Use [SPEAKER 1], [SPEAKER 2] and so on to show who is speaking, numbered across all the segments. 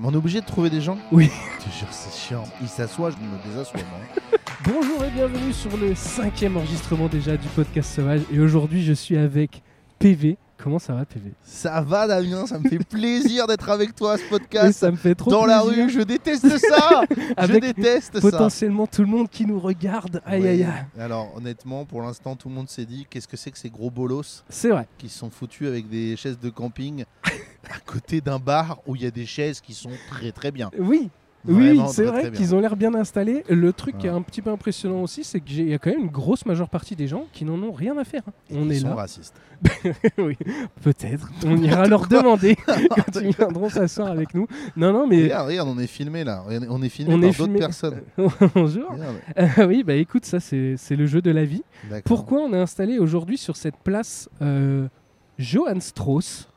[SPEAKER 1] On est obligé de trouver des gens
[SPEAKER 2] Oui.
[SPEAKER 1] Je te jure, c'est chiant. Il s'assoit, je me désassois. moi.
[SPEAKER 2] Bonjour et bienvenue sur le cinquième enregistrement déjà du podcast Sauvage. Et aujourd'hui, je suis avec PV. Comment ça va, PV
[SPEAKER 1] ça va, Damien, ça me fait plaisir d'être avec toi à ce
[SPEAKER 2] Et
[SPEAKER 1] podcast.
[SPEAKER 2] Ça me fait trop
[SPEAKER 1] Dans la
[SPEAKER 2] plaisir.
[SPEAKER 1] rue, je déteste ça. je
[SPEAKER 2] Avec
[SPEAKER 1] déteste ça.
[SPEAKER 2] potentiellement tout le monde qui nous regarde. Aïe, aïe, aïe.
[SPEAKER 1] Ouais. Alors, honnêtement, pour l'instant, tout le monde s'est dit qu'est-ce que c'est que ces gros bolos
[SPEAKER 2] C'est vrai.
[SPEAKER 1] qui se sont foutus avec des chaises de camping à côté d'un bar où il y a des chaises qui sont très très bien.
[SPEAKER 2] Oui,
[SPEAKER 1] Vraiment
[SPEAKER 2] oui, c'est
[SPEAKER 1] très,
[SPEAKER 2] vrai
[SPEAKER 1] très bien.
[SPEAKER 2] qu'ils ont l'air bien installés. Le truc qui est
[SPEAKER 1] Voilà.
[SPEAKER 2] un petit peu impressionnant aussi, c'est qu'il y a quand même une grosse majeure partie des gens qui n'en ont rien à faire.
[SPEAKER 1] Et
[SPEAKER 2] On
[SPEAKER 1] ils
[SPEAKER 2] est
[SPEAKER 1] sont
[SPEAKER 2] là.
[SPEAKER 1] racistes.
[SPEAKER 2] oui, peut-être. On ira leur demander quand ils viendront s'asseoir avec nous. Non, non, mais
[SPEAKER 1] Regarde, regarde, on est filmé là. Regarde, On est filmé
[SPEAKER 2] On
[SPEAKER 1] par
[SPEAKER 2] est
[SPEAKER 1] d'autres
[SPEAKER 2] filmé.
[SPEAKER 1] personnes.
[SPEAKER 2] bonjour.
[SPEAKER 1] Regarde.
[SPEAKER 2] Euh, oui, bah écoute, ça c'est c'est le jeu de la vie.
[SPEAKER 1] D'accord.
[SPEAKER 2] Pourquoi on est installé aujourd'hui sur cette place euh, Johann Strauss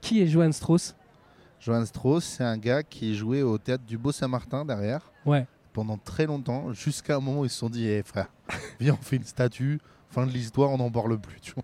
[SPEAKER 2] Qui est Johann Strauss
[SPEAKER 1] Johann Strauss, c'est un gars qui jouait au théâtre du Beau-Saint-Martin derrière
[SPEAKER 2] Ouais.
[SPEAKER 1] pendant très longtemps, jusqu'à un moment où ils se sont dit Eh frère, viens, on fait une statue, fin de l'histoire, on n'en parle plus. Tu vois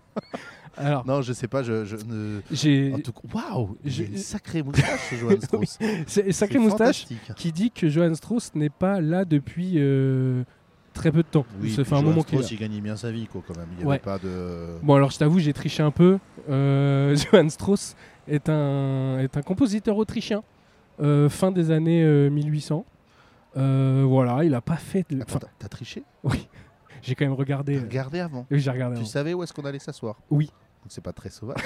[SPEAKER 2] Alors,
[SPEAKER 1] non, je sais pas, je. je ne...
[SPEAKER 2] j'ai
[SPEAKER 1] En tout cas, waouh
[SPEAKER 2] je-
[SPEAKER 1] J'ai une sacrée moustache, ce Johann Strauss.
[SPEAKER 2] c'est-
[SPEAKER 1] C'est
[SPEAKER 2] sacrée moustache
[SPEAKER 1] fantastique.
[SPEAKER 2] qui dit que Johann Strauss n'est pas là depuis euh, très peu de temps.
[SPEAKER 1] Oui,
[SPEAKER 2] Ça
[SPEAKER 1] puis
[SPEAKER 2] fait un
[SPEAKER 1] Johann
[SPEAKER 2] moment qu'il est
[SPEAKER 1] Strauss,
[SPEAKER 2] là.
[SPEAKER 1] il gagnait bien sa vie, quoi, quand même. Il n'y
[SPEAKER 2] Ouais.
[SPEAKER 1] avait pas de.
[SPEAKER 2] Bon, alors je t'avoue, j'ai triché un peu. Euh, Johann Strauss est un, est un compositeur autrichien, euh, fin des années euh, 1800. Euh, voilà, il a pas fait de.
[SPEAKER 1] Attends,
[SPEAKER 2] Enfin,
[SPEAKER 1] t'as- t'as triché
[SPEAKER 2] oui, j'ai quand même regardé.
[SPEAKER 1] T'as
[SPEAKER 2] euh,
[SPEAKER 1] regardé avant.
[SPEAKER 2] Oui, j'ai regardé.
[SPEAKER 1] Tu savais où est-ce qu'on allait s'asseoir
[SPEAKER 2] Oui.
[SPEAKER 1] Donc c'est pas très sauvage.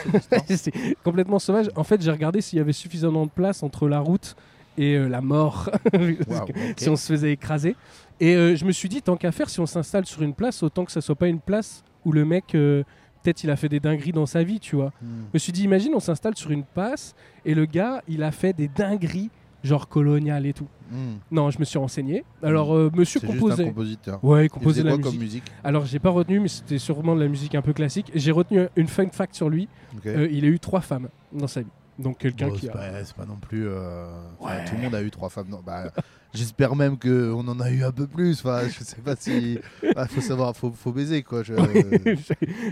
[SPEAKER 2] C'est complètement sauvage. En fait, j'ai regardé s'il y avait suffisamment de place entre la route et euh, la mort,
[SPEAKER 1] Waouh, ok.
[SPEAKER 2] si on se faisait écraser. Et euh, je me suis dit, tant qu'à faire, si on s'installe sur une place, autant que ça soit pas une place où le mec, euh, peut-être, il a fait des dingueries dans sa vie, tu vois.
[SPEAKER 1] Hmm.
[SPEAKER 2] Je me suis dit, imagine, on s'installe sur une passe et le gars, il a fait des dingueries, genre coloniales et tout.
[SPEAKER 1] Hmm.
[SPEAKER 2] Non, je me suis renseigné. Alors, euh, monsieur
[SPEAKER 1] Mmh. C'est juste un
[SPEAKER 2] composait.
[SPEAKER 1] compositeur.
[SPEAKER 2] Ouais, il
[SPEAKER 1] Il faisait
[SPEAKER 2] composait la
[SPEAKER 1] quoi
[SPEAKER 2] musique.
[SPEAKER 1] comme musique
[SPEAKER 2] Alors, j'ai pas retenu, mais c'était sûrement de la musique un peu classique. J'ai retenu une fun fact sur lui.
[SPEAKER 1] Ok.
[SPEAKER 2] Euh, il a eu trois femmes dans sa vie. Donc, quelqu'un
[SPEAKER 1] Bon,
[SPEAKER 2] qui
[SPEAKER 1] c'est
[SPEAKER 2] a.
[SPEAKER 1] pas, c'est pas non plus. euh, enfin,
[SPEAKER 2] Ouais.
[SPEAKER 1] Tout le monde a eu trois femmes. Non, bah, J'espère même qu'on en a eu un peu plus. Enfin, je sais pas si. bah, faut savoir, faut, faut baiser quoi. je- euh,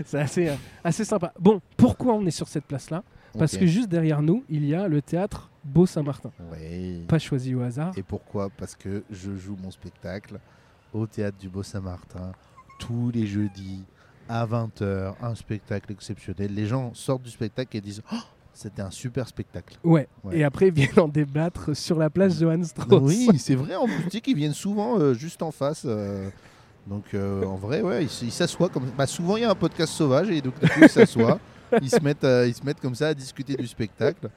[SPEAKER 2] C'est assez, euh, assez sympa. Bon, pourquoi on est sur cette place-là Parce
[SPEAKER 1] ok.
[SPEAKER 2] que juste derrière nous, il y a le théâtre Beau-Saint-Martin.
[SPEAKER 1] Ouais.
[SPEAKER 2] Pas choisi au hasard.
[SPEAKER 1] Et pourquoi Parce que je joue mon spectacle au théâtre du Beau-Saint-Martin tous les jeudis à 20h. Un spectacle exceptionnel. Les gens sortent du spectacle et disent Oh, C'était un super spectacle.
[SPEAKER 2] Ouais.
[SPEAKER 1] Ouais.
[SPEAKER 2] Et après, ils viennent en débattre sur la place Johann Strauss.
[SPEAKER 1] Oui, c'est vrai. En plus, tu sais qu'ils viennent souvent euh, juste en face. euh, donc, euh, en vrai, ouais, ils s- ils s'assoient comme. Bah, souvent, il y a un podcast sauvage et donc, d'un coup, ils s'assoient. Ils se, mettent, euh, ils se mettent comme ça à discuter du spectacle.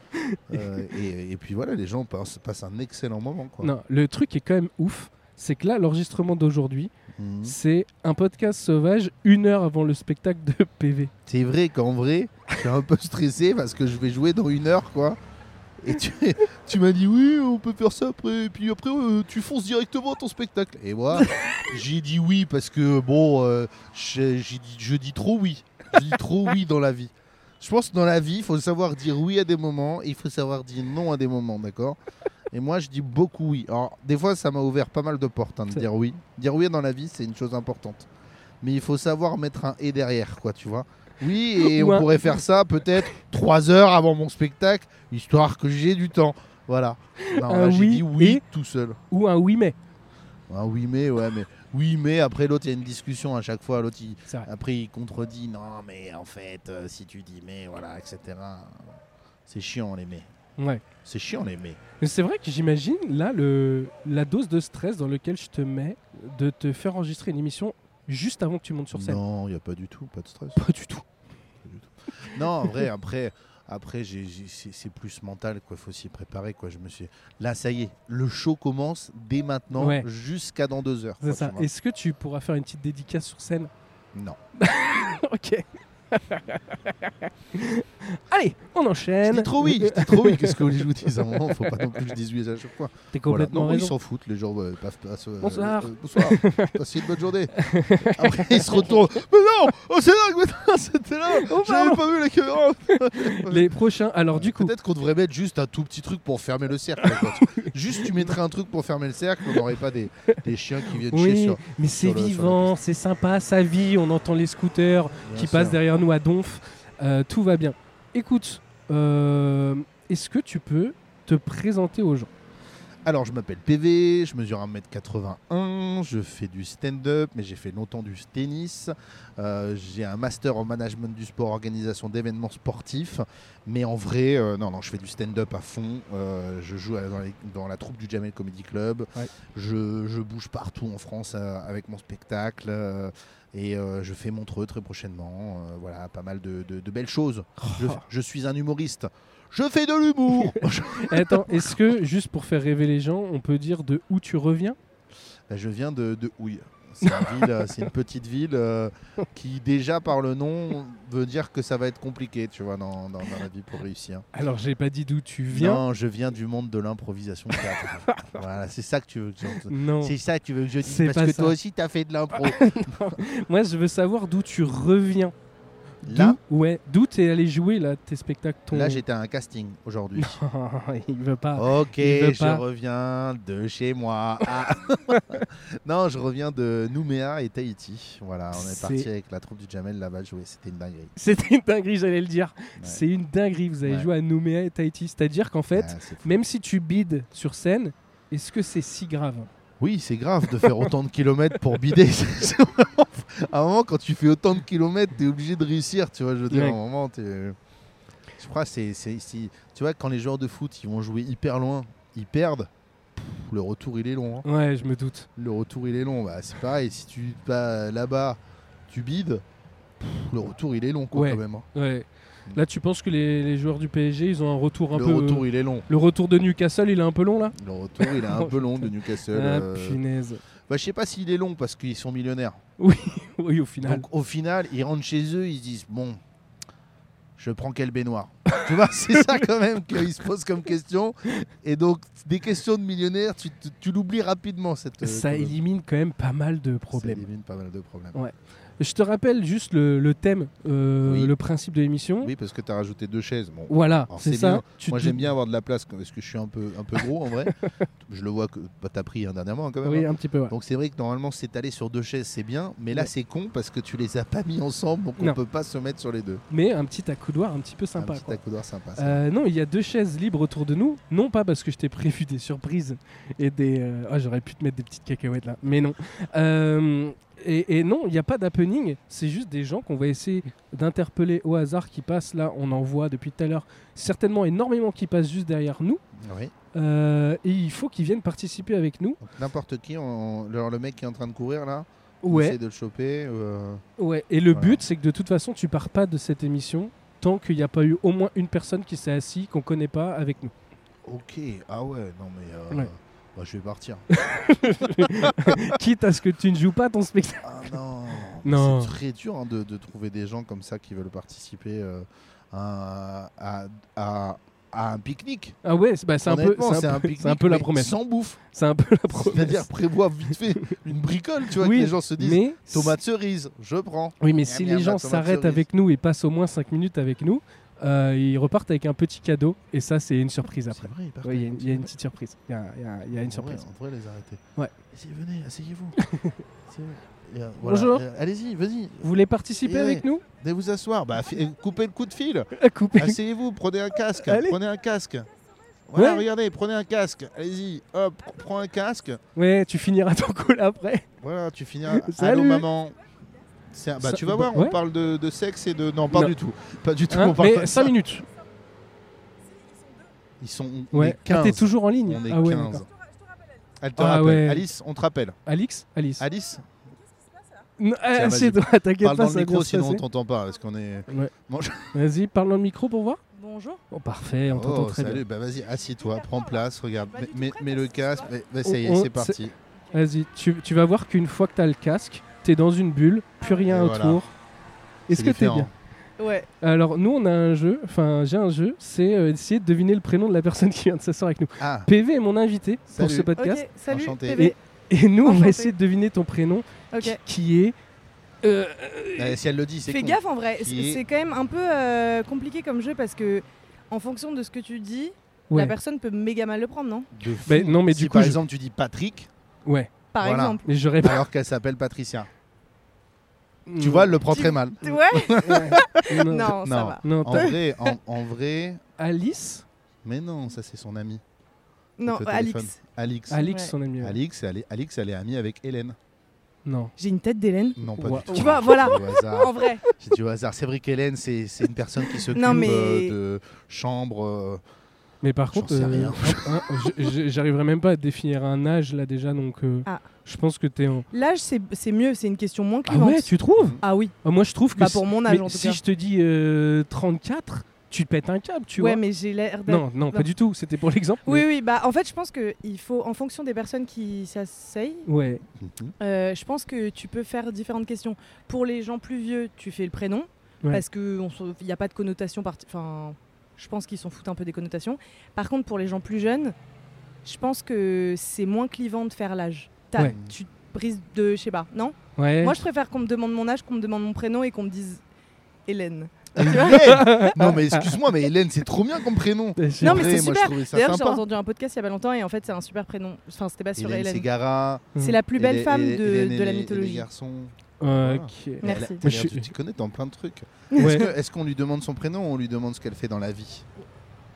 [SPEAKER 1] Euh, et, et puis voilà, les gens passent, passent un excellent moment. Quoi.
[SPEAKER 2] Non, le truc qui est quand même ouf, c'est que là, l'enregistrement d'aujourd'hui,
[SPEAKER 1] Mhm.
[SPEAKER 2] c'est un podcast sauvage une heure avant le spectacle de PV.
[SPEAKER 1] C'est vrai qu'en vrai, je suis un peu stressé parce que je vais jouer dans une heure, quoi. Et tu, tu m'as dit, oui, on peut faire ça après. Et puis après, euh, tu fonces directement à ton spectacle. Et moi, j'ai dit oui parce que, bon, euh, j'ai- j'ai dit, je dis trop oui. Je dis trop oui dans la vie. Je pense que dans la vie, il faut savoir dire oui à des moments et il faut savoir dire non à des moments, d'accord Et moi, je dis beaucoup oui. Alors, des fois, ça m'a ouvert pas mal de portes hein, de
[SPEAKER 2] C'est-
[SPEAKER 1] dire oui. Dire oui dans la vie, c'est une chose importante. Mais il faut savoir mettre un et derrière, quoi, tu vois. Oui, et
[SPEAKER 2] Ou
[SPEAKER 1] on
[SPEAKER 2] un-
[SPEAKER 1] pourrait faire ça peut-être trois heures avant mon spectacle, histoire que j'ai du temps. Voilà. Non,
[SPEAKER 2] Un
[SPEAKER 1] là, j'ai
[SPEAKER 2] Ah oui
[SPEAKER 1] dit oui
[SPEAKER 2] et-
[SPEAKER 1] tout seul.
[SPEAKER 2] Ou un 8 mai.
[SPEAKER 1] Un oui, mais ouais, mais oui, mais après l'autre, il y a une discussion à chaque fois. L'autre, il-
[SPEAKER 2] C'est vrai.
[SPEAKER 1] après, il contredit. Non, mais en fait, euh, si tu dis mais, voilà, etc. C'est chiant les mais.
[SPEAKER 2] Ouais.
[SPEAKER 1] C'est chiant les mais.
[SPEAKER 2] Mais c'est vrai que j'imagine là le, la dose de stress dans lequel je te mets de te faire enregistrer une émission juste avant que tu montes sur scène.
[SPEAKER 1] Non, il n'y a pas du tout, pas de stress.
[SPEAKER 2] Pas du tout.
[SPEAKER 1] Non, en vrai, après, après j'ai- j'ai- c'est c'est plus mental, quoi. Faut s'y préparer, quoi. Je me suis. Là, ça y est, le show commence dès maintenant
[SPEAKER 2] Ouais.
[SPEAKER 1] jusqu'à dans deux heures.
[SPEAKER 2] C'est
[SPEAKER 1] quoi,
[SPEAKER 2] ça.
[SPEAKER 1] tu vois.
[SPEAKER 2] Est-ce que tu pourras faire une petite dédicace sur scène
[SPEAKER 1] Non.
[SPEAKER 2] Ok. Allez, on
[SPEAKER 1] Je
[SPEAKER 2] enchaîne.
[SPEAKER 1] dis trop oui, je dis trop oui. Qu'est-ce que les gens disent à un moment Faut pas non plus que je dise oui à chaque fois.
[SPEAKER 2] T'es
[SPEAKER 1] Voilà.
[SPEAKER 2] complètement
[SPEAKER 1] Non, ils
[SPEAKER 2] raison.
[SPEAKER 1] s'en foutent, les gens. euh, passent- passent, euh,
[SPEAKER 2] Bonsoir.
[SPEAKER 1] euh, bonsoir. Passez une bonne journée. Après, ils se retournent. Mais non Oh, c'est là que putain, c'était là
[SPEAKER 2] Oh,
[SPEAKER 1] J'avais pas vu la caméra
[SPEAKER 2] Les prochains. Alors du coup,
[SPEAKER 1] Peut-être qu'on devrait mettre juste un tout petit truc pour fermer le cercle. quoi. juste tu mettrais un truc pour fermer le cercle, on n'aurait pas des, des chiens qui viennent chier
[SPEAKER 2] oui,
[SPEAKER 1] sur.
[SPEAKER 2] mais c'est
[SPEAKER 1] sur le- sur la
[SPEAKER 2] vivant, c'est sympa, ça vit. On entend les scooters qui
[SPEAKER 1] Bien
[SPEAKER 2] passent
[SPEAKER 1] sûr.
[SPEAKER 2] derrière nous à donf. Euh, tout va bien. Écoute, euh, est-ce que tu peux te présenter aux gens
[SPEAKER 1] Alors, je m'appelle PV, je mesure 1m81, je fais du stand-up, mais j'ai fait longtemps du tennis. Euh, j'ai un master en management du sport, organisation d'événements sportifs. Mais en vrai, euh, non, non, je fais du stand-up à fond. Euh, je joue à- dans, les- dans la troupe du Jamel Comedy Club.
[SPEAKER 2] Ouais.
[SPEAKER 1] Je, je bouge partout en France euh, avec mon spectacle. euh, et euh, je fais Montreux très prochainement. Euh, voilà, pas mal de, de- de belles choses. Je, je suis un humoriste. Je fais de l'humour. Je-
[SPEAKER 2] Eh, Attends, est-ce que, juste pour faire rêver les gens, on peut dire de où tu reviens
[SPEAKER 1] Bah, je viens de, de Houille. C'est une, ville, euh, c'est une petite ville euh, qui, déjà par le nom, veut dire que ça va être compliqué, tu vois, dans, dans- dans la vie pour réussir.
[SPEAKER 2] Alors, j'ai pas dit d'où tu viens.
[SPEAKER 1] Non, je viens du monde de l'improvisation théâtrale. voilà, c'est ça que tu veux que je
[SPEAKER 2] Non.
[SPEAKER 1] C'est ça que tu veux que je dise,
[SPEAKER 2] C'est
[SPEAKER 1] parce
[SPEAKER 2] pas
[SPEAKER 1] que
[SPEAKER 2] ça. Ah,
[SPEAKER 1] toi aussi, t'as fait de l'impro.
[SPEAKER 2] Moi, je veux savoir d'où tu reviens.
[SPEAKER 1] là,
[SPEAKER 2] D'où- Ouais. D'où t'es allé jouer, là, tes spectacles ton...
[SPEAKER 1] là j'étais à un casting aujourd'hui.
[SPEAKER 2] Il veut pas.
[SPEAKER 1] Ok,
[SPEAKER 2] il veut
[SPEAKER 1] je
[SPEAKER 2] pas.
[SPEAKER 1] reviens de chez moi. Ah. non, je reviens de Nouméa et Tahiti. Voilà, on est
[SPEAKER 2] C'est-
[SPEAKER 1] parti avec la troupe du Jamel là-bas jouer. C'était une dinguerie.
[SPEAKER 2] C'était une dinguerie, j'allais le dire. C'est une dinguerie, vous avez
[SPEAKER 1] Ouais.
[SPEAKER 2] joué à Nouméa et Tahiti. C'est-à-dire qu'en fait,
[SPEAKER 1] Ah, c'est fou.
[SPEAKER 2] même si tu bides sur scène, est-ce que c'est si grave
[SPEAKER 1] Oui, c'est grave de faire autant de kilomètres pour bider. C'est vraiment- à un moment, quand tu fais autant de kilomètres, t'es obligé de réussir. Tu vois, je veux dire, à
[SPEAKER 2] Ouais.
[SPEAKER 1] un moment, t'es- je crois, que c'est, c'est- si- tu vois, quand les joueurs de foot, ils vont jouer hyper loin, ils perdent. Pff, Le retour, il est long. hein.
[SPEAKER 2] Ouais, je me doute.
[SPEAKER 1] Le retour, il est long. Bah, c'est pareil. Si tu vas là-bas, tu bides. pff, Le retour, il est long, quoi,
[SPEAKER 2] Ouais.
[SPEAKER 1] quand même. hein.
[SPEAKER 2] Ouais. Là, tu penses que les, les joueurs du PSG, ils ont un retour un
[SPEAKER 1] Le
[SPEAKER 2] peu. euh,
[SPEAKER 1] retour, il est long.
[SPEAKER 2] Le retour de Newcastle, il est un peu long là
[SPEAKER 1] Le retour, il est un
[SPEAKER 2] Oh,
[SPEAKER 1] peu long de Newcastle.
[SPEAKER 2] Ah,
[SPEAKER 1] euh.
[SPEAKER 2] punaise.
[SPEAKER 1] Bah, je sais pas s'il est long parce qu'ils sont millionnaires.
[SPEAKER 2] Oui, au final.
[SPEAKER 1] Donc au final, ils rentrent chez eux, ils se disent bon, je prends quelle baignoire Tu vois, c'est ça quand même qu'ils se posent comme question. Et donc des questions de millionnaires, tu, tu- tu l'oublies rapidement cette. euh,
[SPEAKER 2] ça
[SPEAKER 1] colonne.
[SPEAKER 2] élimine quand même pas mal de
[SPEAKER 1] Ça
[SPEAKER 2] problèmes.
[SPEAKER 1] élimine pas mal de problèmes.
[SPEAKER 2] Ouais. Je te rappelle juste le, le thème, euh,
[SPEAKER 1] Oui.
[SPEAKER 2] le principe de l'émission.
[SPEAKER 1] Oui, parce que tu as rajouté deux chaises. Bon.
[SPEAKER 2] Voilà,
[SPEAKER 1] Alors,
[SPEAKER 2] c'est
[SPEAKER 1] c'est
[SPEAKER 2] ça.
[SPEAKER 1] bien.
[SPEAKER 2] Mhm. Tu
[SPEAKER 1] Moi
[SPEAKER 2] te-
[SPEAKER 1] j'aime bien avoir de la place parce que je suis un peu, un peu gros en vrai. Je le vois que bah, t'as pris hein, dernièrement quand même.
[SPEAKER 2] Oui,
[SPEAKER 1] hein.
[SPEAKER 2] un petit peu. ouais.
[SPEAKER 1] Donc c'est vrai que normalement s'étaler sur deux chaises c'est bien, mais là
[SPEAKER 2] Ouais.
[SPEAKER 1] c'est con parce que tu les as pas mis ensemble donc
[SPEAKER 2] Non.
[SPEAKER 1] on peut pas se mettre sur les deux.
[SPEAKER 2] Mais un petit accoudoir un petit peu
[SPEAKER 1] Un
[SPEAKER 2] sympa.
[SPEAKER 1] petit
[SPEAKER 2] quoi.
[SPEAKER 1] accoudoir sympa. ça.
[SPEAKER 2] Euh, non, il y a deux chaises libres autour de nous. Non pas parce que je t'ai prévu des surprises et des. euh, Ah, j'aurais pu te mettre des petites cacahuètes là, mais non. Euh, et, et non, il n'y a pas d'happening. C'est juste des gens qu'on va essayer d'interpeller au hasard qui passent là. On en voit depuis tout à l'heure certainement énormément qui passent juste derrière nous.
[SPEAKER 1] Oui.
[SPEAKER 2] Euh, et il faut qu'ils viennent participer avec nous.
[SPEAKER 1] Donc, N'importe qui, on- alors le mec qui est en train de courir là, on
[SPEAKER 2] Ouais.
[SPEAKER 1] essaie de le choper. euh,
[SPEAKER 2] Ouais, et le
[SPEAKER 1] Voilà.
[SPEAKER 2] but, c'est que de toute façon, tu pars pas de cette émission tant qu'il n'y a pas eu au moins une personne qui s'est assise, qu'on connaît pas avec nous.
[SPEAKER 1] Ok, ah ouais, non mais euh,
[SPEAKER 2] Ouais.
[SPEAKER 1] bah, je vais partir.
[SPEAKER 2] Quitte à ce que tu ne joues pas ton spectacle.
[SPEAKER 1] ah non,
[SPEAKER 2] Non.
[SPEAKER 1] c'est très dur hein, de, de trouver des gens comme ça qui veulent participer euh, à, à- à- à un pique-nique.
[SPEAKER 2] Ah ouais, c'est bah, c'est un peu,
[SPEAKER 1] Honnêtement,
[SPEAKER 2] c'est un peu,
[SPEAKER 1] pique-nique,
[SPEAKER 2] c'est un peu la
[SPEAKER 1] mais
[SPEAKER 2] promesse.
[SPEAKER 1] Sans bouffe,
[SPEAKER 2] C'est un peu la
[SPEAKER 1] c'est-à-dire
[SPEAKER 2] promesse.
[SPEAKER 1] prévois vite fait une bricole, tu vois,
[SPEAKER 2] Oui,
[SPEAKER 1] que les gens se disent.
[SPEAKER 2] Mais
[SPEAKER 1] Tomate cerise, je prends.
[SPEAKER 2] oui, mais
[SPEAKER 1] Miam,
[SPEAKER 2] si
[SPEAKER 1] miam,
[SPEAKER 2] les gens
[SPEAKER 1] la tomate
[SPEAKER 2] s'arrêtent
[SPEAKER 1] cerise.
[SPEAKER 2] avec nous et passent au moins 5 minutes avec nous, euh, ils repartent avec un petit cadeau et ça, c'est une surprise
[SPEAKER 1] C'est
[SPEAKER 2] après.
[SPEAKER 1] vrai,
[SPEAKER 2] Ouais, Il y a une- il y, a une petite surprise. Il y a, il y a- il y a une surprise.
[SPEAKER 1] On pourrait les arrêter.
[SPEAKER 2] Ouais.
[SPEAKER 1] Essayez, venez, asseyez-vous. Essayez-vous. Et, euh,
[SPEAKER 2] Bonjour.
[SPEAKER 1] euh, Allez-y, vas-y.
[SPEAKER 2] Vous voulez participer
[SPEAKER 1] Et
[SPEAKER 2] avec
[SPEAKER 1] ouais.
[SPEAKER 2] nous
[SPEAKER 1] Venez vous asseoir. Bah, fi- euh, coupez le coup de fil.
[SPEAKER 2] À couper.
[SPEAKER 1] Asseyez-vous, prenez un casque.
[SPEAKER 2] Allez.
[SPEAKER 1] Prenez un casque. Voilà,
[SPEAKER 2] Ouais.
[SPEAKER 1] regardez, prenez un casque. Allez-y, hop, prends un casque.
[SPEAKER 2] Ouais, tu finiras ton call après.
[SPEAKER 1] Voilà, tu finiras.
[SPEAKER 2] Salut.
[SPEAKER 1] Allô, maman. C'est un- Bah,
[SPEAKER 2] Ça-
[SPEAKER 1] tu vas
[SPEAKER 2] bah,
[SPEAKER 1] voir,
[SPEAKER 2] ouais.
[SPEAKER 1] on parle de, de sexe et de. Non, pas
[SPEAKER 2] Non.
[SPEAKER 1] du tout. Pas du tout.
[SPEAKER 2] Hein
[SPEAKER 1] on parle pas de
[SPEAKER 2] 5
[SPEAKER 1] ça.
[SPEAKER 2] minutes.
[SPEAKER 1] Ils sont. on est
[SPEAKER 2] Ouais. Ah,
[SPEAKER 1] 15.
[SPEAKER 2] t'es toujours en ligne.
[SPEAKER 1] On est
[SPEAKER 2] ah ouais,
[SPEAKER 1] 15.
[SPEAKER 2] d'accord.
[SPEAKER 1] Elle te
[SPEAKER 2] Ah
[SPEAKER 1] rappelle.
[SPEAKER 2] ouais.
[SPEAKER 1] Alice, on te rappelle.
[SPEAKER 2] Alix, Alice.
[SPEAKER 1] Alice,
[SPEAKER 2] Non, ah,
[SPEAKER 1] Tiens,
[SPEAKER 2] c'est toi, t'inquiète
[SPEAKER 1] parle
[SPEAKER 2] pas,
[SPEAKER 1] dans
[SPEAKER 2] ça
[SPEAKER 1] le
[SPEAKER 2] va bien
[SPEAKER 1] micro,
[SPEAKER 2] se
[SPEAKER 1] sinon on
[SPEAKER 2] passer.
[SPEAKER 1] t'entend pas. Parce qu'on est.
[SPEAKER 2] Vas-y, parle dans le micro pour voir.
[SPEAKER 3] Bonjour.
[SPEAKER 2] Oh, parfait, on t'entend
[SPEAKER 1] Oh,
[SPEAKER 2] très
[SPEAKER 1] salut,
[SPEAKER 2] bien.
[SPEAKER 1] bah vas-y, assieds-toi, prends place, regarde,
[SPEAKER 3] Je suis pas du
[SPEAKER 1] mets,
[SPEAKER 3] tout
[SPEAKER 1] mets le
[SPEAKER 3] prête à
[SPEAKER 1] casque,
[SPEAKER 3] ce
[SPEAKER 1] ouais, bah, ça y est,
[SPEAKER 2] On-
[SPEAKER 1] c'est parti.
[SPEAKER 2] Vas-y, tu, tu vas voir qu'une fois que t'as le casque, t'es dans une bulle, plus rien
[SPEAKER 1] Et
[SPEAKER 2] autour.
[SPEAKER 1] voilà.
[SPEAKER 2] Est-ce que t'es
[SPEAKER 1] différent.
[SPEAKER 2] bien
[SPEAKER 3] Ouais.
[SPEAKER 2] Alors, nous, on a un jeu, enfin, j'ai un jeu, c'est euh, essayer de deviner le prénom de la personne qui vient de s'asseoir avec nous.
[SPEAKER 1] Ah,
[SPEAKER 2] PV est mon invité pour
[SPEAKER 1] Salut.
[SPEAKER 2] ce podcast.
[SPEAKER 3] Ok, salut.
[SPEAKER 1] Enchanté.
[SPEAKER 3] bébé.
[SPEAKER 2] Et nous, on va
[SPEAKER 3] Enchanté.
[SPEAKER 2] essayer de deviner ton prénom qui,
[SPEAKER 3] Ok.
[SPEAKER 2] qui est. euh,
[SPEAKER 1] euh, si elle le dit, c'est
[SPEAKER 3] Fais
[SPEAKER 1] con.
[SPEAKER 3] gaffe en vrai,
[SPEAKER 1] Qui est-
[SPEAKER 3] c'est c'est quand même un peu euh, compliqué comme jeu parce que en fonction de ce que tu dis,
[SPEAKER 2] ouais.
[SPEAKER 3] la personne peut méga mal le prendre, non
[SPEAKER 1] De fou.
[SPEAKER 2] Bah, non, mais
[SPEAKER 1] si
[SPEAKER 2] du coup,
[SPEAKER 1] par
[SPEAKER 2] je- Eh ben-
[SPEAKER 1] exemple, tu dis Patrick,
[SPEAKER 2] ouais.
[SPEAKER 3] Par
[SPEAKER 1] Voilà.
[SPEAKER 3] exemple.
[SPEAKER 2] Mais j'aurais pas.
[SPEAKER 1] alors qu'elle s'appelle Patricia,
[SPEAKER 2] Mm.
[SPEAKER 1] tu vois, elle le prend
[SPEAKER 3] Tu-
[SPEAKER 1] très mal.
[SPEAKER 3] Ouais
[SPEAKER 2] Ouais. non.
[SPEAKER 3] Non, ça
[SPEAKER 1] Non.
[SPEAKER 3] va.
[SPEAKER 2] Non,
[SPEAKER 1] En
[SPEAKER 2] t'as-
[SPEAKER 1] vrai, en, en vrai,
[SPEAKER 2] Alice
[SPEAKER 1] Mais non, ça c'est son ami.
[SPEAKER 3] Non,
[SPEAKER 1] Avec le
[SPEAKER 3] Alix.
[SPEAKER 1] téléphone. Alix.
[SPEAKER 2] Alix,
[SPEAKER 3] Ouais.
[SPEAKER 2] son ami. ouais.
[SPEAKER 1] Alix, elle est, Alix, elle est amie avec Hélène.
[SPEAKER 2] Non.
[SPEAKER 3] J'ai une tête d'Hélène.
[SPEAKER 1] Non, pas
[SPEAKER 2] Ouais.
[SPEAKER 1] du tout.
[SPEAKER 3] Tu vois, voilà.
[SPEAKER 1] Au hasard.
[SPEAKER 3] En vrai.
[SPEAKER 1] J'ai dit au hasard. C'est vrai qu'Hélène, c'est c'est une personne qui s'occupe
[SPEAKER 3] Non, mais-
[SPEAKER 1] euh, de chambre. euh,
[SPEAKER 2] Mais par
[SPEAKER 1] J'en
[SPEAKER 2] contre, euh,
[SPEAKER 1] sais rien.
[SPEAKER 2] un- un- je- je- j'arriverai même pas à définir un âge là déjà, donc euh,
[SPEAKER 3] Ah.
[SPEAKER 2] je pense que t'es en.
[SPEAKER 3] L'âge, c'est c'est mieux, c'est une question moins
[SPEAKER 2] Ah
[SPEAKER 3] clivante.
[SPEAKER 2] ouais, tu trouves
[SPEAKER 3] Ah oui,
[SPEAKER 2] Ah, Moi, je trouve que
[SPEAKER 3] bah
[SPEAKER 2] si-
[SPEAKER 3] pour mon âge
[SPEAKER 2] mais
[SPEAKER 3] en tout
[SPEAKER 2] si
[SPEAKER 3] cas.
[SPEAKER 2] je te dis euh, 34, tu te pètes un câble, tu
[SPEAKER 3] ouais,
[SPEAKER 2] vois.
[SPEAKER 3] mais j'ai l'air d'être.
[SPEAKER 2] Non, non, pas du tout. C'était pour l'exemple.
[SPEAKER 3] Oui, oui, bah en fait, je pense que il faut, en fonction des personnes qui s'asseyent,
[SPEAKER 2] mais- Ouais.
[SPEAKER 1] mhm.
[SPEAKER 3] euh, je pense que tu peux faire différentes questions. Pour les gens plus vieux, tu fais le prénom,
[SPEAKER 2] Ouais.
[SPEAKER 3] parce qu'il n'y a pas de connotation. parti- Enfin, je pense qu'ils s'en foutent un peu des connotations. Par contre, pour les gens plus jeunes, je pense que c'est moins clivant de faire l'âge. T'as-
[SPEAKER 2] Ouais.
[SPEAKER 3] Tu brises de, je sais pas, non
[SPEAKER 2] Ouais.
[SPEAKER 3] Moi, je préfère qu'on me demande mon âge, qu'on me demande mon prénom et qu'on me dise Hélène.
[SPEAKER 1] Hélène Non, mais excuse-moi, mais Hélène, c'est trop bien comme prénom.
[SPEAKER 2] je...
[SPEAKER 3] Non, mais
[SPEAKER 1] Après,
[SPEAKER 3] c'est
[SPEAKER 1] moi, je
[SPEAKER 3] super.
[SPEAKER 1] trouvais ça
[SPEAKER 3] D'ailleurs, j'ai
[SPEAKER 1] sympa.
[SPEAKER 3] entendu un podcast il y a pas longtemps et en fait, c'est un super prénom. Enfin, c'était pas sur
[SPEAKER 1] Hélène
[SPEAKER 3] Hélène.
[SPEAKER 1] Ségara.
[SPEAKER 3] C'est la plus belle
[SPEAKER 1] Hélène-
[SPEAKER 3] femme de,
[SPEAKER 1] Hélène- Hélène et les-
[SPEAKER 3] de la
[SPEAKER 1] et les
[SPEAKER 3] mythologie.
[SPEAKER 1] garçons.
[SPEAKER 2] Ok.
[SPEAKER 3] Merci.
[SPEAKER 1] Elle a- t'as
[SPEAKER 2] Moi, je
[SPEAKER 1] l'air
[SPEAKER 2] suis-
[SPEAKER 1] de t'y connaître dans plein de trucs. Est-ce
[SPEAKER 2] Ouais.
[SPEAKER 1] que- Est-ce qu'on lui demande son prénom ou on lui demande ce qu'elle fait dans la vie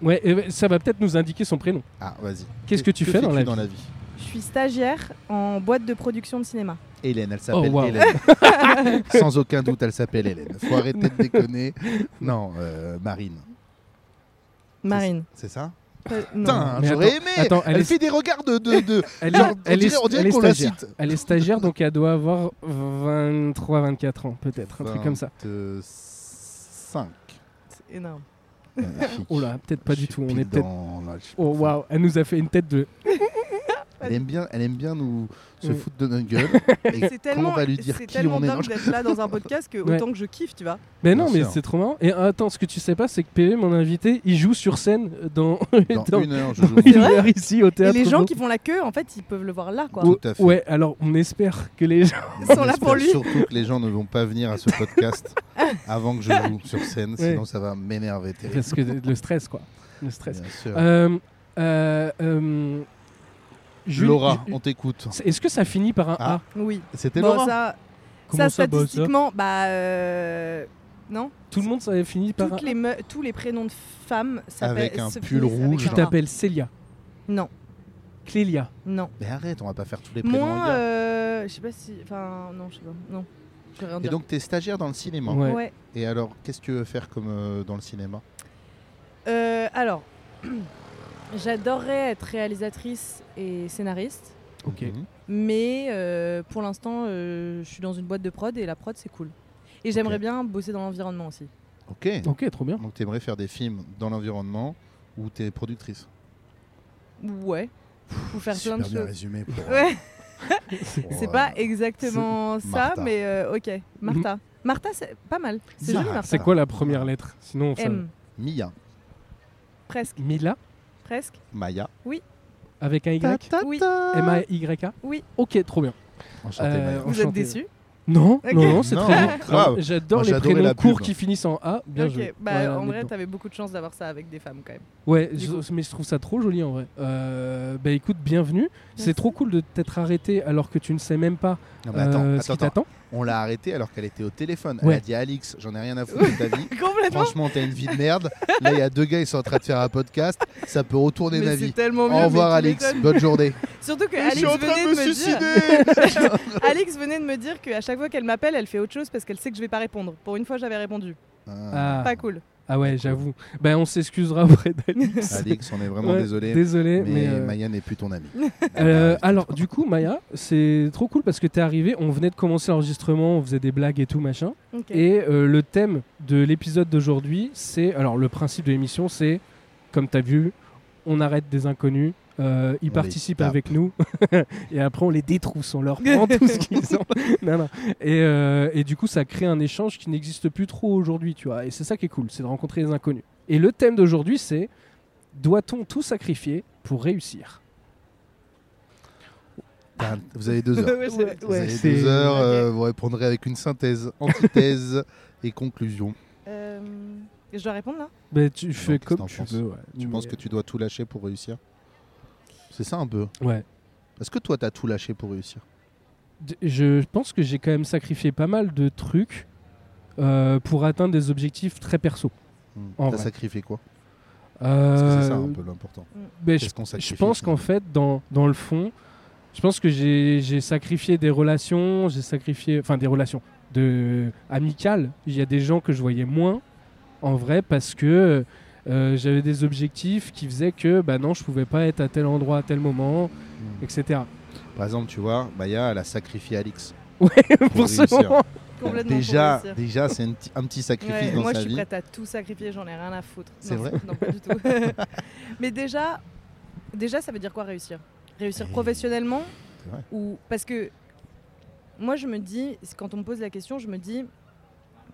[SPEAKER 2] Ouais, eh ben, ça va peut-être nous indiquer son prénom.
[SPEAKER 1] Ah, vas-y.
[SPEAKER 2] Qu'est-ce que tu fais dans la
[SPEAKER 1] fais-tu
[SPEAKER 2] vie
[SPEAKER 1] dans la vie
[SPEAKER 3] Je suis stagiaire en boîte de production de cinéma.
[SPEAKER 1] Hélène, elle s'appelle
[SPEAKER 2] Oh, wow.
[SPEAKER 1] Hélène. Sans aucun doute, elle s'appelle Hélène. Faut arrêter de déconner. Non, euh, Marine.
[SPEAKER 3] Marine.
[SPEAKER 1] C'est ça
[SPEAKER 3] Euh, non.
[SPEAKER 1] Putain,
[SPEAKER 2] mais
[SPEAKER 1] j'aurais aimé
[SPEAKER 2] Attends,
[SPEAKER 1] Elle,
[SPEAKER 2] elle, est,
[SPEAKER 1] fait des regards de. de, de-
[SPEAKER 2] elle, est-
[SPEAKER 1] genre, on
[SPEAKER 2] elle est-
[SPEAKER 1] dirait, on dirait
[SPEAKER 2] elle est
[SPEAKER 1] qu'on la
[SPEAKER 2] stagiaire.
[SPEAKER 1] cite.
[SPEAKER 2] Elle est stagiaire, donc elle doit avoir 23-24 ans, peut-être, un truc comme ça.
[SPEAKER 1] 5.
[SPEAKER 3] C'est énorme.
[SPEAKER 2] Oh là, peut-être pas du tout. On est peut-être. Oh
[SPEAKER 1] Oh,
[SPEAKER 2] waouh, elle nous a fait une tête de.
[SPEAKER 1] elle, aime bien, elle aime bien nous se
[SPEAKER 2] Oui.
[SPEAKER 1] foutre de notre gueule. Et
[SPEAKER 3] C'est tellement,
[SPEAKER 1] on va lui dire
[SPEAKER 3] c'est
[SPEAKER 1] qui
[SPEAKER 3] tellement
[SPEAKER 1] on est, non,
[SPEAKER 3] dingue
[SPEAKER 1] je-
[SPEAKER 3] d'être là dans un podcast que
[SPEAKER 2] Ouais.
[SPEAKER 3] autant que je kiffe, tu vois.
[SPEAKER 2] Mais
[SPEAKER 1] Bien
[SPEAKER 2] non, mais
[SPEAKER 1] sûr.
[SPEAKER 2] c'est trop marrant. Et euh, attends, ce que tu sais pas, c'est que PV, mon invité, il joue sur scène dans,
[SPEAKER 1] dans,
[SPEAKER 2] dans-
[SPEAKER 1] une heure, je
[SPEAKER 2] dans
[SPEAKER 1] joue.
[SPEAKER 2] une
[SPEAKER 3] vrai
[SPEAKER 2] heure ici au
[SPEAKER 3] Et
[SPEAKER 2] théâtre.
[SPEAKER 3] les gens
[SPEAKER 2] Beau.
[SPEAKER 3] qui font la queue, en fait, ils peuvent le voir là, quoi.
[SPEAKER 1] Tout à fait.
[SPEAKER 2] Ouais, alors on espère que les gens.
[SPEAKER 1] Ils
[SPEAKER 3] sont là pour lui.
[SPEAKER 1] Surtout que les gens ne vont pas venir à ce podcast avant que je joue sur scène,
[SPEAKER 2] Ouais.
[SPEAKER 1] sinon ça va m'énerver. terrible.
[SPEAKER 2] Parce que le stress, quoi. Le stress.
[SPEAKER 1] Bien sûr.
[SPEAKER 2] Euh, euh, euh, Jules-
[SPEAKER 1] Laura,
[SPEAKER 2] Ju-
[SPEAKER 1] on t'écoute.
[SPEAKER 2] Est-ce que ça finit par un
[SPEAKER 1] Ah.
[SPEAKER 2] A
[SPEAKER 3] Oui.
[SPEAKER 1] C'était
[SPEAKER 3] bon,
[SPEAKER 1] Laura.
[SPEAKER 3] ça,
[SPEAKER 2] Comment
[SPEAKER 3] ça,
[SPEAKER 2] ça, bah, ça
[SPEAKER 3] statistiquement, bah. euh, Non
[SPEAKER 2] Tout le monde, ça finit par un
[SPEAKER 3] Toutes les me- Tous les prénoms de femmes s'appellent.
[SPEAKER 1] Avec un
[SPEAKER 3] se
[SPEAKER 1] pull
[SPEAKER 3] finissent avec
[SPEAKER 1] rouge.
[SPEAKER 2] Tu
[SPEAKER 3] un A.
[SPEAKER 2] t'appelles Célia,
[SPEAKER 3] Non,
[SPEAKER 2] Clélia.
[SPEAKER 3] non.
[SPEAKER 1] Mais arrête, on va pas faire tous les prénoms. en
[SPEAKER 3] Moins.
[SPEAKER 1] gars.
[SPEAKER 3] euh, Je sais pas si. Enfin, non, je sais pas. Non. Je vais rien
[SPEAKER 1] Et
[SPEAKER 3] dire.
[SPEAKER 1] donc t'es stagiaire dans le cinéma.
[SPEAKER 2] Ouais.
[SPEAKER 3] ouais.
[SPEAKER 1] Et alors, qu'est-ce que tu veux faire comme euh, dans le cinéma
[SPEAKER 3] Euh, alors, j'adorerais être réalisatrice et scénariste,
[SPEAKER 2] Ok.
[SPEAKER 1] Mhm.
[SPEAKER 3] mais euh, pour l'instant, euh, je suis dans une boîte de prod et la prod, c'est cool. Et j'aimerais bien bosser dans l'environnement aussi.
[SPEAKER 1] Ok. Donc,
[SPEAKER 2] Ok, trop bien.
[SPEAKER 1] t'aimerais faire des films dans l'environnement où t'es productrice.
[SPEAKER 3] Ouais. Pour faire plein
[SPEAKER 1] Super
[SPEAKER 3] de
[SPEAKER 1] bien
[SPEAKER 3] choses.
[SPEAKER 1] résumé. Pour, euh,
[SPEAKER 3] Ouais,
[SPEAKER 2] C'est-
[SPEAKER 1] pour,
[SPEAKER 3] c'est
[SPEAKER 1] euh,
[SPEAKER 3] pas exactement ça,
[SPEAKER 1] Martha.
[SPEAKER 3] mais euh,
[SPEAKER 2] Mhm.
[SPEAKER 3] ok. Martha. Martha, c'est pas mal. C'est joli,
[SPEAKER 1] Martha.
[SPEAKER 3] Martha.
[SPEAKER 2] C'est quoi la première lettre Sinon, ça...
[SPEAKER 3] M.
[SPEAKER 1] Mia,
[SPEAKER 3] Presque,
[SPEAKER 2] Mila
[SPEAKER 3] presque.
[SPEAKER 1] Maya.
[SPEAKER 2] avec un Y.
[SPEAKER 3] Oui.
[SPEAKER 2] M A Y A.
[SPEAKER 3] Oui.
[SPEAKER 2] Ok, trop bien.
[SPEAKER 1] Enchanté,
[SPEAKER 2] Euh,
[SPEAKER 1] Maya.
[SPEAKER 2] on-
[SPEAKER 3] Vous
[SPEAKER 2] Enchanté.
[SPEAKER 3] êtes déçus
[SPEAKER 2] Non,
[SPEAKER 3] Ok.
[SPEAKER 2] non, non, c'est
[SPEAKER 1] Non,
[SPEAKER 2] très bien.
[SPEAKER 1] grave.
[SPEAKER 2] Alors, J'adore
[SPEAKER 1] Moi,
[SPEAKER 2] les
[SPEAKER 1] j'adorais la
[SPEAKER 2] prénoms courts
[SPEAKER 1] pub.
[SPEAKER 2] qui finissent en A. Bien
[SPEAKER 3] Ok,
[SPEAKER 2] joué.
[SPEAKER 3] bah,
[SPEAKER 2] Ouais,
[SPEAKER 3] en vrai,
[SPEAKER 2] anecdote.
[SPEAKER 3] t'avais beaucoup de chance d'avoir ça avec des femmes quand même.
[SPEAKER 2] Ouais,
[SPEAKER 3] Du
[SPEAKER 2] je-
[SPEAKER 3] coup.
[SPEAKER 2] mais je trouve ça trop joli en vrai. Euh, bah écoute, bienvenue.
[SPEAKER 3] Merci.
[SPEAKER 2] C'est trop cool de t'être arrêté alors que tu ne sais même pas
[SPEAKER 1] Non, mais Ah bah, attends,
[SPEAKER 2] euh, ce
[SPEAKER 1] attends,
[SPEAKER 2] qui
[SPEAKER 1] attends.
[SPEAKER 2] t'attend.
[SPEAKER 1] On l'a arrêtée alors qu'elle était au téléphone. Elle
[SPEAKER 2] Ouais.
[SPEAKER 1] a dit Alix, j'en ai rien à foutre de ta vie.
[SPEAKER 3] Complètement.
[SPEAKER 1] Franchement, t'as une vie de merde. Là, il y a deux gars, ils sont en train de faire un podcast. Ça peut retourner la
[SPEAKER 3] Mais c'est
[SPEAKER 1] vie.
[SPEAKER 3] tellement mieux.
[SPEAKER 1] Au
[SPEAKER 3] mais
[SPEAKER 1] revoir,
[SPEAKER 3] tu
[SPEAKER 1] Alix.
[SPEAKER 3] m'étonnes.
[SPEAKER 1] Bonne journée.
[SPEAKER 3] Surtout que Alix venait de me dire. Alex venait de me dire qu'à chaque fois qu'elle m'appelle, elle fait autre chose parce qu'elle sait que je vais pas répondre. Pour une fois, j'avais répondu.
[SPEAKER 1] Ah,
[SPEAKER 2] Ah,
[SPEAKER 3] Pas cool.
[SPEAKER 2] ah ouais, j'avoue. Ben on s'excusera auprès d'Alix.
[SPEAKER 1] Alix, on est Ah, vraiment
[SPEAKER 2] Ouais,
[SPEAKER 1] désolé.
[SPEAKER 2] Désolé,
[SPEAKER 1] mais
[SPEAKER 2] mais. euh,
[SPEAKER 1] Maya n'est plus ton amie. Ah,
[SPEAKER 2] euh, alors, du coup, Maya, c'est trop cool parce que t'es arrivé, on venait de commencer l'enregistrement, on faisait des blagues et tout machin. Et euh, le thème de l'épisode d'aujourd'hui, c'est. Alors, le principe de l'émission, c'est comme t'as vu, on arrête des inconnus, euh, ils
[SPEAKER 1] On
[SPEAKER 2] participent
[SPEAKER 1] les tape.
[SPEAKER 2] avec nous, et après on les détrousse, on leur prend tout ce qu'ils ont. Non, non. Et, euh, et du coup, ça crée un échange qui n'existe plus trop aujourd'hui, tu vois. Et c'est ça qui est cool, c'est de rencontrer les inconnus. Et le thème d'aujourd'hui, c'est doit-on tout sacrifier pour réussir
[SPEAKER 1] Putain, Vous avez deux heures.
[SPEAKER 3] Ouais, c'est-
[SPEAKER 1] vous
[SPEAKER 2] Ouais,
[SPEAKER 1] avez
[SPEAKER 2] c'est-
[SPEAKER 1] deux heures.
[SPEAKER 3] Ok.
[SPEAKER 1] euh, vous répondrez avec une synthèse, antithèse et conclusion.
[SPEAKER 3] Euh, Je dois répondre là
[SPEAKER 1] Bah,
[SPEAKER 2] Ben, Tu fais
[SPEAKER 1] qu'est-ce que
[SPEAKER 2] comme
[SPEAKER 1] t'en
[SPEAKER 2] tu
[SPEAKER 1] penses
[SPEAKER 2] veux. ouais.
[SPEAKER 1] Tu
[SPEAKER 2] Mais-
[SPEAKER 1] penses que tu dois tout lâcher pour réussir C'est ça un peu.
[SPEAKER 2] Ouais.
[SPEAKER 1] Est-ce que toi, t'as tout lâché pour réussir
[SPEAKER 2] D- Je pense que j'ai quand même sacrifié pas mal de trucs euh, pour atteindre des objectifs très perso.
[SPEAKER 1] Hmm.
[SPEAKER 2] En
[SPEAKER 1] T'as
[SPEAKER 2] vrai.
[SPEAKER 1] sacrifié quoi Parce que
[SPEAKER 2] Euh,
[SPEAKER 1] c'est ça un peu l'important.
[SPEAKER 2] ben, je-
[SPEAKER 1] Qu'est-ce qu'on sacrifie
[SPEAKER 2] je pense qu'en
[SPEAKER 1] finalement
[SPEAKER 2] fait, dans, dans le fond, je pense que j'ai j'ai sacrifié des relations, j'ai sacrifié, enfin des relations de amicales. Il y a des gens que je voyais moins en vrai parce que euh, j'avais des objectifs qui faisaient que bah non, je pouvais pas être à tel endroit à tel moment,
[SPEAKER 1] Mm.
[SPEAKER 2] etc.
[SPEAKER 1] Par exemple, tu vois, Maya, elle a sacrifié Alix.
[SPEAKER 2] Pour, ce
[SPEAKER 1] réussir.
[SPEAKER 2] moment,
[SPEAKER 3] Complètement
[SPEAKER 1] Déjà,
[SPEAKER 3] pour réussir.
[SPEAKER 1] déjà c'est un petit, un petit sacrifice
[SPEAKER 3] Ouais,
[SPEAKER 1] dans
[SPEAKER 3] moi,
[SPEAKER 1] sa
[SPEAKER 3] je suis
[SPEAKER 1] vie.
[SPEAKER 3] prête à tout sacrifier, j'en ai rien à foutre.
[SPEAKER 1] C'est
[SPEAKER 3] Non,
[SPEAKER 1] vrai
[SPEAKER 3] Non, pas du tout. Mais déjà, déjà, ça veut dire quoi réussir Réussir
[SPEAKER 1] Eh,
[SPEAKER 3] professionnellement
[SPEAKER 1] c'est vrai.
[SPEAKER 3] ou parce que moi, je me dis, quand on me pose la question, je me dis,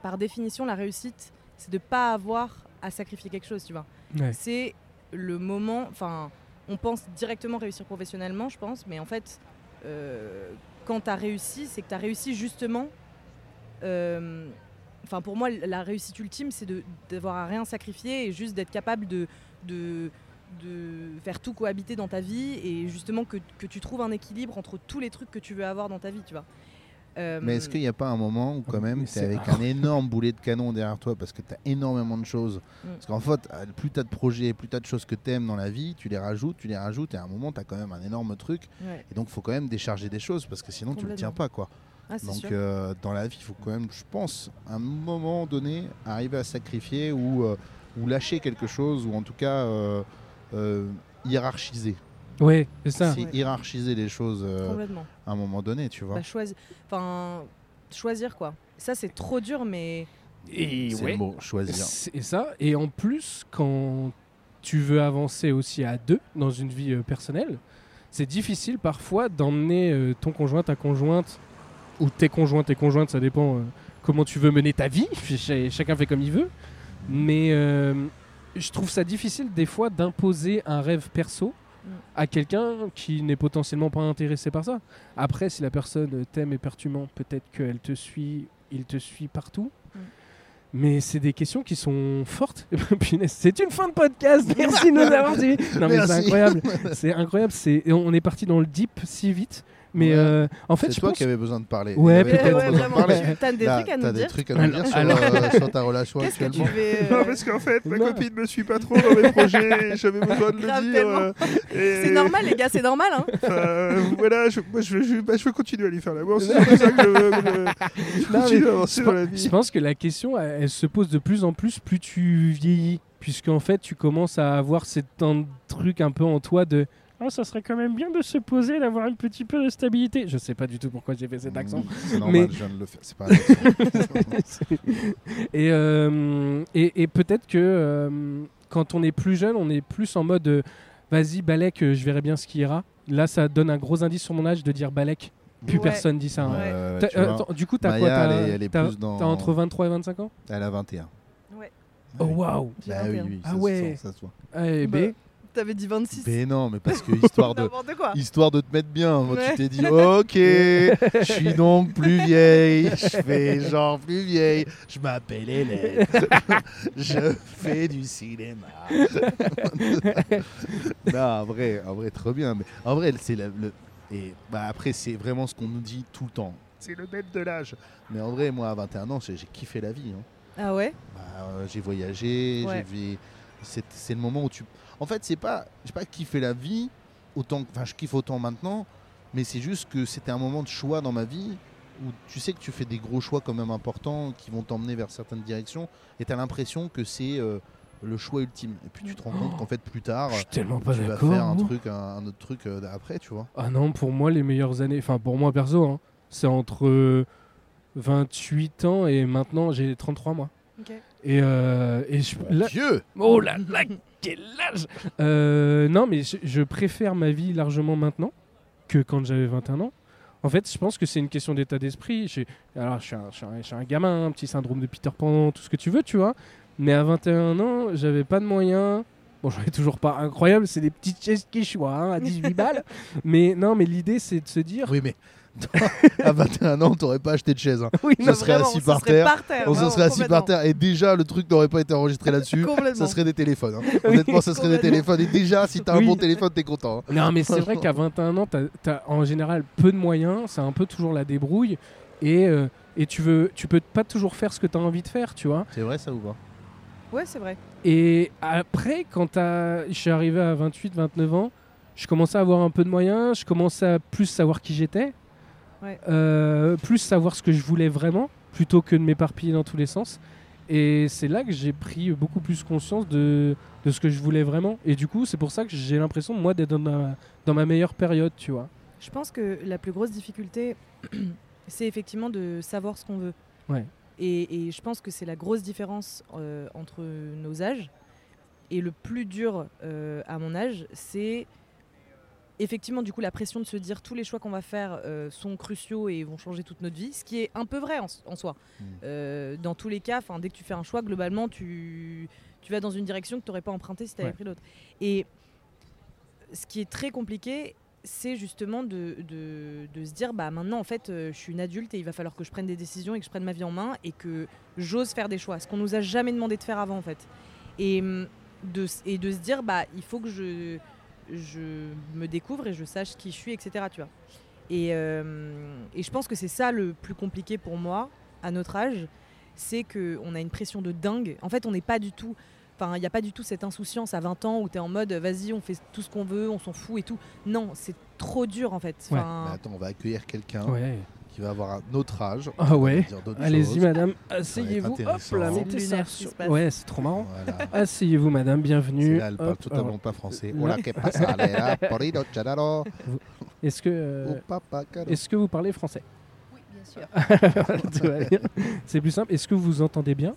[SPEAKER 3] par définition, la réussite, c'est de pas avoir à sacrifier quelque chose, tu vois.
[SPEAKER 2] Ouais.
[SPEAKER 3] C'est le moment. Enfin, on pense directement réussir professionnellement, je pense, mais en fait, euh, quand tu as réussi, c'est que tu as réussi justement. euh, Enfin, pour moi, la réussite ultime, c'est de- d'avoir à rien sacrifier et juste d'être capable de, de, de faire tout cohabiter dans ta vie et justement que, que tu trouves un équilibre entre tous les trucs que tu veux avoir dans ta vie, tu vois. Euh,
[SPEAKER 1] Mais est-ce qu'il n'y a pas un moment où quand même
[SPEAKER 2] Ah, Mais
[SPEAKER 1] tu
[SPEAKER 2] c'est
[SPEAKER 1] avec un énorme boulet de canon derrière toi parce que tu as énormément de choses
[SPEAKER 3] Mm.
[SPEAKER 1] Parce qu'en fait, euh, plus tu as de projets, plus tu as de choses que tu aimes dans la vie, tu les rajoutes, tu les rajoutes et à un moment tu as quand même un énorme truc
[SPEAKER 3] ouais.
[SPEAKER 1] et donc faut quand même décharger des choses parce que sinon tu le tiens
[SPEAKER 3] Complètement.
[SPEAKER 1] pas quoi.
[SPEAKER 3] Ah, c'est
[SPEAKER 1] Donc
[SPEAKER 3] sûr.
[SPEAKER 1] euh, dans la vie, il faut quand même, je pense, à un moment donné, arriver à sacrifier ou, euh, ou lâcher quelque chose ou en tout cas euh, euh, hiérarchiser.
[SPEAKER 2] Ouais, c'est ça.
[SPEAKER 1] C'est
[SPEAKER 3] Ouais.
[SPEAKER 1] hiérarchiser les choses euh,
[SPEAKER 3] Complètement.
[SPEAKER 1] à un moment donné, tu vois.
[SPEAKER 3] Bah, choisi- enfin, choisir quoi. Ça c'est trop dur, mais
[SPEAKER 2] Et
[SPEAKER 1] C'est le
[SPEAKER 2] ouais.
[SPEAKER 1] mot, choisir.
[SPEAKER 2] C'est ça. Et en plus, quand tu veux avancer aussi à deux dans une vie euh, personnelle, c'est difficile parfois d'emmener euh, ton conjoint, ta conjointe, ou tes conjoints, tes conjointes, ça dépend euh, comment tu veux mener ta vie. Ch- Chacun fait comme il veut. Mais euh, je trouve ça difficile des fois d'imposer un rêve perso
[SPEAKER 3] Mm.
[SPEAKER 2] à quelqu'un qui n'est potentiellement pas intéressé par ça. Après, si la personne euh, t'aime épertument, peut-être qu'elle te suit, il te suit partout.
[SPEAKER 3] Mm.
[SPEAKER 2] Mais c'est des questions qui sont fortes. Punaise, c'est une fin de podcast. Merci de nous avoir suivis. Non mais c'est
[SPEAKER 1] Merci.
[SPEAKER 2] incroyable. C'est incroyable. C'est et on on est parti dans le deep si vite. Mais
[SPEAKER 1] Ouais.
[SPEAKER 2] euh, en fait,
[SPEAKER 1] C'est
[SPEAKER 2] je
[SPEAKER 1] toi
[SPEAKER 2] pense.
[SPEAKER 1] qui avais besoin de parler. Il
[SPEAKER 2] Ouais,
[SPEAKER 1] avait
[SPEAKER 2] peut-être.
[SPEAKER 1] pas
[SPEAKER 3] Ouais,
[SPEAKER 1] besoin de
[SPEAKER 3] vraiment,
[SPEAKER 1] parler.
[SPEAKER 3] tu- t'as des
[SPEAKER 1] Là,
[SPEAKER 3] trucs à
[SPEAKER 1] t'as
[SPEAKER 3] nous
[SPEAKER 1] des
[SPEAKER 3] dire.
[SPEAKER 1] trucs à nous dire sur,
[SPEAKER 2] Alors-
[SPEAKER 1] euh, sur ta relation
[SPEAKER 3] Qu'est-ce que tu
[SPEAKER 1] actuellement.
[SPEAKER 3] veux
[SPEAKER 4] Non,
[SPEAKER 3] euh,
[SPEAKER 4] parce qu'en fait, ma
[SPEAKER 2] Non.
[SPEAKER 4] copine me suit pas trop dans mes projets, et j'avais besoin de
[SPEAKER 3] Grave
[SPEAKER 4] le dire.
[SPEAKER 3] tellement.
[SPEAKER 4] euh, et-
[SPEAKER 3] C'est normal les gars, c'est normal hein.
[SPEAKER 4] euh, voilà, je, moi, je, je- bah, je veux continuer à lui faire la bourse, c'est pour ça que je, veux- je- je
[SPEAKER 2] Non,
[SPEAKER 4] continue
[SPEAKER 2] mais
[SPEAKER 4] à avancer dans la vie.
[SPEAKER 2] Je pense que la question, elle, elle se pose de plus en plus plus tu vieillis, puisqu'en fait, tu commences à avoir cet un truc un peu en toi de. Ah, ça serait quand même bien de se poser, d'avoir un petit peu de stabilité. Je sais pas du tout pourquoi j'ai fait cet accent.
[SPEAKER 1] Mmh, C'est normal,
[SPEAKER 2] Mais-
[SPEAKER 1] je viens de le faire. C'est pas un accent.
[SPEAKER 2] et euh, et, et peut-être que euh, quand on est plus jeune, on est plus en mode euh, vas-y, Balek, euh, je verrai bien ce qui ira. Là, ça donne un gros indice sur mon âge de dire Balek. Plus
[SPEAKER 3] Ouais.
[SPEAKER 2] personne dit ça. hein.
[SPEAKER 1] Euh,
[SPEAKER 2] T'as-
[SPEAKER 1] tu vois,
[SPEAKER 2] euh, attends, du coup, t'as
[SPEAKER 1] Maya,
[SPEAKER 2] quoi T'as
[SPEAKER 1] elle est- elle est
[SPEAKER 2] t'as-
[SPEAKER 1] plus dans-
[SPEAKER 2] t'as entre 23 et 25 ans
[SPEAKER 1] Elle a 21.
[SPEAKER 2] Oh waouh
[SPEAKER 3] J'ai
[SPEAKER 1] Bah
[SPEAKER 3] 21.
[SPEAKER 1] oui, oui,
[SPEAKER 2] Ah
[SPEAKER 1] ça se
[SPEAKER 2] ouais.
[SPEAKER 1] sent, ça se voit.
[SPEAKER 2] Eh
[SPEAKER 3] Bah,
[SPEAKER 2] ben,
[SPEAKER 3] T'avais dit 26.
[SPEAKER 1] Mais non, mais parce que histoire de,
[SPEAKER 3] N'importe quoi.
[SPEAKER 1] histoire de te mettre bien, moi, tu
[SPEAKER 3] Ouais.
[SPEAKER 1] t'es dit ok, je suis donc plus vieille, je fais genre plus vieille, je m'appelle Hélène, je fais du cinéma. non, en vrai, en vrai, trop bien. Mais en vrai, c'est la- le et bah après c'est vraiment ce qu'on nous dit tout le temps.
[SPEAKER 4] C'est le bête de l'âge.
[SPEAKER 1] Mais en vrai, moi à 21 ans, j'ai j'ai kiffé la vie. hein.
[SPEAKER 3] Ah ouais.
[SPEAKER 1] Bah, euh, j'ai voyagé,
[SPEAKER 3] Ouais.
[SPEAKER 1] j'ai vi- c'est- C'est le moment où tu. En fait, c'est pas, j'ai pas kiffé la vie autant. que- Enfin, je kiffe autant maintenant, mais c'est juste que c'était un moment de choix dans ma vie où tu sais que tu fais des gros choix quand même importants qui vont t'emmener vers certaines directions, et t'as l'impression que c'est euh, le choix ultime. Et puis tu te rends compte qu'en fait plus tard,
[SPEAKER 2] je suis tellement pas
[SPEAKER 1] tu vas faire un
[SPEAKER 2] d'accord. moi.
[SPEAKER 1] truc, un, un autre truc euh, après, tu vois.
[SPEAKER 2] Ah non, pour moi, les meilleures années, enfin pour moi perso, hein, c'est entre euh, 28 ans et maintenant j'ai 33 mois.
[SPEAKER 3] Ok.
[SPEAKER 2] Et, euh, et je, là-
[SPEAKER 1] Dieu,
[SPEAKER 2] oh là là, quel âge Euh, Non, mais je, je préfère ma vie largement maintenant que quand j'avais 21 ans. En fait, je pense que c'est une question d'état d'esprit. J'ai- Alors, je suis, un, je suis un- je suis un gamin, un petit syndrome de Peter Pan, tout ce que tu veux, tu vois. Mais à 21 ans, j'avais pas de moyens. Bon, j'en ai toujours pas incroyable, c'est des petites chaises quichua hein, à 18 balles. Mais non, mais l'idée, c'est de se dire.
[SPEAKER 1] oui mais à 21 ans, t'aurais pas acheté de chaise. hein.
[SPEAKER 2] Oui,
[SPEAKER 1] Je
[SPEAKER 3] Non,
[SPEAKER 1] serais
[SPEAKER 3] vraiment,
[SPEAKER 1] assis
[SPEAKER 3] on se
[SPEAKER 1] par
[SPEAKER 3] serait
[SPEAKER 1] terre,
[SPEAKER 3] par terre.
[SPEAKER 1] On se
[SPEAKER 3] vraiment,
[SPEAKER 1] serait assis par
[SPEAKER 3] complètement.
[SPEAKER 1] terre et déjà le truc n'aurait pas été enregistré là-dessus.
[SPEAKER 3] Complètement.
[SPEAKER 1] ça serait des téléphones. hein. Honnêtement, ça serait des
[SPEAKER 3] complètement.
[SPEAKER 1] téléphones. Et déjà, si t'as un
[SPEAKER 2] Oui.
[SPEAKER 1] bon téléphone, t'es content. hein.
[SPEAKER 2] Non, mais c'est vrai qu'à 21 ans, t'as as en général peu de moyens, c'est un peu toujours la débrouille, et, euh, et tu, veux, tu peux pas toujours faire ce que t'as envie de faire, tu vois.
[SPEAKER 1] C'est vrai ça ou pas
[SPEAKER 3] Ouais, c'est vrai.
[SPEAKER 2] Et après, quand t'as- je suis arrivé à 28, 29 ans, je commençais à avoir un peu de moyens, je commençais à plus savoir qui j'étais,
[SPEAKER 3] Ouais.
[SPEAKER 2] euh, plus savoir ce que je voulais vraiment, plutôt que de m'éparpiller dans tous les sens. Et c'est là que j'ai pris beaucoup plus conscience de, de ce que je voulais vraiment. Et du coup, c'est pour ça que j'ai l'impression, moi, d'être dans ma, dans ma meilleure période, tu vois.
[SPEAKER 3] Je pense que la plus grosse difficulté, c'est effectivement de savoir ce qu'on veut.
[SPEAKER 2] Ouais.
[SPEAKER 3] Et, et je pense que c'est la grosse différence euh, entre nos âges. Et le plus dur euh, à mon âge, c'est effectivement du coup la pression de se dire tous les choix qu'on va faire euh, sont cruciaux et vont changer toute notre vie, ce qui est un peu vrai en, s- en soi.
[SPEAKER 2] Mmh.
[SPEAKER 1] Mm.
[SPEAKER 3] Euh, dans tous les cas, 'fin, dès que tu fais un choix, globalement, tu, tu vas dans une direction que tu n'aurais pas empruntée si tu avais
[SPEAKER 2] Ouais.
[SPEAKER 3] pris l'autre. Et ce qui est très compliqué, c'est justement de, de- de se dire bah maintenant en fait euh, je suis une adulte et il va falloir que je prenne des décisions et que je prenne ma vie en main et que j'ose faire des choix ce qu'on nous a jamais demandé de faire avant en fait et hum, de, s- et de se dire bah il faut que je, je me découvre et je sache qui je suis etc tu vois et, euh, et je pense que c'est ça le plus compliqué pour moi à notre âge c'est que on a une pression de dingue en fait on n'est pas du tout enfin il n'y a pas du tout cette insouciance à 20 ans où tu es en mode vas-y on fait tout ce qu'on veut on s'en fout et tout non c'est trop dur en fait
[SPEAKER 1] Mais
[SPEAKER 2] Ouais.
[SPEAKER 3] Enfin,
[SPEAKER 1] Bah, attends, on va accueillir quelqu'un
[SPEAKER 2] Ouais.
[SPEAKER 1] qui va avoir un autre âge.
[SPEAKER 2] Ah
[SPEAKER 1] On va
[SPEAKER 2] ouais.
[SPEAKER 1] dire d'autres
[SPEAKER 2] Allez-y,
[SPEAKER 1] choses.
[SPEAKER 2] madame. Asseyez-vous. Hop
[SPEAKER 1] intéressant.
[SPEAKER 2] là,
[SPEAKER 1] C'est
[SPEAKER 2] mettez ça
[SPEAKER 3] lunaire ce qui
[SPEAKER 2] sur-
[SPEAKER 3] se passe.
[SPEAKER 2] Ouais, c'est trop marrant.
[SPEAKER 1] Voilà.
[SPEAKER 2] Asseyez-vous, madame. Bienvenue.
[SPEAKER 1] C'est là, elle parle
[SPEAKER 2] Hop,
[SPEAKER 1] totalement
[SPEAKER 2] voilà.
[SPEAKER 1] pas français.
[SPEAKER 2] Là.
[SPEAKER 1] Hola, que pasa? Lea, porido, chararo,
[SPEAKER 2] Est-ce que. euh,
[SPEAKER 1] ou Oh, papa, caro.
[SPEAKER 2] Est-ce que vous parlez français
[SPEAKER 5] Oui, bien sûr.
[SPEAKER 2] Tout va bien. C'est plus simple. Est-ce que vous entendez bien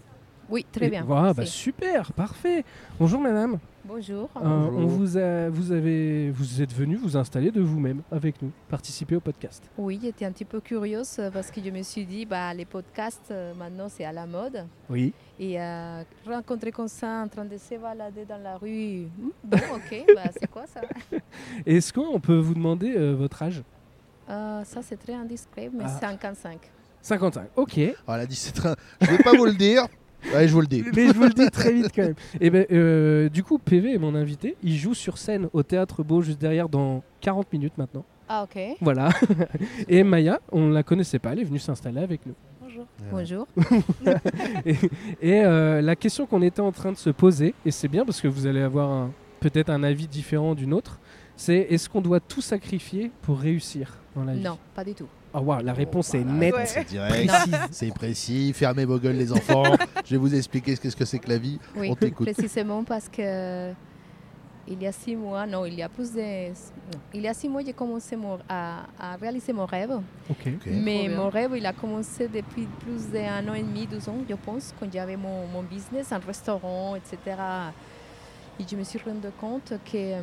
[SPEAKER 5] Oui, très
[SPEAKER 2] Et-
[SPEAKER 5] bien.
[SPEAKER 2] Voilà, bah,
[SPEAKER 5] Merci.
[SPEAKER 2] super, parfait. Bonjour madame.
[SPEAKER 5] Bonjour.
[SPEAKER 2] Euh, on vous a, vous avez, vous êtes venu vous installer de vous-même avec nous, participer au podcast.
[SPEAKER 5] Oui, j'étais un petit peu curieuse euh, parce que je me suis dit, bah, les podcasts, euh, maintenant, c'est à la mode.
[SPEAKER 2] Oui.
[SPEAKER 5] Et euh, rencontrer comme ça, en train de se balader dans la rue, hmm, bon, ok, bah, c'est quoi ça
[SPEAKER 2] Est-ce qu'on peut vous demander euh, votre âge
[SPEAKER 5] Euh, Ça, c'est très indiscret, mais
[SPEAKER 2] Ah.
[SPEAKER 5] 55.
[SPEAKER 2] 55. Ok.
[SPEAKER 1] Ah, elle a dit c'est très- Je vais pas vous le dire. Allez, je vous le dis.
[SPEAKER 2] Mais je vous le dis très vite quand même. Et ben, euh, du coup, PV est mon invité. Il joue sur scène au Théâtre Beau juste derrière dans 40 minutes maintenant.
[SPEAKER 5] Ah, ok.
[SPEAKER 2] Voilà. Et Maya, on ne la connaissait pas, elle est venue s'installer avec nous.
[SPEAKER 5] Bonjour. Bonjour.
[SPEAKER 2] Et euh, la question qu'on était en train de se poser, et c'est bien parce que vous allez avoir un- peut-être un avis différent du nôtre, c'est est-ce qu'on doit tout sacrifier pour réussir dans la vie
[SPEAKER 5] Non, pas du tout.
[SPEAKER 2] Ah waouh, la réponse est
[SPEAKER 1] Oh, Voilà,
[SPEAKER 2] nette,
[SPEAKER 1] donc C'est direct.
[SPEAKER 2] précise.
[SPEAKER 1] C'est précis. Fermez vos gueules, les enfants. je vais vous expliquer ce qu'est-ce que c'est que la vie.
[SPEAKER 5] Oui,
[SPEAKER 1] On t'écoute.
[SPEAKER 5] précisément parce que il y a six mois, non, il y a plus de... non, il y a six mois, j'ai commencé mon- à- à réaliser mon rêve.
[SPEAKER 2] Ok.
[SPEAKER 1] Ok.
[SPEAKER 5] Mais
[SPEAKER 3] Trop bien.
[SPEAKER 5] mon rêve, il a commencé depuis plus d'un an et demi, deux ans, je pense, quand j'avais mon, mon business, un restaurant, etc. Et je me suis rendu compte que euh,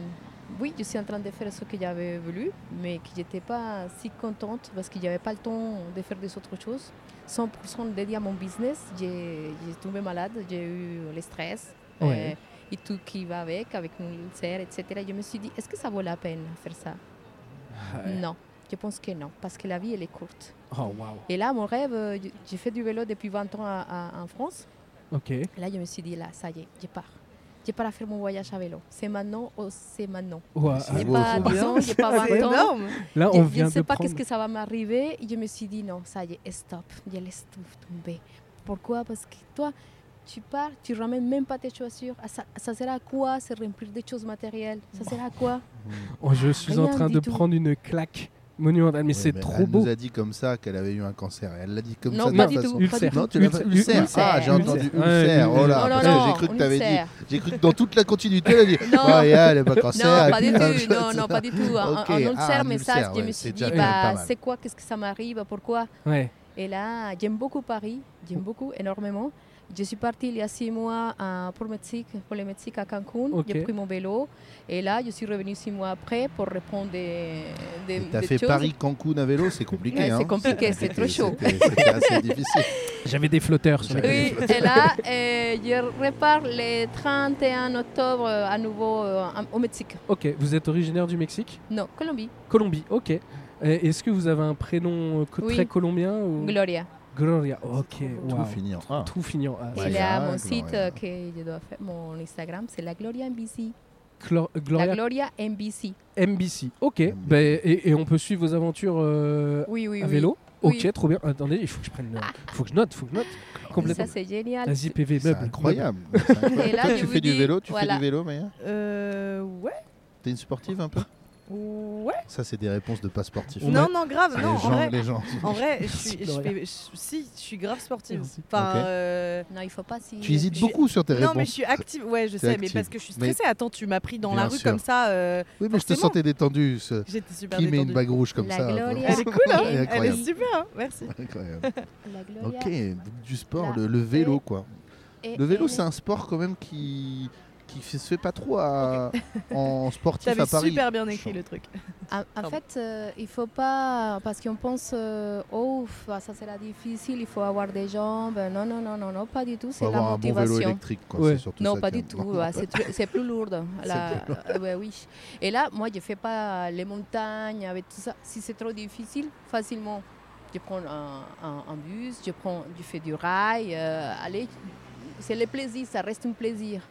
[SPEAKER 5] oui, je suis en train de faire ce que j'avais voulu, mais que je n'étais pas si contente parce qu'il n'y avait pas le temps de faire des autres choses. 100% dédié à mon business, j'ai j'ai tombé malade, j'ai eu le stress.
[SPEAKER 2] Ouais.
[SPEAKER 5] euh, et tout qui va avec, avec mon ulcère, etc. Je me suis dit, est-ce que ça vaut la peine de faire ça Non, je pense que non, parce que la vie, elle est courte.
[SPEAKER 2] Oh waouh.
[SPEAKER 5] Et là, mon rêve, euh, j- j'ai fait du vélo depuis 20 ans à- à- en France.
[SPEAKER 2] Ok.
[SPEAKER 5] Là, je me suis dit, là, ça y est, je pars. Je pars à faire mon voyage à vélo. C'est maintenant ou c'est maintenant.
[SPEAKER 2] Ouah,
[SPEAKER 1] C'est
[SPEAKER 5] J'ai
[SPEAKER 1] beau,
[SPEAKER 5] pas
[SPEAKER 1] Ah c'est
[SPEAKER 5] 10 ans, j'ai pas 20 ans.
[SPEAKER 2] Là,
[SPEAKER 5] Je-
[SPEAKER 2] on
[SPEAKER 5] je
[SPEAKER 2] vient
[SPEAKER 5] ne sais
[SPEAKER 2] de
[SPEAKER 5] pas
[SPEAKER 2] prendre.
[SPEAKER 5] qu'est-ce que ça va m'arriver. Et Je me suis dit, non, ça y est, stop. Je laisse tout tomber. Pourquoi Parce que toi, tu pars, tu ramènes même pas tes chaussures. Ah, Ça, ça sert à quoi Se remplir des choses matérielles Ça sert à quoi
[SPEAKER 2] Oh, je suis en
[SPEAKER 5] Rien
[SPEAKER 2] train
[SPEAKER 5] du
[SPEAKER 2] de
[SPEAKER 5] tout.
[SPEAKER 2] prendre une claque monumentale, mais
[SPEAKER 1] Ouais,
[SPEAKER 2] c'est
[SPEAKER 1] mais
[SPEAKER 2] trop
[SPEAKER 1] elle
[SPEAKER 2] beau.
[SPEAKER 1] nous a dit comme ça qu'elle avait eu un cancer. Elle l'a dit comme
[SPEAKER 5] Non,
[SPEAKER 1] ça. de
[SPEAKER 5] pas
[SPEAKER 1] toute
[SPEAKER 5] du
[SPEAKER 1] façon.
[SPEAKER 5] tout. Pas du
[SPEAKER 2] Ulcère.
[SPEAKER 5] tout.
[SPEAKER 1] Non, tu l'as pas-
[SPEAKER 2] Ulcère.
[SPEAKER 1] Ulcère. Ah, j'ai
[SPEAKER 5] Ulcère.
[SPEAKER 1] entendu
[SPEAKER 2] Ouais,
[SPEAKER 1] ulcère. Oh là,
[SPEAKER 5] Oh non,
[SPEAKER 1] parce que
[SPEAKER 5] non,
[SPEAKER 1] j'ai cru que
[SPEAKER 5] on
[SPEAKER 1] t'avais dit.
[SPEAKER 5] sert.
[SPEAKER 1] J'ai cru que dans toute la continuité, elle a dit.
[SPEAKER 5] Non.
[SPEAKER 1] Ouais, elle a pas cancer.
[SPEAKER 5] Non, pas du tout. Non,
[SPEAKER 1] non
[SPEAKER 5] non, pas du tout. Un,
[SPEAKER 1] Ok,
[SPEAKER 5] un
[SPEAKER 1] ah,
[SPEAKER 5] ulcère,
[SPEAKER 1] un
[SPEAKER 5] mais
[SPEAKER 1] ulcère,
[SPEAKER 5] ça, je
[SPEAKER 1] ouais,
[SPEAKER 5] me
[SPEAKER 1] c'est
[SPEAKER 5] suis dit,
[SPEAKER 1] déjà pas
[SPEAKER 5] bah,
[SPEAKER 1] mal.
[SPEAKER 5] c'est quoi, qu'est-ce que ça m'arrive, pourquoi
[SPEAKER 2] Ouais.
[SPEAKER 5] Et là, j'aime beaucoup Paris, j'aime beaucoup énormément. Je suis partie il y a six mois à- pour, Mexique, pour le Mexique à Cancun.
[SPEAKER 2] Ok.
[SPEAKER 5] J'ai pris mon vélo et là, je suis revenue six mois après pour répondre des, des,
[SPEAKER 1] T'as
[SPEAKER 5] des
[SPEAKER 1] fait
[SPEAKER 5] choses.
[SPEAKER 1] Paris-Cancun à vélo, c'est compliqué.
[SPEAKER 5] Ouais,
[SPEAKER 1] hein.
[SPEAKER 5] c'est compliqué, c'est trop chaud.
[SPEAKER 1] C'était c'était assez difficile.
[SPEAKER 2] J'avais des flotteurs sur la
[SPEAKER 1] J'avais-
[SPEAKER 2] gueule.
[SPEAKER 5] Oui, et là, euh, je repars le 31 octobre euh, à nouveau euh, en- au Mexique.
[SPEAKER 2] Ok, vous êtes originaire du Mexique
[SPEAKER 5] Non, Colombie,
[SPEAKER 2] Colombie, ok. Euh, Est-ce que vous avez un prénom euh, co-
[SPEAKER 5] Oui.
[SPEAKER 2] très colombien ou...
[SPEAKER 5] Gloria.
[SPEAKER 2] Gloria, ok.
[SPEAKER 1] Tout
[SPEAKER 2] waouh.
[SPEAKER 1] finit en un.
[SPEAKER 2] Tout fini en A.
[SPEAKER 1] Ouais,
[SPEAKER 5] et là,
[SPEAKER 1] Gloria,
[SPEAKER 5] mon site
[SPEAKER 1] Gloria.
[SPEAKER 5] euh, que je dois faire, mon Instagram, c'est la Gloria NBC.
[SPEAKER 2] Clo- Gloria
[SPEAKER 5] La Gloria NBC.
[SPEAKER 2] MBC. Ok,
[SPEAKER 1] MBC.
[SPEAKER 2] bah, et, et on peut suivre vos aventures euh,
[SPEAKER 5] Oui, oui,
[SPEAKER 2] à
[SPEAKER 5] oui.
[SPEAKER 2] vélo Ok,
[SPEAKER 5] Oui. Ah.
[SPEAKER 2] trop bien. Attendez, il faut que je prenne. le- faut que je note, faut que je note. Complètement.
[SPEAKER 5] Ça, c'est génial.
[SPEAKER 2] Vas-y, PV,
[SPEAKER 1] C'est
[SPEAKER 2] meuble.
[SPEAKER 1] incroyable. C'est incroyable.
[SPEAKER 5] Et là,
[SPEAKER 1] Toi,
[SPEAKER 5] je
[SPEAKER 1] tu
[SPEAKER 5] vous
[SPEAKER 1] fais du
[SPEAKER 5] dis,
[SPEAKER 1] vélo, tu fais
[SPEAKER 5] voilà.
[SPEAKER 1] du vélo, Maya
[SPEAKER 3] Euh, ouais,
[SPEAKER 1] T'es une sportive un peu
[SPEAKER 3] ouais.
[SPEAKER 1] Ça, c'est des réponses de pas sportif.
[SPEAKER 2] On
[SPEAKER 3] non, non, grave,
[SPEAKER 1] les,
[SPEAKER 3] non.
[SPEAKER 1] gens,
[SPEAKER 3] En vrai,
[SPEAKER 1] les gens.
[SPEAKER 3] en vrai, je suis,
[SPEAKER 2] Merci,
[SPEAKER 3] je
[SPEAKER 2] Gloria.
[SPEAKER 3] fais- je- si, je suis grave sportive.
[SPEAKER 2] Merci.
[SPEAKER 3] Enfin,
[SPEAKER 1] Ok.
[SPEAKER 3] euh,
[SPEAKER 5] Non, il faut pas si.
[SPEAKER 1] Tu hésites
[SPEAKER 3] je-
[SPEAKER 1] beaucoup sur tes
[SPEAKER 3] non, mais je
[SPEAKER 1] réponses.
[SPEAKER 3] suis active. Ouais, je
[SPEAKER 1] T'es
[SPEAKER 3] sais, mais
[SPEAKER 1] active.
[SPEAKER 3] parce que je suis
[SPEAKER 1] Mais-
[SPEAKER 3] stressée. Attends, tu m'as pris dans
[SPEAKER 1] Bien
[SPEAKER 3] la rue
[SPEAKER 1] sûr.
[SPEAKER 3] comme ça. euh,
[SPEAKER 1] Oui, mais je te
[SPEAKER 3] forcément.
[SPEAKER 1] sentais détendu. ce-
[SPEAKER 3] J'étais super
[SPEAKER 1] Qui met une
[SPEAKER 3] détendue.
[SPEAKER 1] bague rouge comme
[SPEAKER 5] La
[SPEAKER 1] ça
[SPEAKER 5] Gloria.
[SPEAKER 3] Elle est cool, hein
[SPEAKER 1] Elle est
[SPEAKER 3] Elle
[SPEAKER 1] incroyable.
[SPEAKER 3] est super, hein Merci.
[SPEAKER 1] Incroyable.
[SPEAKER 5] La Gloria. Eh,
[SPEAKER 1] Ok, donc du sport,
[SPEAKER 5] La
[SPEAKER 1] le, le vélo,
[SPEAKER 5] paix.
[SPEAKER 1] quoi.
[SPEAKER 5] Et-
[SPEAKER 1] Le vélo,
[SPEAKER 5] et-
[SPEAKER 1] c'est un sport quand même qui qui se fait pas trop à- en sportif à
[SPEAKER 3] T'avais
[SPEAKER 1] Paris.
[SPEAKER 3] super bien écrit le truc.
[SPEAKER 5] En, en
[SPEAKER 3] Pardon.
[SPEAKER 5] eh, fait, euh, il faut pas, parce qu'on pense, euh, oh, bah, ça sera difficile, il faut avoir des jambes. Non, non, non, non, non pas du
[SPEAKER 1] Faut
[SPEAKER 5] tout, c'est la
[SPEAKER 1] avoir un bon vélo
[SPEAKER 5] motivation.
[SPEAKER 1] électrique, quoi.
[SPEAKER 2] Ouais.
[SPEAKER 1] c'est surtout
[SPEAKER 5] non,
[SPEAKER 1] ça
[SPEAKER 5] pas
[SPEAKER 1] qui est-
[SPEAKER 5] du tout, bah, c'est tr- c'est plus lourd. la- euh, ouais, oui. Et là, moi, je fais pas les montagnes avec tout ça. Si c'est trop difficile, facilement, je prends un, un- un bus, je, prends, je fais du rail. euh, allez, c'est le plaisir, ça reste un plaisir.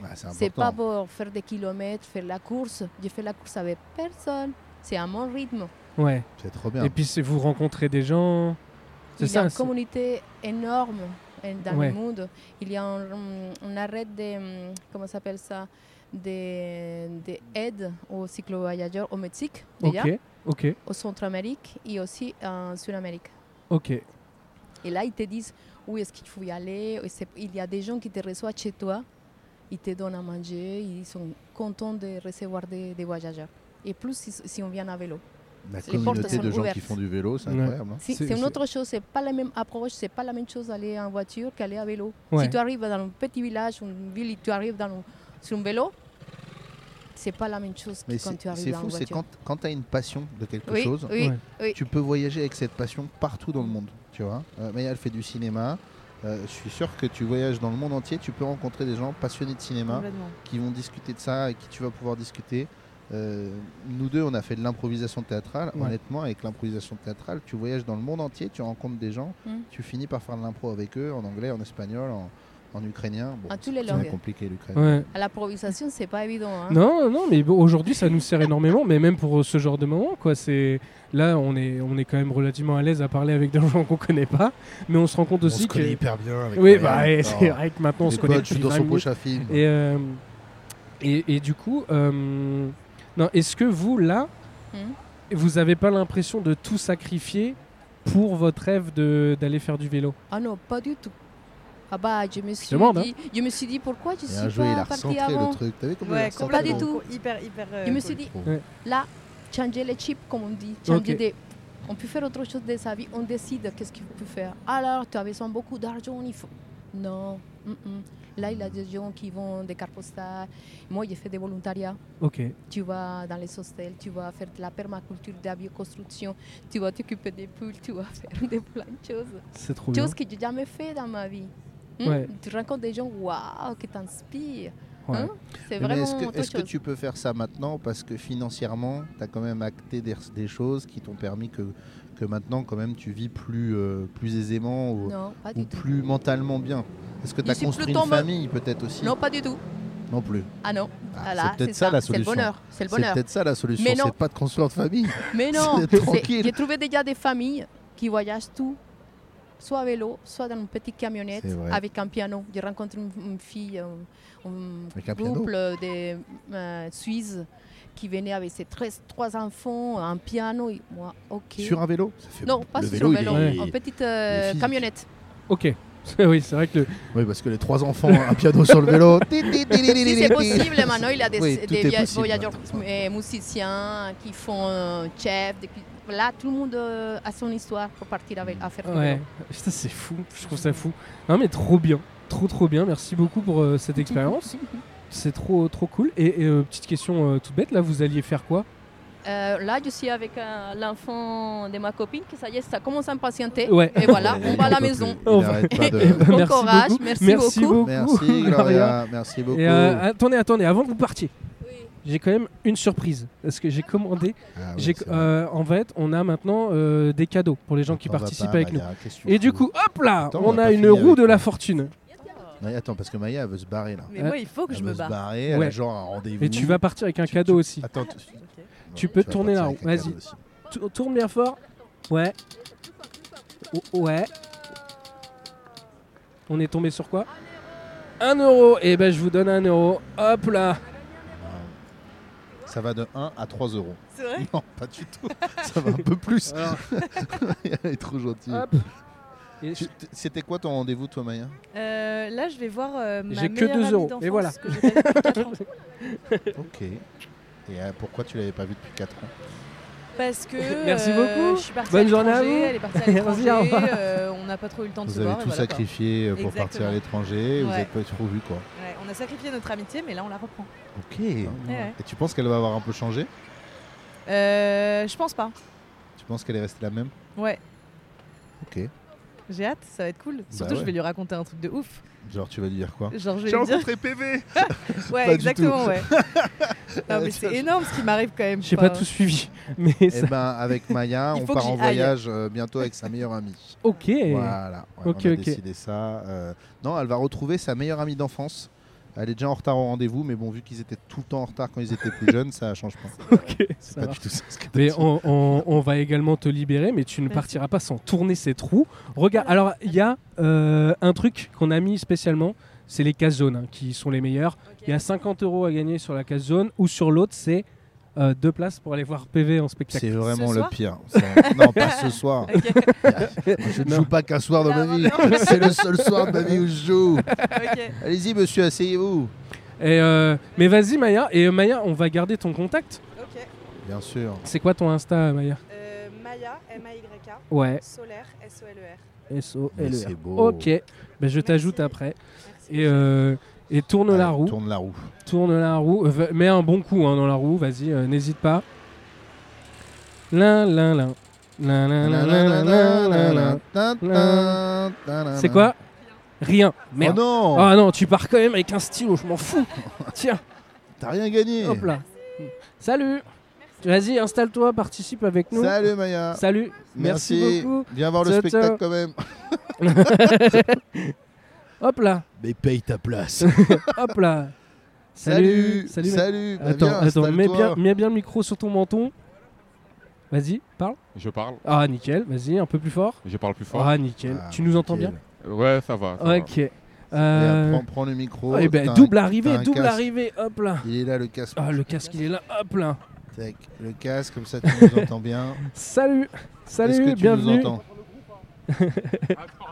[SPEAKER 1] Ouais, c'est
[SPEAKER 5] C'est pas
[SPEAKER 1] important.
[SPEAKER 5] pour faire des kilomètres, faire la course. Je fais la course avec personne. C'est à mon rythme.
[SPEAKER 2] Ouais.
[SPEAKER 1] C'est trop bien.
[SPEAKER 2] Et puis c'est vous rencontrez des gens. C'est
[SPEAKER 5] Il y a
[SPEAKER 2] ça.
[SPEAKER 5] une
[SPEAKER 2] c'est-
[SPEAKER 5] communauté énorme euh, dans
[SPEAKER 2] Ouais.
[SPEAKER 5] le monde. Il y a un, hum, un arrêt de hum, comment ça s'appelle ça des, des aides aux cyclo-voyageurs au Mexique déjà,
[SPEAKER 2] Ok, ok,
[SPEAKER 5] au Centre-Amérique et aussi en Sud-Amérique.
[SPEAKER 2] ok.
[SPEAKER 5] Et là, ils te disent où est-ce qu'il faut y aller. Et c'est- Il y a des gens qui te reçoivent chez toi, ils te donnent à manger, ils sont contents de recevoir des, des voyageurs. Et plus si, si on vient à vélo.
[SPEAKER 1] La
[SPEAKER 5] portes
[SPEAKER 1] communauté
[SPEAKER 5] sont
[SPEAKER 1] de gens qui
[SPEAKER 5] ouvertes.
[SPEAKER 1] font du vélo, c'est
[SPEAKER 2] Ouais.
[SPEAKER 1] incroyable. hein.
[SPEAKER 5] Si-
[SPEAKER 2] C'est-
[SPEAKER 5] C'est une
[SPEAKER 2] c'est-
[SPEAKER 5] autre chose, c'est pas la même approche, c'est pas la même chose d'aller en voiture qu'aller à vélo.
[SPEAKER 2] Ouais.
[SPEAKER 5] Si tu arrives dans un petit village, une ville, et tu arrives dans un- sur un vélo, c'est pas la même chose que
[SPEAKER 1] Mais
[SPEAKER 5] quand tu
[SPEAKER 1] c'est
[SPEAKER 5] arrives
[SPEAKER 1] c'est
[SPEAKER 5] dans
[SPEAKER 1] fou,
[SPEAKER 5] une
[SPEAKER 1] c'est
[SPEAKER 5] voiture.
[SPEAKER 1] quand, quand tu as une passion de quelque
[SPEAKER 5] oui,
[SPEAKER 1] chose,
[SPEAKER 5] oui,
[SPEAKER 2] Ouais.
[SPEAKER 5] oui.
[SPEAKER 1] tu peux voyager avec cette passion partout dans le monde, tu vois. Euh, Maya, elle fait du cinéma. Euh, je suis sûr que tu voyages dans le monde entier, tu peux rencontrer des gens passionnés de cinéma
[SPEAKER 3] Complètement.
[SPEAKER 1] qui vont discuter de ça et qui tu vas pouvoir discuter. Euh, nous deux, on a fait de l'improvisation théâtrale.
[SPEAKER 2] Ouais.
[SPEAKER 1] Honnêtement, avec l'improvisation théâtrale, tu voyages dans le monde entier, tu rencontres des gens,
[SPEAKER 5] Mm.
[SPEAKER 1] tu finis par faire de l'impro avec eux en anglais, en espagnol, en, en ukrainien.
[SPEAKER 2] Ah,
[SPEAKER 1] Bon,
[SPEAKER 5] En tous les
[SPEAKER 1] c'est
[SPEAKER 5] langues.
[SPEAKER 1] compliqué l'Ukraine.
[SPEAKER 2] Ouais.
[SPEAKER 5] À l'improvisation, c'est pas évident. hein.
[SPEAKER 2] Non, non, mais bon, aujourd'hui, ça nous sert énormément, mais même pour euh, ce genre de moment, quoi. C'est là, on est, on est quand même relativement à l'aise à parler avec des gens qu'on connaît pas, mais on se rend compte
[SPEAKER 1] On
[SPEAKER 2] aussi
[SPEAKER 1] se
[SPEAKER 2] que.
[SPEAKER 1] connaît hyper bien. Avec
[SPEAKER 2] Oui,
[SPEAKER 1] Maya.
[SPEAKER 2] bah, et c'est
[SPEAKER 1] Alors,
[SPEAKER 2] vrai que maintenant, on
[SPEAKER 1] les
[SPEAKER 2] se connaît
[SPEAKER 1] potes, je suis
[SPEAKER 2] depuis
[SPEAKER 1] dans
[SPEAKER 2] 20
[SPEAKER 1] son
[SPEAKER 2] minutes.
[SPEAKER 1] poche à film.
[SPEAKER 2] Et, euh, et, et du coup, euh, non, est-ce que vous, là,
[SPEAKER 5] Hmm.
[SPEAKER 2] vous n'avez pas l'impression de tout sacrifier pour votre rêve de- d'aller faire du vélo
[SPEAKER 5] Ah non, pas du tout. Ah bah, je me suis
[SPEAKER 2] demande, hein.
[SPEAKER 5] dit, je me suis dit pourquoi je
[SPEAKER 1] Et un
[SPEAKER 5] suis
[SPEAKER 1] jour, il a
[SPEAKER 5] pas partie
[SPEAKER 1] recentré
[SPEAKER 5] avant.
[SPEAKER 1] le truc. T'as vu comment il a
[SPEAKER 3] Ouais,
[SPEAKER 1] recentré
[SPEAKER 5] Pas du
[SPEAKER 1] le
[SPEAKER 5] tout.
[SPEAKER 3] complètement. Hyper, hyper. euh,
[SPEAKER 5] Je me
[SPEAKER 3] cool.
[SPEAKER 5] suis dit
[SPEAKER 1] truc
[SPEAKER 5] là, changer les chips comme on dit, changer
[SPEAKER 2] Ok.
[SPEAKER 5] des- On peut faire autre chose de sa vie, on décide qu'est-ce qu'il peut faire. Alors, tu as besoin de beaucoup d'argent, il faut. Non. mm, mm. Là, il y a des gens qui vont des cartes postales. Moi, j'ai fait des volontariats.
[SPEAKER 2] Ok.
[SPEAKER 5] Tu vas dans les hostels, tu vas faire de la permaculture, de la bioconstruction, tu vas t'occuper des poules, tu vas faire des plein de choses.
[SPEAKER 2] C'est trop bien.
[SPEAKER 5] Choses que j'ai jamais fait dans ma vie. Hmm?
[SPEAKER 2] hein. Ouais.
[SPEAKER 5] Tu rencontres des gens, waouh, qui t'inspirent.
[SPEAKER 2] Ouais.
[SPEAKER 5] hein. C'est
[SPEAKER 1] Mais
[SPEAKER 5] vraiment
[SPEAKER 1] est-ce que,
[SPEAKER 5] autre
[SPEAKER 1] est-ce que
[SPEAKER 5] chose.
[SPEAKER 1] tu peux faire ça maintenant Parce que financièrement, tu as quand même acté des, des choses qui t'ont permis que, que maintenant, quand même, tu vis plus, euh, plus aisément ou,
[SPEAKER 5] Non, pas
[SPEAKER 1] ou
[SPEAKER 5] du tout.
[SPEAKER 1] plus mentalement bien. Est-ce que
[SPEAKER 5] Je
[SPEAKER 1] tu as
[SPEAKER 5] suis
[SPEAKER 1] construit
[SPEAKER 5] plutôt
[SPEAKER 1] une
[SPEAKER 5] en mode-
[SPEAKER 1] famille peut-être aussi
[SPEAKER 5] Non, pas du tout.
[SPEAKER 1] Non plus.
[SPEAKER 5] Ah non.
[SPEAKER 1] Ah,
[SPEAKER 5] Ah là,
[SPEAKER 1] c'est peut-être ça, la solution.
[SPEAKER 5] C'est le bonheur. C'est le
[SPEAKER 1] C'est
[SPEAKER 5] bonheur.
[SPEAKER 1] peut-être ça la solution,
[SPEAKER 5] Mais non.
[SPEAKER 1] c'est pas de construire de famille.
[SPEAKER 5] Mais non,
[SPEAKER 1] C'est
[SPEAKER 5] c'est-
[SPEAKER 1] tranquille.
[SPEAKER 5] j'ai trouvé déjà des familles qui voyagent tout, soit à vélo, soit dans une petite camionnette
[SPEAKER 1] C'est vrai.
[SPEAKER 5] avec un piano. J'ai rencontré une, une fille, un, un
[SPEAKER 1] Avec un piano.
[SPEAKER 5] couple de euh, Suisses qui venait avec ses 13, trois enfants, un piano. Et moi, ok.
[SPEAKER 1] Sur un vélo Ça fait-
[SPEAKER 5] Non, pas
[SPEAKER 1] le
[SPEAKER 5] sur un vélo,
[SPEAKER 1] il est-
[SPEAKER 2] vélo,
[SPEAKER 5] en petite euh,
[SPEAKER 1] il est physique.
[SPEAKER 5] camionnette.
[SPEAKER 2] Ok. oui, c'est vrai que le-
[SPEAKER 1] Oui, parce que les trois enfants, un piano sur le vélo. Ti, ti, ti, ti, ti,
[SPEAKER 5] Si
[SPEAKER 1] ti,
[SPEAKER 5] c'est
[SPEAKER 1] ti.
[SPEAKER 5] possible, maintenant il y a des,
[SPEAKER 1] Oui,
[SPEAKER 5] des
[SPEAKER 1] tout est
[SPEAKER 5] via-
[SPEAKER 1] possible,
[SPEAKER 5] voyageurs
[SPEAKER 1] maintenant.
[SPEAKER 5] euh, musiciens qui font euh, chef. des cu- Là, tout le monde euh, a son histoire pour partir avec, à faire du
[SPEAKER 2] Ouais,
[SPEAKER 5] vélo.
[SPEAKER 2] Putain, c'est fou, je trouve ça fou. Non mais trop bien, trop trop bien, merci beaucoup pour euh, cette expérience. c'est trop trop cool. Et, et, euh, petite question euh, toute bête, là vous alliez faire quoi
[SPEAKER 5] Euh, là, je suis avec euh, l'enfant de ma copine qui, ça y est, ça commence à impatienter.
[SPEAKER 2] Ouais.
[SPEAKER 5] Et voilà,
[SPEAKER 1] Il
[SPEAKER 5] on va à la
[SPEAKER 1] peut plus.
[SPEAKER 5] maison.
[SPEAKER 1] Il
[SPEAKER 2] On va-
[SPEAKER 1] arrête pas
[SPEAKER 2] Eh
[SPEAKER 1] de.
[SPEAKER 2] ben,
[SPEAKER 5] Bon
[SPEAKER 2] Oh. merci
[SPEAKER 5] courage,
[SPEAKER 2] beaucoup.
[SPEAKER 5] merci
[SPEAKER 2] beaucoup.
[SPEAKER 5] beaucoup.
[SPEAKER 1] Merci
[SPEAKER 2] Gloria.
[SPEAKER 1] Gloria, merci beaucoup. Ah
[SPEAKER 2] Et euh, attendez, attendez, avant que vous partiez, j'ai quand même une surprise. Parce que j'ai commandé,
[SPEAKER 1] Ah ouais,
[SPEAKER 2] j'ai,
[SPEAKER 1] c'est vrai.
[SPEAKER 2] euh, en fait, on a maintenant euh, des cadeaux pour les gens qui
[SPEAKER 1] Attends, on va
[SPEAKER 2] participent
[SPEAKER 1] pas,
[SPEAKER 2] avec nous.
[SPEAKER 1] Maya, qu'est-ce que tu
[SPEAKER 2] Et du
[SPEAKER 1] fous
[SPEAKER 2] coup, hop là,
[SPEAKER 1] Attends, on
[SPEAKER 2] on
[SPEAKER 1] va
[SPEAKER 2] a
[SPEAKER 1] pas
[SPEAKER 2] une
[SPEAKER 1] finir
[SPEAKER 2] roue
[SPEAKER 1] avec
[SPEAKER 2] de la
[SPEAKER 1] toi.
[SPEAKER 2] fortune.
[SPEAKER 1] Ouais, attends, parce que Maya, elle veut se barrer là.
[SPEAKER 3] Mais
[SPEAKER 2] Euh,
[SPEAKER 3] moi, il faut que
[SPEAKER 1] elle
[SPEAKER 3] je
[SPEAKER 1] veut
[SPEAKER 3] me
[SPEAKER 1] se
[SPEAKER 3] barre.
[SPEAKER 1] barrer, elle
[SPEAKER 2] Ouais.
[SPEAKER 1] a genre un rendez-vous.
[SPEAKER 2] Et tu vas partir avec un
[SPEAKER 1] Tu- tu-
[SPEAKER 2] cadeau aussi.
[SPEAKER 1] Attends, tu,
[SPEAKER 3] Ok.
[SPEAKER 2] Tu peux
[SPEAKER 1] vas
[SPEAKER 2] tourner
[SPEAKER 1] partir
[SPEAKER 2] la
[SPEAKER 1] avec
[SPEAKER 2] roue,
[SPEAKER 1] un cadeau
[SPEAKER 2] vas-y.
[SPEAKER 1] aussi.
[SPEAKER 2] Tourne bien fort. Ouais. Oh, ouais. On est tombé sur quoi 1 euro. Et ben, je vous donne 1 euro. Hop là.
[SPEAKER 1] Ça va de 1 à 3 euros.
[SPEAKER 3] C'est vrai
[SPEAKER 1] Non, pas du tout. Ça va un peu plus.
[SPEAKER 2] Alors,
[SPEAKER 1] Elle est trop gentille.
[SPEAKER 2] hop. Et je-
[SPEAKER 1] Tu- t- C'était quoi ton rendez-vous, toi, Maya
[SPEAKER 3] Euh, là, je vais voir euh, ma
[SPEAKER 2] J'ai que
[SPEAKER 3] meilleure
[SPEAKER 2] deux
[SPEAKER 3] amie
[SPEAKER 2] euros,
[SPEAKER 3] d'enfance
[SPEAKER 2] et voilà.
[SPEAKER 3] que j'ai pas vue depuis quatre ans.
[SPEAKER 1] Ok. Et euh, pourquoi tu l'avais pas vu depuis 4 ans
[SPEAKER 3] Parce que
[SPEAKER 2] Merci
[SPEAKER 3] euh,
[SPEAKER 2] beaucoup.
[SPEAKER 3] je suis partie
[SPEAKER 2] Bonne
[SPEAKER 3] à
[SPEAKER 2] journée à
[SPEAKER 3] l'étranger,
[SPEAKER 2] vous.
[SPEAKER 3] Elle est partie à
[SPEAKER 2] Merci, au
[SPEAKER 3] l'étranger.
[SPEAKER 2] revoir.
[SPEAKER 3] euh, on n'a pas trop eu le temps de
[SPEAKER 1] Vous
[SPEAKER 3] se
[SPEAKER 1] avez
[SPEAKER 3] voir.
[SPEAKER 1] tout
[SPEAKER 3] et voilà, quoi.
[SPEAKER 1] sacrifié euh, pour partir à
[SPEAKER 3] Exactement.
[SPEAKER 1] l'étranger, vous
[SPEAKER 3] Ouais.
[SPEAKER 1] n'êtes pas trop vu, quoi.
[SPEAKER 3] Ouais, on a sacrifié notre amitié, mais là, on la reprend. Eh
[SPEAKER 1] Ok.
[SPEAKER 3] Ouais.
[SPEAKER 1] Et tu penses qu'elle va avoir un peu changé
[SPEAKER 3] Euh, je pense pas.
[SPEAKER 1] Tu penses qu'elle est restée la même
[SPEAKER 3] Ouais.
[SPEAKER 1] Ok. Bah
[SPEAKER 3] J'ai hâte, ça va être cool. Surtout,
[SPEAKER 1] ouais.
[SPEAKER 3] je vais lui raconter un truc de ouf.
[SPEAKER 1] Genre, tu vas lui dire quoi
[SPEAKER 3] Genre, je vais
[SPEAKER 4] J'ai
[SPEAKER 3] lui dire.
[SPEAKER 4] rencontré PV.
[SPEAKER 1] Pas du tout.
[SPEAKER 3] Ouais, exactement, ouais. non,
[SPEAKER 1] Ouais,
[SPEAKER 3] mais
[SPEAKER 1] ça,
[SPEAKER 3] c'est
[SPEAKER 1] je-
[SPEAKER 3] énorme ce qui m'arrive quand même.
[SPEAKER 2] J'ai pas
[SPEAKER 3] Enfin,
[SPEAKER 2] tout suivi. Mais
[SPEAKER 1] Eh
[SPEAKER 2] ça-
[SPEAKER 1] ben, avec Maya,
[SPEAKER 3] Il
[SPEAKER 1] on
[SPEAKER 3] faut
[SPEAKER 1] part
[SPEAKER 3] que
[SPEAKER 1] en
[SPEAKER 3] j'y aille.
[SPEAKER 1] voyage euh, bientôt avec sa meilleure amie.
[SPEAKER 2] Ok.
[SPEAKER 1] Voilà. Ouais,
[SPEAKER 2] Ok,
[SPEAKER 1] on a
[SPEAKER 2] ok.
[SPEAKER 1] décidé ça. euh, Non, elle va retrouver sa meilleure amie d'enfance. Elle est déjà en retard au rendez-vous, mais bon, vu qu'ils étaient tout le temps en retard quand ils étaient plus jeunes, ça change pas.
[SPEAKER 2] Ok,
[SPEAKER 1] C'est
[SPEAKER 2] ça
[SPEAKER 1] pas
[SPEAKER 2] marche.
[SPEAKER 1] du tout ça. ce que t'as
[SPEAKER 2] Mais
[SPEAKER 1] dit.
[SPEAKER 2] on, on- on va également te libérer, mais tu ne
[SPEAKER 3] Merci.
[SPEAKER 2] partiras pas sans tourner ces trous. Regarde, alors il y a euh, un truc qu'on a mis spécialement, c'est les cases zones hein, qui sont les meilleures. Il y a 50 euros à gagner sur la case zone ou sur l'autre, c'est euh, deux places pour aller voir PV en spectacle.
[SPEAKER 1] C'est vraiment
[SPEAKER 3] Ce
[SPEAKER 1] le
[SPEAKER 3] soir
[SPEAKER 1] pire. C'est- Non, pas ce soir.
[SPEAKER 3] Ok,
[SPEAKER 1] Je ne
[SPEAKER 2] Non.
[SPEAKER 1] joue pas qu'un soir dans ma
[SPEAKER 3] Non,
[SPEAKER 1] vie. C'est le seul soir de ma vie où je joue.
[SPEAKER 3] ok.
[SPEAKER 1] Allez-y, monsieur, asseyez-vous.
[SPEAKER 2] Et, euh, mais vas-y Maya, et euh, Maya, on va garder ton contact.
[SPEAKER 6] Ok.
[SPEAKER 1] Bien sûr.
[SPEAKER 2] C'est quoi ton Insta, Maya
[SPEAKER 6] Euh, Maya, M-A-Y-K.
[SPEAKER 2] Ouais,
[SPEAKER 6] Solaire,
[SPEAKER 3] E
[SPEAKER 6] S-O-L-E-R.
[SPEAKER 2] s o
[SPEAKER 1] Mais
[SPEAKER 2] l E
[SPEAKER 1] c'est beau.
[SPEAKER 2] Ok, Ben, je t'ajoute
[SPEAKER 6] Merci.
[SPEAKER 2] après.
[SPEAKER 6] Merci.
[SPEAKER 2] Et, euh, et tourne la
[SPEAKER 1] Allez,
[SPEAKER 2] roue.
[SPEAKER 1] Tourne la roue.
[SPEAKER 2] Tourne la roue, euh, va- mets un bon coup hein, dans la roue, vas-y, euh, n'hésite pas. Lin, lin, lin. Lin, lin, lin, lin, lin, lin, lin. C'est quoi Rien.
[SPEAKER 1] Oh
[SPEAKER 2] Merde.
[SPEAKER 1] non
[SPEAKER 2] Ah non, tu pars quand même avec un stylo, je m'en fous. Tiens,
[SPEAKER 1] T'as rien gagné.
[SPEAKER 2] hop là. Salut. Vas-y, installe-toi, participe avec nous.
[SPEAKER 1] Salut Maya.
[SPEAKER 2] Salut. Merci,
[SPEAKER 1] Merci.
[SPEAKER 2] beaucoup.
[SPEAKER 1] Viens voir le
[SPEAKER 2] Ciao,
[SPEAKER 1] spectacle
[SPEAKER 2] ciao.
[SPEAKER 1] quand même.
[SPEAKER 2] Hop là,
[SPEAKER 1] Mais paye ta place.
[SPEAKER 2] hop là.
[SPEAKER 1] Salut.
[SPEAKER 2] Salut. mec.
[SPEAKER 1] Salut. Bah,
[SPEAKER 2] Attends,
[SPEAKER 1] viens,
[SPEAKER 2] attends, mets
[SPEAKER 1] installe-toi.
[SPEAKER 2] bien, mets bien le micro sur ton menton. Vas-y, parle.
[SPEAKER 7] Je parle,
[SPEAKER 2] Ah nickel, vas-y, un peu plus fort.
[SPEAKER 7] je parle plus fort.
[SPEAKER 2] Ah nickel,
[SPEAKER 1] Ah,
[SPEAKER 2] tu nous entends bien Ah,
[SPEAKER 1] nickel.
[SPEAKER 7] Ouais, ça va. ça va.
[SPEAKER 2] Ok.
[SPEAKER 1] Et, euh,
[SPEAKER 2] Euh,
[SPEAKER 1] prends, prends le micro.
[SPEAKER 2] eh ben,
[SPEAKER 1] T'as un-
[SPEAKER 2] double arrivée,
[SPEAKER 1] un
[SPEAKER 2] double
[SPEAKER 1] casque.
[SPEAKER 2] arrivée, hop là.
[SPEAKER 1] Il est là le casque.
[SPEAKER 2] Ah, le casque il est là, hop là.
[SPEAKER 1] Tac, Le casque, comme ça tu nous entends bien.
[SPEAKER 2] Salut,
[SPEAKER 1] Est-ce que
[SPEAKER 2] salut,
[SPEAKER 1] tu
[SPEAKER 2] bienvenue.
[SPEAKER 1] nous entends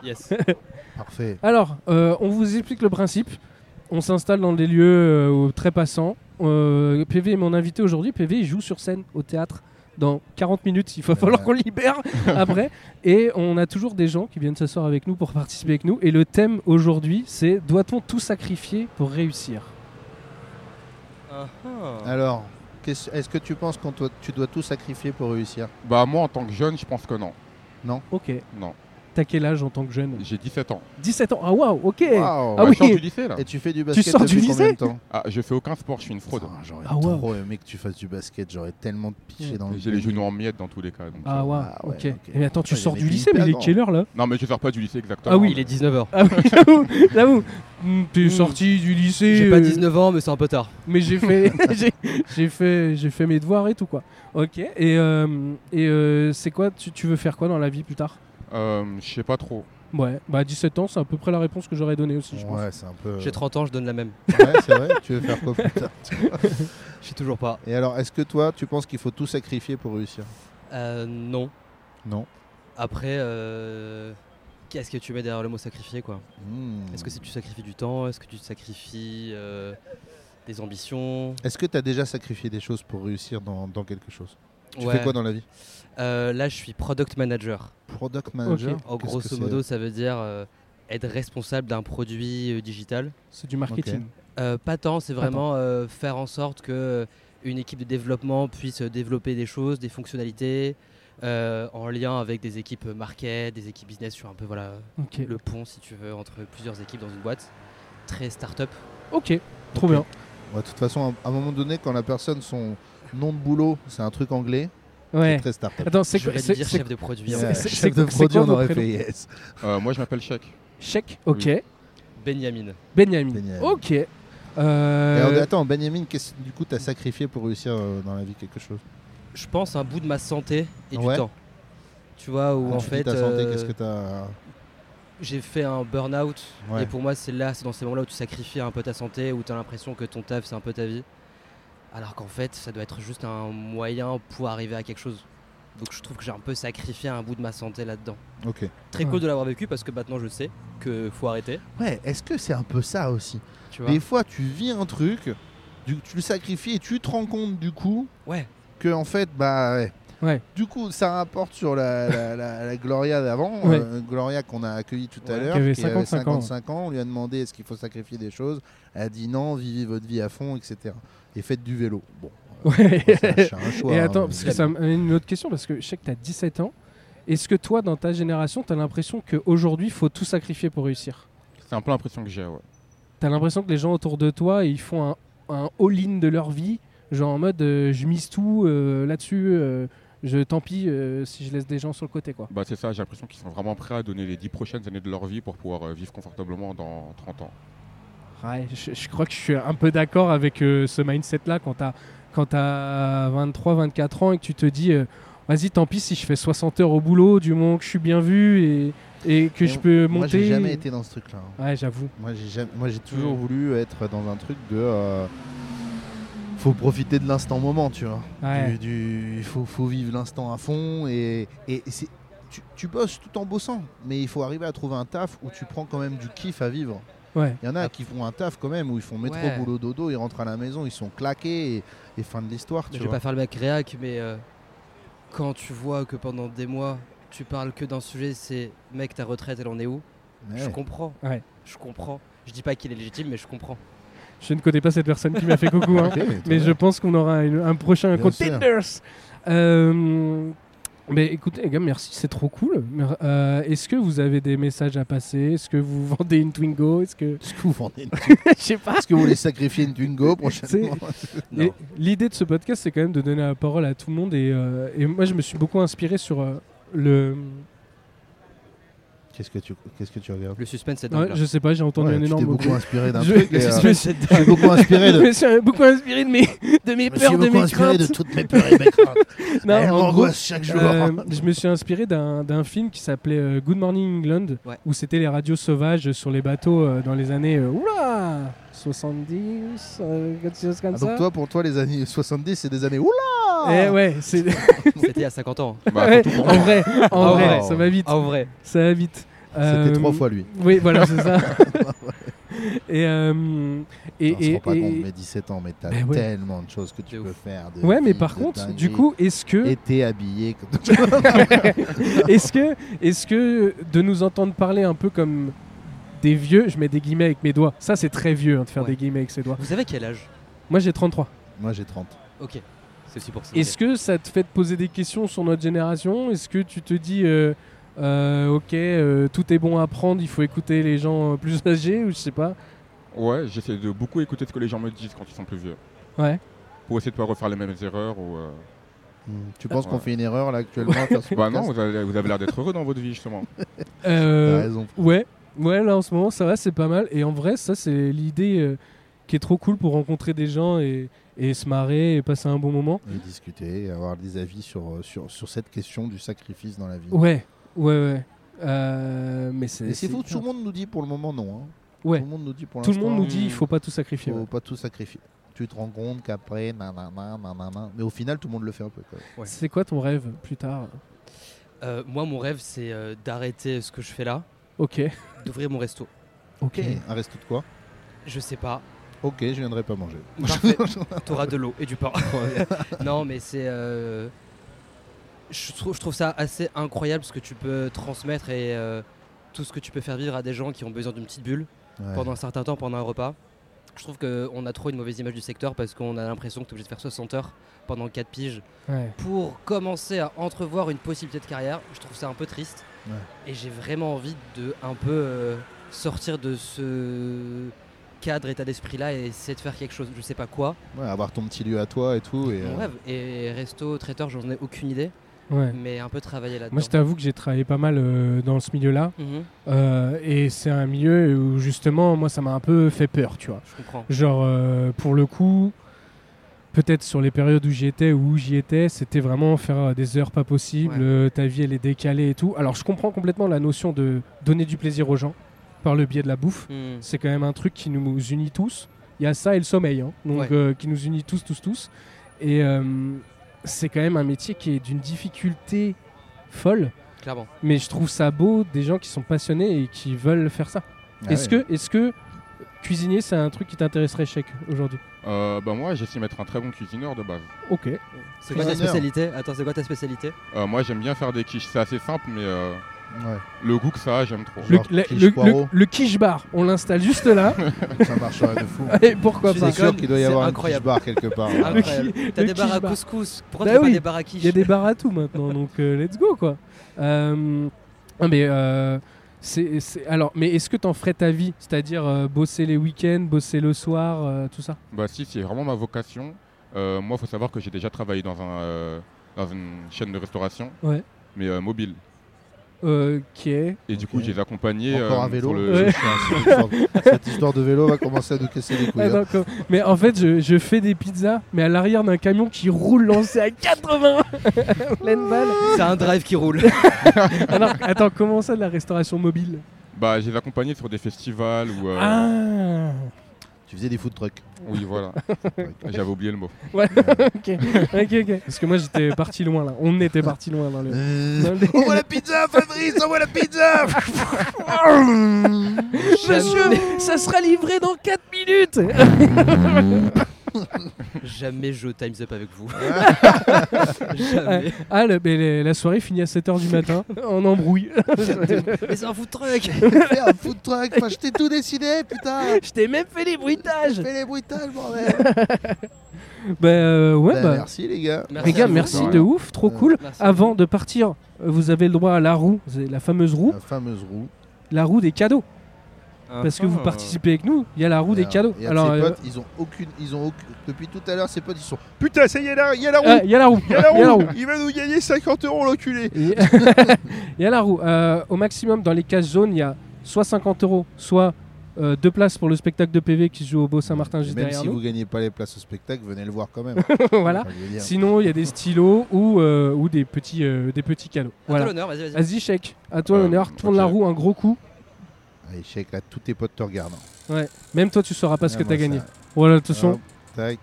[SPEAKER 8] Yes.
[SPEAKER 1] Parfait.
[SPEAKER 2] Alors, euh, on vous explique le principe. On s'installe dans des lieux euh, très passants. Euh, PV est mon invité aujourd'hui. PV il joue sur scène au théâtre dans 40 minutes. Il va falloir
[SPEAKER 1] Ouais.
[SPEAKER 2] qu'on le libère après. Et on a toujours des gens qui viennent s'asseoir avec nous pour participer avec nous. Et le thème aujourd'hui, c'est doit-on tout sacrifier pour réussir
[SPEAKER 1] Alors, qu'est-ce- est-ce que tu penses qu'on doit- tu dois tout sacrifier pour réussir
[SPEAKER 7] Bah moi en tant que jeune, je pense que non.
[SPEAKER 2] Ok.
[SPEAKER 7] Non.
[SPEAKER 2] T'as quel âge en tant que jeune
[SPEAKER 7] J'ai 17 ans.
[SPEAKER 2] 17 ans. Ah waouh, ok.
[SPEAKER 1] Waouh.
[SPEAKER 2] Ah
[SPEAKER 7] Bah,
[SPEAKER 2] oui.
[SPEAKER 7] Je sors du lycée là.
[SPEAKER 1] Et Eh, tu fais du basket
[SPEAKER 2] sors du
[SPEAKER 1] depuis combien
[SPEAKER 2] lycée
[SPEAKER 1] de temps
[SPEAKER 7] Ah, je fais aucun sport, je suis une fraude.
[SPEAKER 1] Putain, J'aurais
[SPEAKER 2] Ah, waouh.
[SPEAKER 1] trop aimé que tu fasses du basket, j'aurais tellement piché
[SPEAKER 2] Ouais.
[SPEAKER 1] dans le
[SPEAKER 7] J'ai les genoux en miettes dans tous les cas. donc, euh,
[SPEAKER 2] Ah, waouh,
[SPEAKER 1] Ah ouais,
[SPEAKER 2] ok.
[SPEAKER 1] ok.
[SPEAKER 2] Mais attends, tu
[SPEAKER 1] Putain,
[SPEAKER 2] sors
[SPEAKER 1] il y
[SPEAKER 2] du
[SPEAKER 1] avait
[SPEAKER 2] lycée, mais il est
[SPEAKER 1] hyper
[SPEAKER 2] quelle heure là
[SPEAKER 7] Non mais je sors pas du lycée exactement.
[SPEAKER 2] Ah oui,
[SPEAKER 8] Il est 19h.
[SPEAKER 2] Ah oui, j'avoue, j'avoue. Mm, T'es
[SPEAKER 1] Hmm.
[SPEAKER 8] Mm.
[SPEAKER 2] sorti du lycée.
[SPEAKER 8] J'ai pas
[SPEAKER 2] euh,
[SPEAKER 8] 19 ans, mais c'est un peu tard.
[SPEAKER 2] Mais j'ai fait, j'ai, j'ai fait, j'ai fait mes devoirs et tout quoi. Ok. Et, euh, et euh, c'est quoi tu, tu veux faire quoi dans la vie plus tard
[SPEAKER 7] Euh, je sais pas trop.
[SPEAKER 2] Ouais. Bah 17 ans, c'est à peu près la réponse que j'aurais donnée aussi, je pense.
[SPEAKER 1] Ouais, c'est un peu.
[SPEAKER 8] J'ai 30 ans, je donne la même.
[SPEAKER 1] Ouais, c'est vrai. Tu veux faire quoi plus tard
[SPEAKER 8] Je sais toujours pas.
[SPEAKER 1] Et alors, est-ce que toi, tu penses qu'il faut tout sacrifier pour réussir
[SPEAKER 8] Euh, non.
[SPEAKER 1] Non.
[SPEAKER 8] Après, euh, qu'est-ce que tu mets derrière le mot sacrifier quoi
[SPEAKER 1] Hmm.
[SPEAKER 8] Est-ce que c'est- tu sacrifies du temps Est-ce que tu sacrifies euh, des ambitions
[SPEAKER 1] Est-ce que tu as déjà sacrifié des choses pour réussir dans, dans quelque chose Tu
[SPEAKER 8] Ouais.
[SPEAKER 1] fais quoi dans la vie
[SPEAKER 8] Euh, Là, je suis product manager.
[SPEAKER 1] Product manager
[SPEAKER 8] En
[SPEAKER 1] Qu'est-ce que
[SPEAKER 8] Oh, grosso
[SPEAKER 1] c'est
[SPEAKER 8] modo, ça veut dire euh, être responsable d'un produit euh, digital.
[SPEAKER 2] C'est du marketing.
[SPEAKER 8] Euh, pas tant, c'est
[SPEAKER 2] Pas
[SPEAKER 8] vraiment euh, faire en sorte que euh, une équipe de développement puisse euh, développer des choses, des fonctionnalités, euh, en lien avec des équipes euh, market, des équipes business, sur un peu voilà
[SPEAKER 2] Ok.
[SPEAKER 8] le pont si tu veux entre plusieurs équipes dans une boîte, très start-up.
[SPEAKER 2] Ok. Trop bien.
[SPEAKER 1] Ouais, De toute façon, à un moment donné, quand la personne, son nom de boulot, c'est un truc anglais, c'est
[SPEAKER 2] Ouais.
[SPEAKER 1] très start-up.
[SPEAKER 2] Attends, c'est
[SPEAKER 8] Je
[SPEAKER 2] quoi
[SPEAKER 8] vais
[SPEAKER 2] c'est,
[SPEAKER 8] dire
[SPEAKER 2] c'est-
[SPEAKER 8] chef de produit. hein. en
[SPEAKER 1] Ouais,
[SPEAKER 2] c'est- c'est-
[SPEAKER 8] fait.
[SPEAKER 1] chef
[SPEAKER 2] c'est
[SPEAKER 1] de produit,
[SPEAKER 2] quoi
[SPEAKER 1] on
[SPEAKER 2] vos
[SPEAKER 1] aurait
[SPEAKER 2] prénoms
[SPEAKER 1] fait yes.
[SPEAKER 7] Euh, moi je m'appelle Chèque.
[SPEAKER 2] Chèque. Ok.
[SPEAKER 8] Benjamin.
[SPEAKER 2] Benjamin.
[SPEAKER 1] Benjamin.
[SPEAKER 2] Ok.
[SPEAKER 1] Et
[SPEAKER 2] Euh,
[SPEAKER 1] alors, attends, Benjamin, qu'est-ce- du coup, tu as sacrifié pour réussir euh, dans la vie quelque chose
[SPEAKER 8] Je pense un bout de ma santé et
[SPEAKER 1] Ouais.
[SPEAKER 8] du temps. tu vois, où
[SPEAKER 1] Ah,
[SPEAKER 8] en
[SPEAKER 1] tu dis
[SPEAKER 8] fait
[SPEAKER 1] ta santé,
[SPEAKER 8] euh,
[SPEAKER 1] qu'est-ce que t'as
[SPEAKER 8] j'ai fait un burn-out.
[SPEAKER 1] Ouais.
[SPEAKER 8] Et pour moi, c'est là, c'est dans ces moments-là où tu sacrifies un peu ta santé, où tu as l'impression que ton taf, c'est un peu ta vie. Alors qu'en fait, ça doit être juste un moyen pour arriver à quelque chose. Donc je trouve que j'ai un peu sacrifié un bout de ma santé là-dedans.
[SPEAKER 1] Ok.
[SPEAKER 8] Très
[SPEAKER 2] Ouais.
[SPEAKER 8] cool de l'avoir vécu parce que maintenant je sais que faut arrêter.
[SPEAKER 1] Ouais, est-ce que c'est un peu ça aussi
[SPEAKER 8] Tu vois
[SPEAKER 1] Des fois, tu vis un truc, du- tu le sacrifies et tu te rends compte du coup
[SPEAKER 8] Ouais.
[SPEAKER 1] que en fait, bah ouais.
[SPEAKER 2] Ouais.
[SPEAKER 1] Du coup, ça rapporte sur la, la- la- la Gloria d'avant,
[SPEAKER 2] Ouais.
[SPEAKER 1] euh, Gloria qu'on a accueillie tout à
[SPEAKER 8] Ouais.
[SPEAKER 1] l'heure,
[SPEAKER 2] Qui avait
[SPEAKER 1] 55,
[SPEAKER 2] 55 ans.
[SPEAKER 1] ans. On lui a demandé est-ce qu'il faut sacrifier des choses. Elle a dit non, vivez votre vie à fond, etc. Et faites du vélo. Bon, euh,
[SPEAKER 2] Ouais.
[SPEAKER 1] c'est un- c'est un choix.
[SPEAKER 2] Et
[SPEAKER 1] hein,
[SPEAKER 2] attends,
[SPEAKER 1] mais-
[SPEAKER 2] parce que ça m'amène une autre question, parce que je sais que tu as 17 ans. Est-ce que toi, dans ta génération, tu as l'impression qu'aujourd'hui, il faut tout sacrifier pour réussir
[SPEAKER 7] C'est un peu l'impression que j'ai, ouais.
[SPEAKER 2] Tu as l'impression que les gens autour de toi, ils font un, un all-in de leur vie, genre en mode euh, je mise tout euh, là-dessus, euh, je, tant pis euh, si je laisse des gens sur le côté. quoi.
[SPEAKER 7] Bah, c'est ça, j'ai l'impression qu'ils sont vraiment prêts à donner les 10 prochaines années de leur vie pour pouvoir euh, vivre confortablement dans 30 ans.
[SPEAKER 2] Ouais, je, je crois que je suis un peu d'accord avec euh, ce mindset-là quand t'as quand t'as 23, 24 ans et que tu te dis euh, vas-y, tant pis si je fais 60 heures au boulot du moment que je suis bien vu et, et que
[SPEAKER 1] Mais
[SPEAKER 2] je peux
[SPEAKER 1] Moi,
[SPEAKER 2] monter.
[SPEAKER 1] j'ai jamais été dans ce truc-là. hein.
[SPEAKER 2] Ouais, j'avoue.
[SPEAKER 1] Moi, j'ai jamais- moi, j'ai
[SPEAKER 2] Mm.
[SPEAKER 1] toujours voulu être dans un truc de. euh, Faut profiter de l'instant moment, tu vois.
[SPEAKER 2] Ouais.
[SPEAKER 1] Du- du- il faut, faut vivre l'instant à fond et, et c'est- tu, tu bosses tout en bossant, mais il faut arriver à trouver un taf où tu prends quand même du kiff à vivre.
[SPEAKER 2] Ouais.
[SPEAKER 1] Il y en a qui font un taf quand même où ils font métro,
[SPEAKER 8] Ouais.
[SPEAKER 1] boulot, dodo, ils rentrent à la maison, ils sont claqués et, et fin de l'histoire,
[SPEAKER 8] Mais
[SPEAKER 1] tu
[SPEAKER 8] je vais
[SPEAKER 1] vois.
[SPEAKER 8] pas faire le mec réac, mais euh, quand tu vois que pendant des mois, tu parles que d'un sujet, c'est mec, ta retraite, elle en est où
[SPEAKER 1] Ouais.
[SPEAKER 8] Je comprends.
[SPEAKER 2] Ouais.
[SPEAKER 8] Je comprends. Je dis pas qu'il est légitime, mais je comprends.
[SPEAKER 2] Je ne connais pas cette personne qui m'a fait coucou, hein,
[SPEAKER 1] Ok, t'as
[SPEAKER 2] mais je
[SPEAKER 1] raison.
[SPEAKER 2] pense qu'on aura une- un prochain
[SPEAKER 1] Bien
[SPEAKER 2] compte
[SPEAKER 1] sûr.
[SPEAKER 2] Tinders. Euh, mais écoutez, les gars, merci, c'est trop cool. Mer- euh, Est-ce que vous avez des messages à passer Est-ce que vous vendez une Twingo Est-ce que.
[SPEAKER 1] Est-ce que vous vendez une-
[SPEAKER 2] Je sais pas.
[SPEAKER 1] est-ce que vous voulez sacrifier une Twingo prochainement
[SPEAKER 8] Non.
[SPEAKER 2] Et L'idée de ce podcast, c'est quand même de donner la parole à tout le monde. Et, euh, et moi, je me suis beaucoup inspiré sur euh, le.
[SPEAKER 1] Qu'est-ce que tu qu'est-ce que tu regardes
[SPEAKER 8] Le suspense, c'est
[SPEAKER 2] Ouais,
[SPEAKER 8] dingue. là.
[SPEAKER 2] je sais pas, j'ai entendu
[SPEAKER 1] hein. Ouais,
[SPEAKER 2] un
[SPEAKER 1] Tu
[SPEAKER 2] énorme.
[SPEAKER 1] t'es beaucoup
[SPEAKER 2] bruit.
[SPEAKER 1] inspiré d'un
[SPEAKER 2] Je-
[SPEAKER 1] truc.
[SPEAKER 2] le
[SPEAKER 1] et, euh,
[SPEAKER 2] suspense,
[SPEAKER 8] c'est dingue.
[SPEAKER 1] je suis beaucoup inspiré
[SPEAKER 2] Je
[SPEAKER 1] de.
[SPEAKER 2] me suis beaucoup inspiré de mes, de mes
[SPEAKER 1] Je me suis
[SPEAKER 2] peurs, de
[SPEAKER 1] beaucoup
[SPEAKER 2] mes
[SPEAKER 1] inspiré
[SPEAKER 2] craintes.
[SPEAKER 1] de Eh, toutes mes peurs et mes craintes.
[SPEAKER 2] Non,
[SPEAKER 1] Elle
[SPEAKER 2] en gros,
[SPEAKER 1] m'angoisse chaque jour.
[SPEAKER 2] euh, je me suis inspiré d'un d'un film qui s'appelait euh, Good Morning England,
[SPEAKER 8] Ouais.
[SPEAKER 2] où c'était les radios sauvages sur les bateaux euh, dans les années euh, oula, 70, euh, quelque chose comme
[SPEAKER 1] Ah,
[SPEAKER 2] ça.
[SPEAKER 1] donc toi, ah. pour toi, les années 70, c'est des années oula
[SPEAKER 2] Eh ouais, c'est
[SPEAKER 8] C'était à 50 ans.
[SPEAKER 7] Bah,
[SPEAKER 2] ouais,
[SPEAKER 7] surtout pour
[SPEAKER 2] en
[SPEAKER 7] moi.
[SPEAKER 2] vrai, en
[SPEAKER 8] Oh.
[SPEAKER 2] vrai, ça va vite,
[SPEAKER 8] En vrai.
[SPEAKER 2] ça va vite.
[SPEAKER 1] Ah, C'était
[SPEAKER 2] Euh,
[SPEAKER 1] trois fois lui.
[SPEAKER 2] Oui, voilà, c'est ça. et euh, et,
[SPEAKER 1] Et, on se
[SPEAKER 2] et-
[SPEAKER 1] rend pas
[SPEAKER 2] et-
[SPEAKER 1] compte, mais 17 ans, mais t'as
[SPEAKER 2] Ben ouais.
[SPEAKER 1] tellement de choses que tu
[SPEAKER 8] De
[SPEAKER 1] peux
[SPEAKER 8] ouf.
[SPEAKER 1] faire. de
[SPEAKER 2] ouais, mais
[SPEAKER 1] vie,
[SPEAKER 2] par
[SPEAKER 1] de
[SPEAKER 2] contre,
[SPEAKER 1] dinguerie.
[SPEAKER 2] du coup, euh, est-ce que,
[SPEAKER 1] Et t'es habillé comme
[SPEAKER 2] est-ce que, est-ce que de nous entendre parler un peu comme des vieux, je mets des guillemets avec mes doigts. Ça, c'est très vieux hein, de faire
[SPEAKER 8] Ouais.
[SPEAKER 2] des guillemets avec ses doigts.
[SPEAKER 8] Vous savez quel âge
[SPEAKER 2] Moi, j'ai 33.
[SPEAKER 1] Moi, j'ai 30.
[SPEAKER 8] Ok. C'est aussi pour ça.
[SPEAKER 2] Est-ce que ça te fait te poser des questions sur notre génération Est-ce que tu te dis, euh, euh, ok, euh, tout est bon à prendre, il faut écouter les gens euh, plus âgés ou je sais pas
[SPEAKER 7] Ouais, j'essaie de beaucoup écouter ce que les gens me disent quand ils sont plus vieux.
[SPEAKER 2] Ouais.
[SPEAKER 7] Pour essayer de pas refaire les mêmes erreurs ou. euh,
[SPEAKER 1] Hmm. Tu penses
[SPEAKER 7] Ouais.
[SPEAKER 1] qu'on fait une erreur là actuellement à faire ce
[SPEAKER 7] Bah non,
[SPEAKER 1] podcast
[SPEAKER 7] vous avez, vous avez l'air d'être heureux dans votre vie justement.
[SPEAKER 2] Euh,
[SPEAKER 1] T'as raison.
[SPEAKER 2] Ouais, ouais, là en ce moment ça va, c'est pas mal. Et en vrai, ça c'est l'idée euh, qui est trop cool pour rencontrer des gens et, et se marrer et passer un bon moment.
[SPEAKER 1] Et discuter, avoir des avis sur, euh, sur, sur cette question du sacrifice dans la vie.
[SPEAKER 2] Ouais, ouais, ouais. Euh, mais c'est.
[SPEAKER 1] Et c'est fou, tout le monde nous dit pour le moment non. hein.
[SPEAKER 2] Ouais.
[SPEAKER 1] Tout le monde nous dit pour
[SPEAKER 2] Tout le monde
[SPEAKER 1] l'instant,
[SPEAKER 2] nous dit il faut pas tout sacrifier.
[SPEAKER 1] faut
[SPEAKER 2] ouais.
[SPEAKER 1] pas tout sacrifier. Tu te rends compte qu'après, nanana, nanana. Mais au final, tout le monde le fait un peu. quoi.
[SPEAKER 8] Ouais.
[SPEAKER 2] C'est quoi ton rêve plus tard
[SPEAKER 8] Euh, moi, mon rêve, c'est euh, d'arrêter ce que je fais là,
[SPEAKER 2] Ok,
[SPEAKER 8] d'ouvrir mon resto.
[SPEAKER 2] ok.
[SPEAKER 1] Un resto de quoi
[SPEAKER 8] Je sais pas.
[SPEAKER 1] Ok, je viendrai pas manger.
[SPEAKER 8] Parfait. T'auras de l'eau et du pain. non, mais c'est. euh, Je, trouve, je trouve ça assez incroyable ce que tu peux transmettre et euh, tout ce que tu peux faire vivre à des gens qui ont besoin d'une petite bulle
[SPEAKER 1] Ouais.
[SPEAKER 8] pendant un certain temps, pendant un repas. Je trouve qu'on a trop une mauvaise image du secteur parce qu'on a l'impression que tu es obligé de faire 60 heures pendant 4 piges
[SPEAKER 2] Ouais.
[SPEAKER 8] pour commencer à entrevoir une possibilité de carrière. Je trouve ça un peu triste.
[SPEAKER 1] Ouais.
[SPEAKER 8] Et j'ai vraiment envie de un peu euh, sortir de ce cadre, état d'esprit-là et essayer de faire quelque chose. Je sais pas quoi.
[SPEAKER 1] Ouais, avoir ton petit lieu à toi et tout. Et,
[SPEAKER 8] Mon
[SPEAKER 1] euh,
[SPEAKER 8] rêve. Et resto, traiteur, j'en ai aucune idée,
[SPEAKER 2] ouais.
[SPEAKER 8] mais un peu travailler là-dedans.
[SPEAKER 2] Moi, je t'avoue que j'ai travaillé pas mal euh, dans ce milieu-là.
[SPEAKER 8] Mhm,
[SPEAKER 2] Euh, et c'est un milieu où, justement, moi, ça m'a un peu fait peur, tu vois.
[SPEAKER 8] je comprends.
[SPEAKER 2] Genre, euh, pour le coup, peut-être sur les périodes où j'y étais ou où j'y étais, c'était vraiment faire euh, des heures pas possibles,
[SPEAKER 8] Ouais.
[SPEAKER 2] euh, ta vie elle est décalée et tout. Alors je comprends complètement la notion de donner du plaisir aux gens par le biais de la bouffe.
[SPEAKER 8] Hmm.
[SPEAKER 2] C'est quand même un truc qui nous unit tous. Il y a ça et le sommeil, hein, donc
[SPEAKER 8] Ouais.
[SPEAKER 2] euh, qui nous unit tous, tous, tous. Et euh, c'est quand même un métier qui est d'une difficulté folle,
[SPEAKER 8] Clairement.
[SPEAKER 2] mais je trouve ça beau des gens qui sont passionnés et qui veulent faire ça.
[SPEAKER 1] ah
[SPEAKER 8] Ah
[SPEAKER 2] est-ce que, est-ce que cuisinier, c'est un truc qui t'intéresserait, Chèque, aujourd'hui
[SPEAKER 7] Euh, bah moi, j'estime être un très bon cuisineur de base.
[SPEAKER 2] Ok.
[SPEAKER 8] C'est quoi ta
[SPEAKER 1] Cuisineur.
[SPEAKER 8] spécialité Attends, c'est quoi ta spécialité
[SPEAKER 7] Euh, moi, j'aime bien faire des quiches. C'est assez simple, mais euh,
[SPEAKER 1] Ouais,
[SPEAKER 7] le goût que ça a, j'aime trop.
[SPEAKER 2] Le,
[SPEAKER 1] Genre
[SPEAKER 2] le-
[SPEAKER 1] quiche
[SPEAKER 2] le-
[SPEAKER 1] poireau.
[SPEAKER 2] le- le quiche bar, on l'installe juste là.
[SPEAKER 1] ça marcherait de fou.
[SPEAKER 2] et pourquoi
[SPEAKER 8] Tu
[SPEAKER 2] pas
[SPEAKER 1] C'est sûr
[SPEAKER 8] déconnes,
[SPEAKER 1] qu'il doit y
[SPEAKER 8] c'est
[SPEAKER 1] avoir un
[SPEAKER 8] incroyable.
[SPEAKER 1] bar quelque part. euh,
[SPEAKER 2] Le qui-
[SPEAKER 8] Incroyable. T'as
[SPEAKER 2] le
[SPEAKER 8] des bars à
[SPEAKER 2] quiche bar.
[SPEAKER 8] couscous. Pourquoi
[SPEAKER 2] Bah
[SPEAKER 8] t'as
[SPEAKER 2] oui.
[SPEAKER 8] pas des bars à quiche
[SPEAKER 2] Il y a des bars à tout maintenant, donc euh, let's go quoi. Euh, ah, mais euh, c'est, c'est- alors, mais est-ce que t'en ferais ta vie, c'est-à-dire euh, bosser les week-ends, bosser le soir, euh, tout ça
[SPEAKER 7] Bah si, c'est vraiment ma vocation. Euh, moi, faut savoir que j'ai déjà travaillé dans, un, euh, dans une chaîne de restauration,
[SPEAKER 2] Ouais.
[SPEAKER 7] mais euh, mobile.
[SPEAKER 2] Euh, Qui est
[SPEAKER 7] Et du
[SPEAKER 1] Ok.
[SPEAKER 7] coup, j'ai accompagné
[SPEAKER 1] Encore un vélo.
[SPEAKER 7] pour euh, le-
[SPEAKER 2] Ouais.
[SPEAKER 1] Je suis un super fan. Cette histoire de vélo va commencer à nous casser les couilles.
[SPEAKER 2] Ah,
[SPEAKER 1] hein.
[SPEAKER 2] non, comme- Mais en fait, je, je fais des pizzas, mais à l'arrière d'un camion qui roule lancé à 80 pleine balle.
[SPEAKER 8] C'est un drive qui roule.
[SPEAKER 2] Alors, attends, comment ça de la restauration mobile
[SPEAKER 7] Bah, j'ai accompagné sur des festivals ou euh,
[SPEAKER 2] Ah
[SPEAKER 1] hein. Tu faisais des food trucks.
[SPEAKER 7] oui, voilà. J'avais oublié le mot.
[SPEAKER 2] Ouais, ok, ok, ok. Parce que moi j'étais parti loin là. On était parti loin dans le.
[SPEAKER 1] Euh,
[SPEAKER 2] dans le-
[SPEAKER 1] Envoie la pizza, Fabrice, envoie la pizza
[SPEAKER 2] Monsieur, ça sera livré dans 4 minutes
[SPEAKER 8] Jamais je times up avec vous. Jamais.
[SPEAKER 2] Ah, le- mais les- la soirée finit à 7h du matin, en embrouille.
[SPEAKER 8] Mais c'est un food truck.
[SPEAKER 1] Faire un food truck, enfin, je t'ai tout décidé, putain
[SPEAKER 2] Je t'ai même fait des bruitages
[SPEAKER 1] Fais les bruitages, bordel
[SPEAKER 2] Bah euh, ouais,
[SPEAKER 1] Bah,
[SPEAKER 2] bah.
[SPEAKER 1] Merci les gars
[SPEAKER 8] Merci
[SPEAKER 2] Les gars,
[SPEAKER 8] à vous.
[SPEAKER 2] merci
[SPEAKER 7] Ouais.
[SPEAKER 2] de ouf, trop
[SPEAKER 1] Euh,
[SPEAKER 2] cool.
[SPEAKER 8] Merci.
[SPEAKER 2] Avant de partir, euh, vous avez le droit à la roue, vous avez la fameuse roue,
[SPEAKER 1] La fameuse roue.
[SPEAKER 2] la roue des cadeaux. Parce que vous
[SPEAKER 7] Ah.
[SPEAKER 2] participez avec nous, il y a la roue des
[SPEAKER 1] Alors,
[SPEAKER 2] cadeaux.
[SPEAKER 1] et à
[SPEAKER 2] Alors,
[SPEAKER 1] ses
[SPEAKER 2] euh,
[SPEAKER 1] potes, ils ont aucune. Ils ont aucune- Depuis tout à l'heure, ses potes, ils sont.
[SPEAKER 4] Putain, ça y est, là, il y a la roue.
[SPEAKER 2] euh, il y a la roue,
[SPEAKER 4] Il y a la
[SPEAKER 2] il y a la
[SPEAKER 4] roue.
[SPEAKER 2] roue.
[SPEAKER 4] Il va nous gagner 50 euros, l'enculé.
[SPEAKER 2] Et- Il y a la roue. Euh, au maximum, dans les cases jaunes, il y a soit 50 euros, soit euh, deux places pour le spectacle de PV qui se joue au Beau Saint-Martin
[SPEAKER 1] Et
[SPEAKER 2] juste
[SPEAKER 1] Même
[SPEAKER 2] derrière
[SPEAKER 1] si
[SPEAKER 2] nous.
[SPEAKER 1] vous gagnez pas les places au spectacle, venez le voir quand même.
[SPEAKER 2] voilà.
[SPEAKER 1] Enfin, je veux dire.
[SPEAKER 2] Sinon, il y a des stylos ou, euh, ou des, petits, euh, des petits cadeaux.
[SPEAKER 8] À toi
[SPEAKER 2] Voilà.
[SPEAKER 8] l'honneur, vas-y, vas-y.
[SPEAKER 2] Vas-y, chèque. À toi
[SPEAKER 7] Euh,
[SPEAKER 2] l'honneur. Tourne la
[SPEAKER 7] ok.
[SPEAKER 2] roue un gros coup.
[SPEAKER 1] Allez, shake, là, tous tes potes te regardent.
[SPEAKER 2] Même toi, tu sauras pas ce
[SPEAKER 1] Ah,
[SPEAKER 2] que
[SPEAKER 1] moi,
[SPEAKER 2] t'as
[SPEAKER 1] ça-
[SPEAKER 2] gagné. Voilà, attention.
[SPEAKER 1] Hop, tac.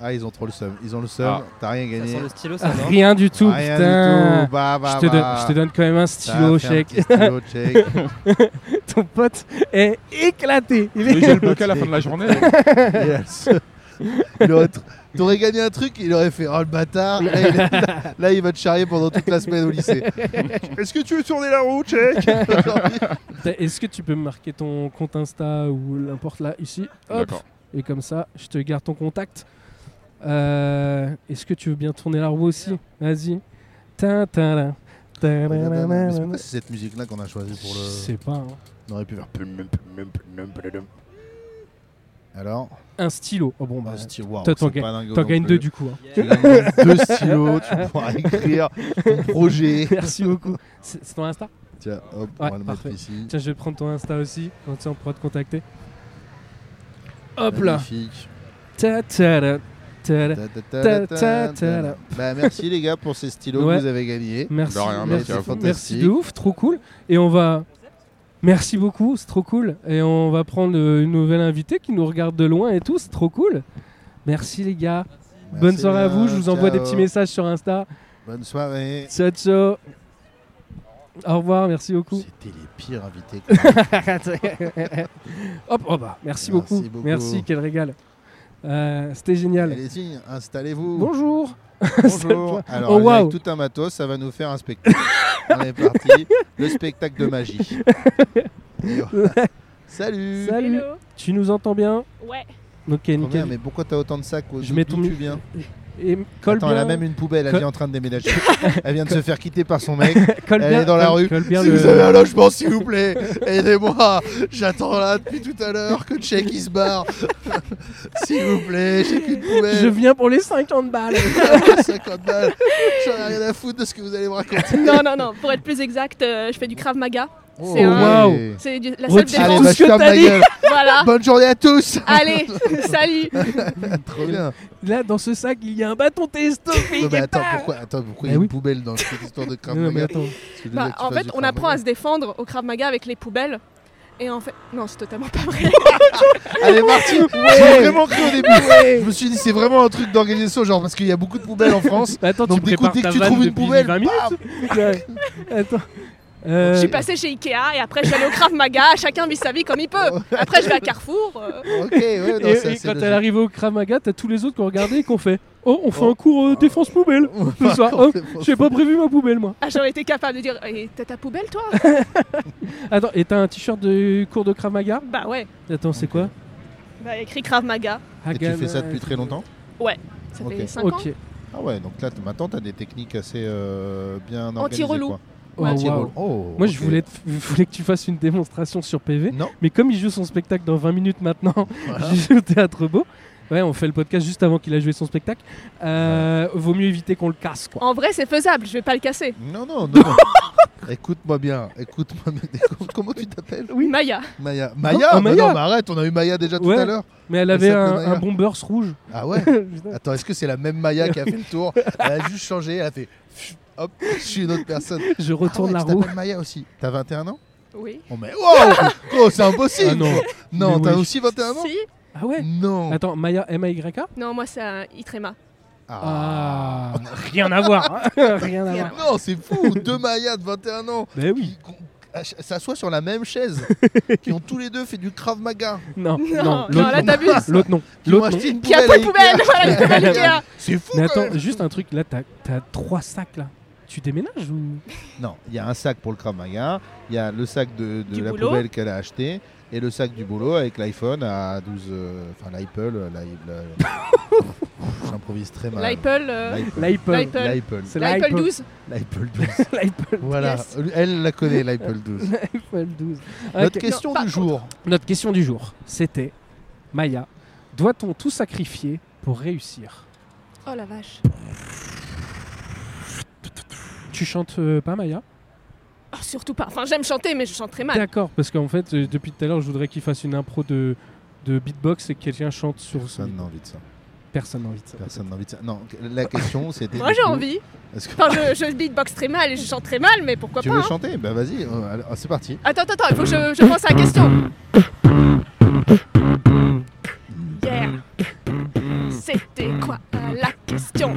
[SPEAKER 1] Ah, ils ont trop le seum. Ils ont le seum.
[SPEAKER 7] Ah.
[SPEAKER 1] T'as rien
[SPEAKER 8] Ça
[SPEAKER 1] gagné.
[SPEAKER 8] sent le stylo, ça non
[SPEAKER 2] Rien du tout,
[SPEAKER 1] Ah, Rien du
[SPEAKER 2] putain.
[SPEAKER 1] tout. Bah, bah,
[SPEAKER 2] Je te, donne,
[SPEAKER 1] bah.
[SPEAKER 2] je te donne quand même un
[SPEAKER 1] Ça
[SPEAKER 2] stylo,
[SPEAKER 1] a fait un
[SPEAKER 2] chèque.
[SPEAKER 1] petit stylo, check.
[SPEAKER 2] Ton pote est éclaté. Il est-
[SPEAKER 7] Oui, j'ai le bloc à la fin de la journée.
[SPEAKER 1] Yes. Il aurait tr- T'aurais gagné un truc, il aurait fait Oh le bâtard. Là, il, est- là- là, il va te charrier pendant toute la semaine au lycée.
[SPEAKER 4] Est-ce que tu veux tourner la roue, check
[SPEAKER 2] T'as- Est-ce que tu peux me marquer ton compte Insta ou n'importe là, ici Hop.
[SPEAKER 7] D'accord.
[SPEAKER 2] Et comme ça, je te garde ton contact. Euh, Est-ce que tu veux bien tourner la roue aussi Vas-y. Tin, tin, là. Tin,
[SPEAKER 1] Mais
[SPEAKER 2] là, là, là,
[SPEAKER 1] c'est
[SPEAKER 2] là, là.
[SPEAKER 1] pourquoi c'est cette musique là qu'on a choisi pour
[SPEAKER 2] Je
[SPEAKER 1] le.
[SPEAKER 2] sais pas. hein.
[SPEAKER 1] On aurait pu faire. plum, plum, plum, plum, plum, plum. Alors,
[SPEAKER 2] Un stylo. Oh bon, bah,
[SPEAKER 1] un stylo. Wow,
[SPEAKER 2] Toi, t'en
[SPEAKER 1] c'est
[SPEAKER 2] gagnes-
[SPEAKER 1] pas dingo
[SPEAKER 2] t'en
[SPEAKER 1] non
[SPEAKER 2] gagnes
[SPEAKER 1] plus.
[SPEAKER 2] deux du coup. hein.
[SPEAKER 1] Tu gagnes deux stylos, tu pourras écrire ton projet.
[SPEAKER 2] Merci beaucoup. C'est c'est ton Insta
[SPEAKER 1] Tiens, hop, on
[SPEAKER 2] Ouais,
[SPEAKER 1] va le
[SPEAKER 2] parfait.
[SPEAKER 1] mettre ici.
[SPEAKER 2] Tiens, je vais prendre ton Insta aussi. Comme ça, on pourra te contacter. Hop là.
[SPEAKER 1] Magnifique.
[SPEAKER 2] Ta, ta, da, ta, da.
[SPEAKER 1] Ta, ta, ta,
[SPEAKER 2] Ta,
[SPEAKER 1] ta,
[SPEAKER 2] ta,
[SPEAKER 1] ta,
[SPEAKER 2] ta.
[SPEAKER 1] Bah, merci les gars pour ces stylos
[SPEAKER 2] Ouais.
[SPEAKER 1] que vous avez gagnés.
[SPEAKER 2] Merci.
[SPEAKER 7] De rien,
[SPEAKER 1] Il a
[SPEAKER 7] merci
[SPEAKER 1] été
[SPEAKER 7] à vous.
[SPEAKER 2] Merci
[SPEAKER 1] fantastique.
[SPEAKER 2] de ouf, trop cool. Et on va. Merci beaucoup, c'est trop cool. Et on va prendre euh, une nouvelle invitée qui nous regarde de loin et tout, c'est trop cool. Merci les gars.
[SPEAKER 1] Merci,
[SPEAKER 2] Bonne soirée à
[SPEAKER 1] bien.
[SPEAKER 2] vous. Je vous envoie des
[SPEAKER 1] Ciao.
[SPEAKER 2] petits messages sur Insta.
[SPEAKER 1] Bonne soirée.
[SPEAKER 2] Ciao, ciao. Au revoir, merci beaucoup.
[SPEAKER 1] C'était les pires invités. que j'ai.
[SPEAKER 2] Hop, oh bah,
[SPEAKER 1] Merci
[SPEAKER 2] merci, beaucoup.
[SPEAKER 1] beaucoup.
[SPEAKER 2] Merci, quel régal. Euh, C'était génial.
[SPEAKER 1] Allez-y, installez-vous.
[SPEAKER 2] Bonjour.
[SPEAKER 1] Bonjour. Alors,
[SPEAKER 2] Oh, waouh.
[SPEAKER 1] avec tout un matos, ça va nous faire un spectacle. On est parti. Le spectacle de magie. Et voilà. Salut.
[SPEAKER 2] Salut. Tu nous entends bien
[SPEAKER 6] Ouais.
[SPEAKER 1] Trop
[SPEAKER 2] Ok,
[SPEAKER 1] bien,
[SPEAKER 2] nickel.
[SPEAKER 1] mais pourquoi t'as autant de sacs
[SPEAKER 2] Je mets
[SPEAKER 1] D'où
[SPEAKER 2] ton
[SPEAKER 1] tu
[SPEAKER 2] mu-
[SPEAKER 1] viens
[SPEAKER 2] Et colle
[SPEAKER 1] Attends,
[SPEAKER 2] bien,
[SPEAKER 1] elle a même une poubelle, elle
[SPEAKER 2] Col-
[SPEAKER 1] vient en train de déménager. elle vient de se faire quitter par son mec.
[SPEAKER 2] colle
[SPEAKER 1] elle
[SPEAKER 2] bien-
[SPEAKER 1] est dans la
[SPEAKER 2] colle-
[SPEAKER 1] rue.
[SPEAKER 2] colle bien
[SPEAKER 1] si
[SPEAKER 2] le-
[SPEAKER 1] vous avez un logement, s'il vous plaît, aidez-moi. J'attends là depuis tout à l'heure que Tchèque il se barre. s'il vous plaît, j'ai qu'une poubelle.
[SPEAKER 2] Je viens pour les 50 balles.
[SPEAKER 1] 50 balles. J'en ai rien à foutre de ce que vous allez me raconter.
[SPEAKER 6] Non, non, non. Pour être plus exact, euh, je fais du Krav Maga.
[SPEAKER 9] C'est un-
[SPEAKER 2] waouh.
[SPEAKER 1] ouais.
[SPEAKER 9] C'est du- la salle
[SPEAKER 2] Retire
[SPEAKER 9] des
[SPEAKER 1] Allez,
[SPEAKER 2] tout
[SPEAKER 9] ventes.
[SPEAKER 1] bah,
[SPEAKER 2] ce
[SPEAKER 1] je
[SPEAKER 2] que
[SPEAKER 1] ferme
[SPEAKER 2] t'as
[SPEAKER 1] ma
[SPEAKER 2] dit.
[SPEAKER 1] gueule.
[SPEAKER 9] Voilà.
[SPEAKER 1] Bonne journée à tous.
[SPEAKER 9] Allez, salut.
[SPEAKER 1] Trop bien.
[SPEAKER 2] Là, dans ce sac, il y a un bâton télescopique.
[SPEAKER 1] Non, mais
[SPEAKER 2] et
[SPEAKER 1] attends,
[SPEAKER 2] pas-
[SPEAKER 1] pourquoi, attends, pourquoi
[SPEAKER 2] Eh
[SPEAKER 1] il y a
[SPEAKER 2] oui.
[SPEAKER 1] une poubelle dans cette histoire de Krav
[SPEAKER 2] Non, mais
[SPEAKER 1] Maga
[SPEAKER 2] attends.
[SPEAKER 1] Parce que le
[SPEAKER 9] Bah,
[SPEAKER 1] mec qui
[SPEAKER 9] en
[SPEAKER 1] fasse
[SPEAKER 9] fait,
[SPEAKER 1] du
[SPEAKER 9] on
[SPEAKER 1] Krav
[SPEAKER 9] apprend à
[SPEAKER 1] Maga.
[SPEAKER 9] se défendre au Krav Maga avec les poubelles. Et en fait, non, c'est totalement pas vrai.
[SPEAKER 1] Allez, Martine J'ai vraiment cru au début. Je me suis dit, c'est vraiment un truc d'organisation, genre parce qu'il y a beaucoup de poubelles en France.
[SPEAKER 2] Bah, Attends,
[SPEAKER 1] Donc,
[SPEAKER 2] tu
[SPEAKER 1] du coup,
[SPEAKER 2] prépares
[SPEAKER 1] dès que
[SPEAKER 2] ta
[SPEAKER 1] tu
[SPEAKER 2] vanne
[SPEAKER 1] trouves une
[SPEAKER 2] depuis
[SPEAKER 1] poubelle,
[SPEAKER 2] 20 minutes. Ouais. Attends. Euh,
[SPEAKER 9] Je suis passée chez Ikea et après je suis allée au Krav Maga. Chacun vit sa vie comme il peut. Après, je vais à Carrefour. euh,
[SPEAKER 1] Ok, ouais,
[SPEAKER 2] et-
[SPEAKER 1] non,
[SPEAKER 2] et
[SPEAKER 1] c'est
[SPEAKER 2] quand elle arrive au Kramaga, t'as tous les autres qui ont regardé et qui ont fait Oh, on fait un cours euh, défense poubelle.
[SPEAKER 1] ce
[SPEAKER 2] soir, hop, J'ai pas prévu ma poubelle, moi.
[SPEAKER 9] Ah, j'aurais été capable de dire Eh, T'as ta poubelle, toi
[SPEAKER 2] Attends, et t'as un t-shirt de cours de Kramaga
[SPEAKER 9] Bah ouais.
[SPEAKER 2] Attends, c'est quoi euh,
[SPEAKER 9] Bah, écrit Krav Maga.
[SPEAKER 1] Et tu fais ça depuis très longtemps
[SPEAKER 9] Ça
[SPEAKER 1] Ok.
[SPEAKER 9] fait 5 ans.
[SPEAKER 2] Ok.
[SPEAKER 1] Ah ouais, donc là, t- maintenant, t'as des techniques assez euh, bien organisées.
[SPEAKER 9] Anti-relou.
[SPEAKER 1] quoi.
[SPEAKER 2] Oh,
[SPEAKER 9] Ouais.
[SPEAKER 2] waouh.
[SPEAKER 1] Anti-relou. Oh,
[SPEAKER 2] Moi,
[SPEAKER 1] ok.
[SPEAKER 2] je voulais, te- je voulais que tu fasses une démonstration sur PV,
[SPEAKER 1] Non, Ah.
[SPEAKER 2] mais comme il joue son spectacle dans 20 minutes maintenant,
[SPEAKER 1] voilà.
[SPEAKER 2] j'ai au théâtre beau. Ouais, on fait le podcast juste avant qu'il a joué son spectacle. Euh, Vaut mieux éviter qu'on le casse, quoi.
[SPEAKER 9] En vrai, c'est faisable. Je vais pas le casser.
[SPEAKER 1] Non, non, non. non. écoute-moi bien, écoute-moi bien. Comment tu t'appelles
[SPEAKER 9] Oui, Maya.
[SPEAKER 1] Maya. Maya,
[SPEAKER 2] Oh,
[SPEAKER 1] Bah
[SPEAKER 2] Maya.
[SPEAKER 1] non, mais arrête, on a eu Maya déjà tout
[SPEAKER 2] Ouais.
[SPEAKER 1] à l'heure.
[SPEAKER 2] Mais elle avait
[SPEAKER 1] s'appelait
[SPEAKER 2] un,
[SPEAKER 1] Maya.
[SPEAKER 2] un bombers rouge.
[SPEAKER 1] Ah ouais
[SPEAKER 2] Putain.
[SPEAKER 1] Attends, est-ce que c'est la même Maya qui a fait le tour Elle a juste changé, elle a fait pfiou, hop, je suis une autre personne.
[SPEAKER 2] Je retourne
[SPEAKER 1] ah ouais,
[SPEAKER 2] la
[SPEAKER 1] tu
[SPEAKER 2] roue.
[SPEAKER 1] t'appelles Maya aussi. T'as 21 ans
[SPEAKER 9] Oui.
[SPEAKER 1] Oh mais wow Oh, c'est impossible
[SPEAKER 2] Ah non.
[SPEAKER 1] Non,
[SPEAKER 2] Mais
[SPEAKER 1] t'as
[SPEAKER 2] oui.
[SPEAKER 1] aussi 21 ans
[SPEAKER 9] Si
[SPEAKER 2] Ah ouais
[SPEAKER 1] Non
[SPEAKER 2] Attends, Maya M-A-Y-A
[SPEAKER 9] Non, moi, c'est un Itrema.
[SPEAKER 2] Ah Rien à voir hein. Rien à
[SPEAKER 1] Mais
[SPEAKER 2] voir.
[SPEAKER 1] Oh, Non, c'est fou Deux Mayas de 21 ans
[SPEAKER 2] Ben oui.
[SPEAKER 1] qui qu'on- à ch- s'assoient sur la même chaise, qui ont tous les deux fait du Krav Maga,
[SPEAKER 2] Non,
[SPEAKER 9] Non,
[SPEAKER 2] non,
[SPEAKER 9] non,
[SPEAKER 2] l'autre
[SPEAKER 9] là,
[SPEAKER 2] non.
[SPEAKER 9] t'abuses.
[SPEAKER 2] L'autre non.
[SPEAKER 1] qui ont
[SPEAKER 2] L'autre non.
[SPEAKER 1] acheté une
[SPEAKER 9] Qui a
[SPEAKER 1] poubelle.
[SPEAKER 9] pas
[SPEAKER 1] à
[SPEAKER 9] de poubelle
[SPEAKER 1] Ikea.
[SPEAKER 9] Voilà, une poubelle Ikea.
[SPEAKER 1] C'est fou
[SPEAKER 2] Mais
[SPEAKER 1] quand
[SPEAKER 2] attends,
[SPEAKER 1] même.
[SPEAKER 2] juste un truc, là, t'as t'as trois sacs, là. Tu déménages ou
[SPEAKER 1] Non, il y a un sac pour le Krav Maga, il y a le sac de, de
[SPEAKER 9] Du
[SPEAKER 1] la
[SPEAKER 9] boulot.
[SPEAKER 1] poubelle qu'elle a acheté et le sac du boulot avec l'iPhone à 12. euh, Enfin, l'Apple. euh, la- la- J'improvise très mal.
[SPEAKER 9] L'Apple. euh,
[SPEAKER 1] L'iPhone.
[SPEAKER 2] L'Apple.
[SPEAKER 9] L'iPhone.
[SPEAKER 1] L'iPhone.
[SPEAKER 2] C'est
[SPEAKER 9] L'Apple 12.
[SPEAKER 1] L'iPhone 12.
[SPEAKER 2] L'iPhone
[SPEAKER 1] Voilà,
[SPEAKER 9] Yes.
[SPEAKER 1] elle la connaît, l'Apple 12.
[SPEAKER 2] l'iPhone 12.
[SPEAKER 1] Notre
[SPEAKER 2] Ok.
[SPEAKER 1] question
[SPEAKER 9] par
[SPEAKER 1] du jour.
[SPEAKER 2] Notre question du jour, c'était Maya, doit-on tout sacrifier pour réussir
[SPEAKER 9] Oh la vache.
[SPEAKER 2] Tu chantes euh, pas, Maya
[SPEAKER 9] Oh, surtout pas. Enfin, j'aime chanter, mais je chante très mal.
[SPEAKER 2] D'accord, parce qu'en fait, euh, depuis tout à l'heure, je voudrais qu'il fasse une impro de, de beatbox et que quelqu'un chante sur son.
[SPEAKER 1] Personne n'a envie de ça.
[SPEAKER 2] Personne n'a envie de ça.
[SPEAKER 1] Personne n'a envie de ça. Non, la question c'était.
[SPEAKER 9] Moi,
[SPEAKER 1] du
[SPEAKER 9] j'ai
[SPEAKER 1] coup,
[SPEAKER 9] envie.
[SPEAKER 1] Est-ce que
[SPEAKER 9] Enfin, je, je beatbox très mal et je chante très mal, mais pourquoi
[SPEAKER 1] tu
[SPEAKER 9] pas
[SPEAKER 1] veux
[SPEAKER 9] hein.
[SPEAKER 1] chanter Bah vas-y, euh, allez, ah, c'est parti.
[SPEAKER 9] Attends, attends, attends, il faut que je, je pense à la question. Hier, c'était quoi euh, la question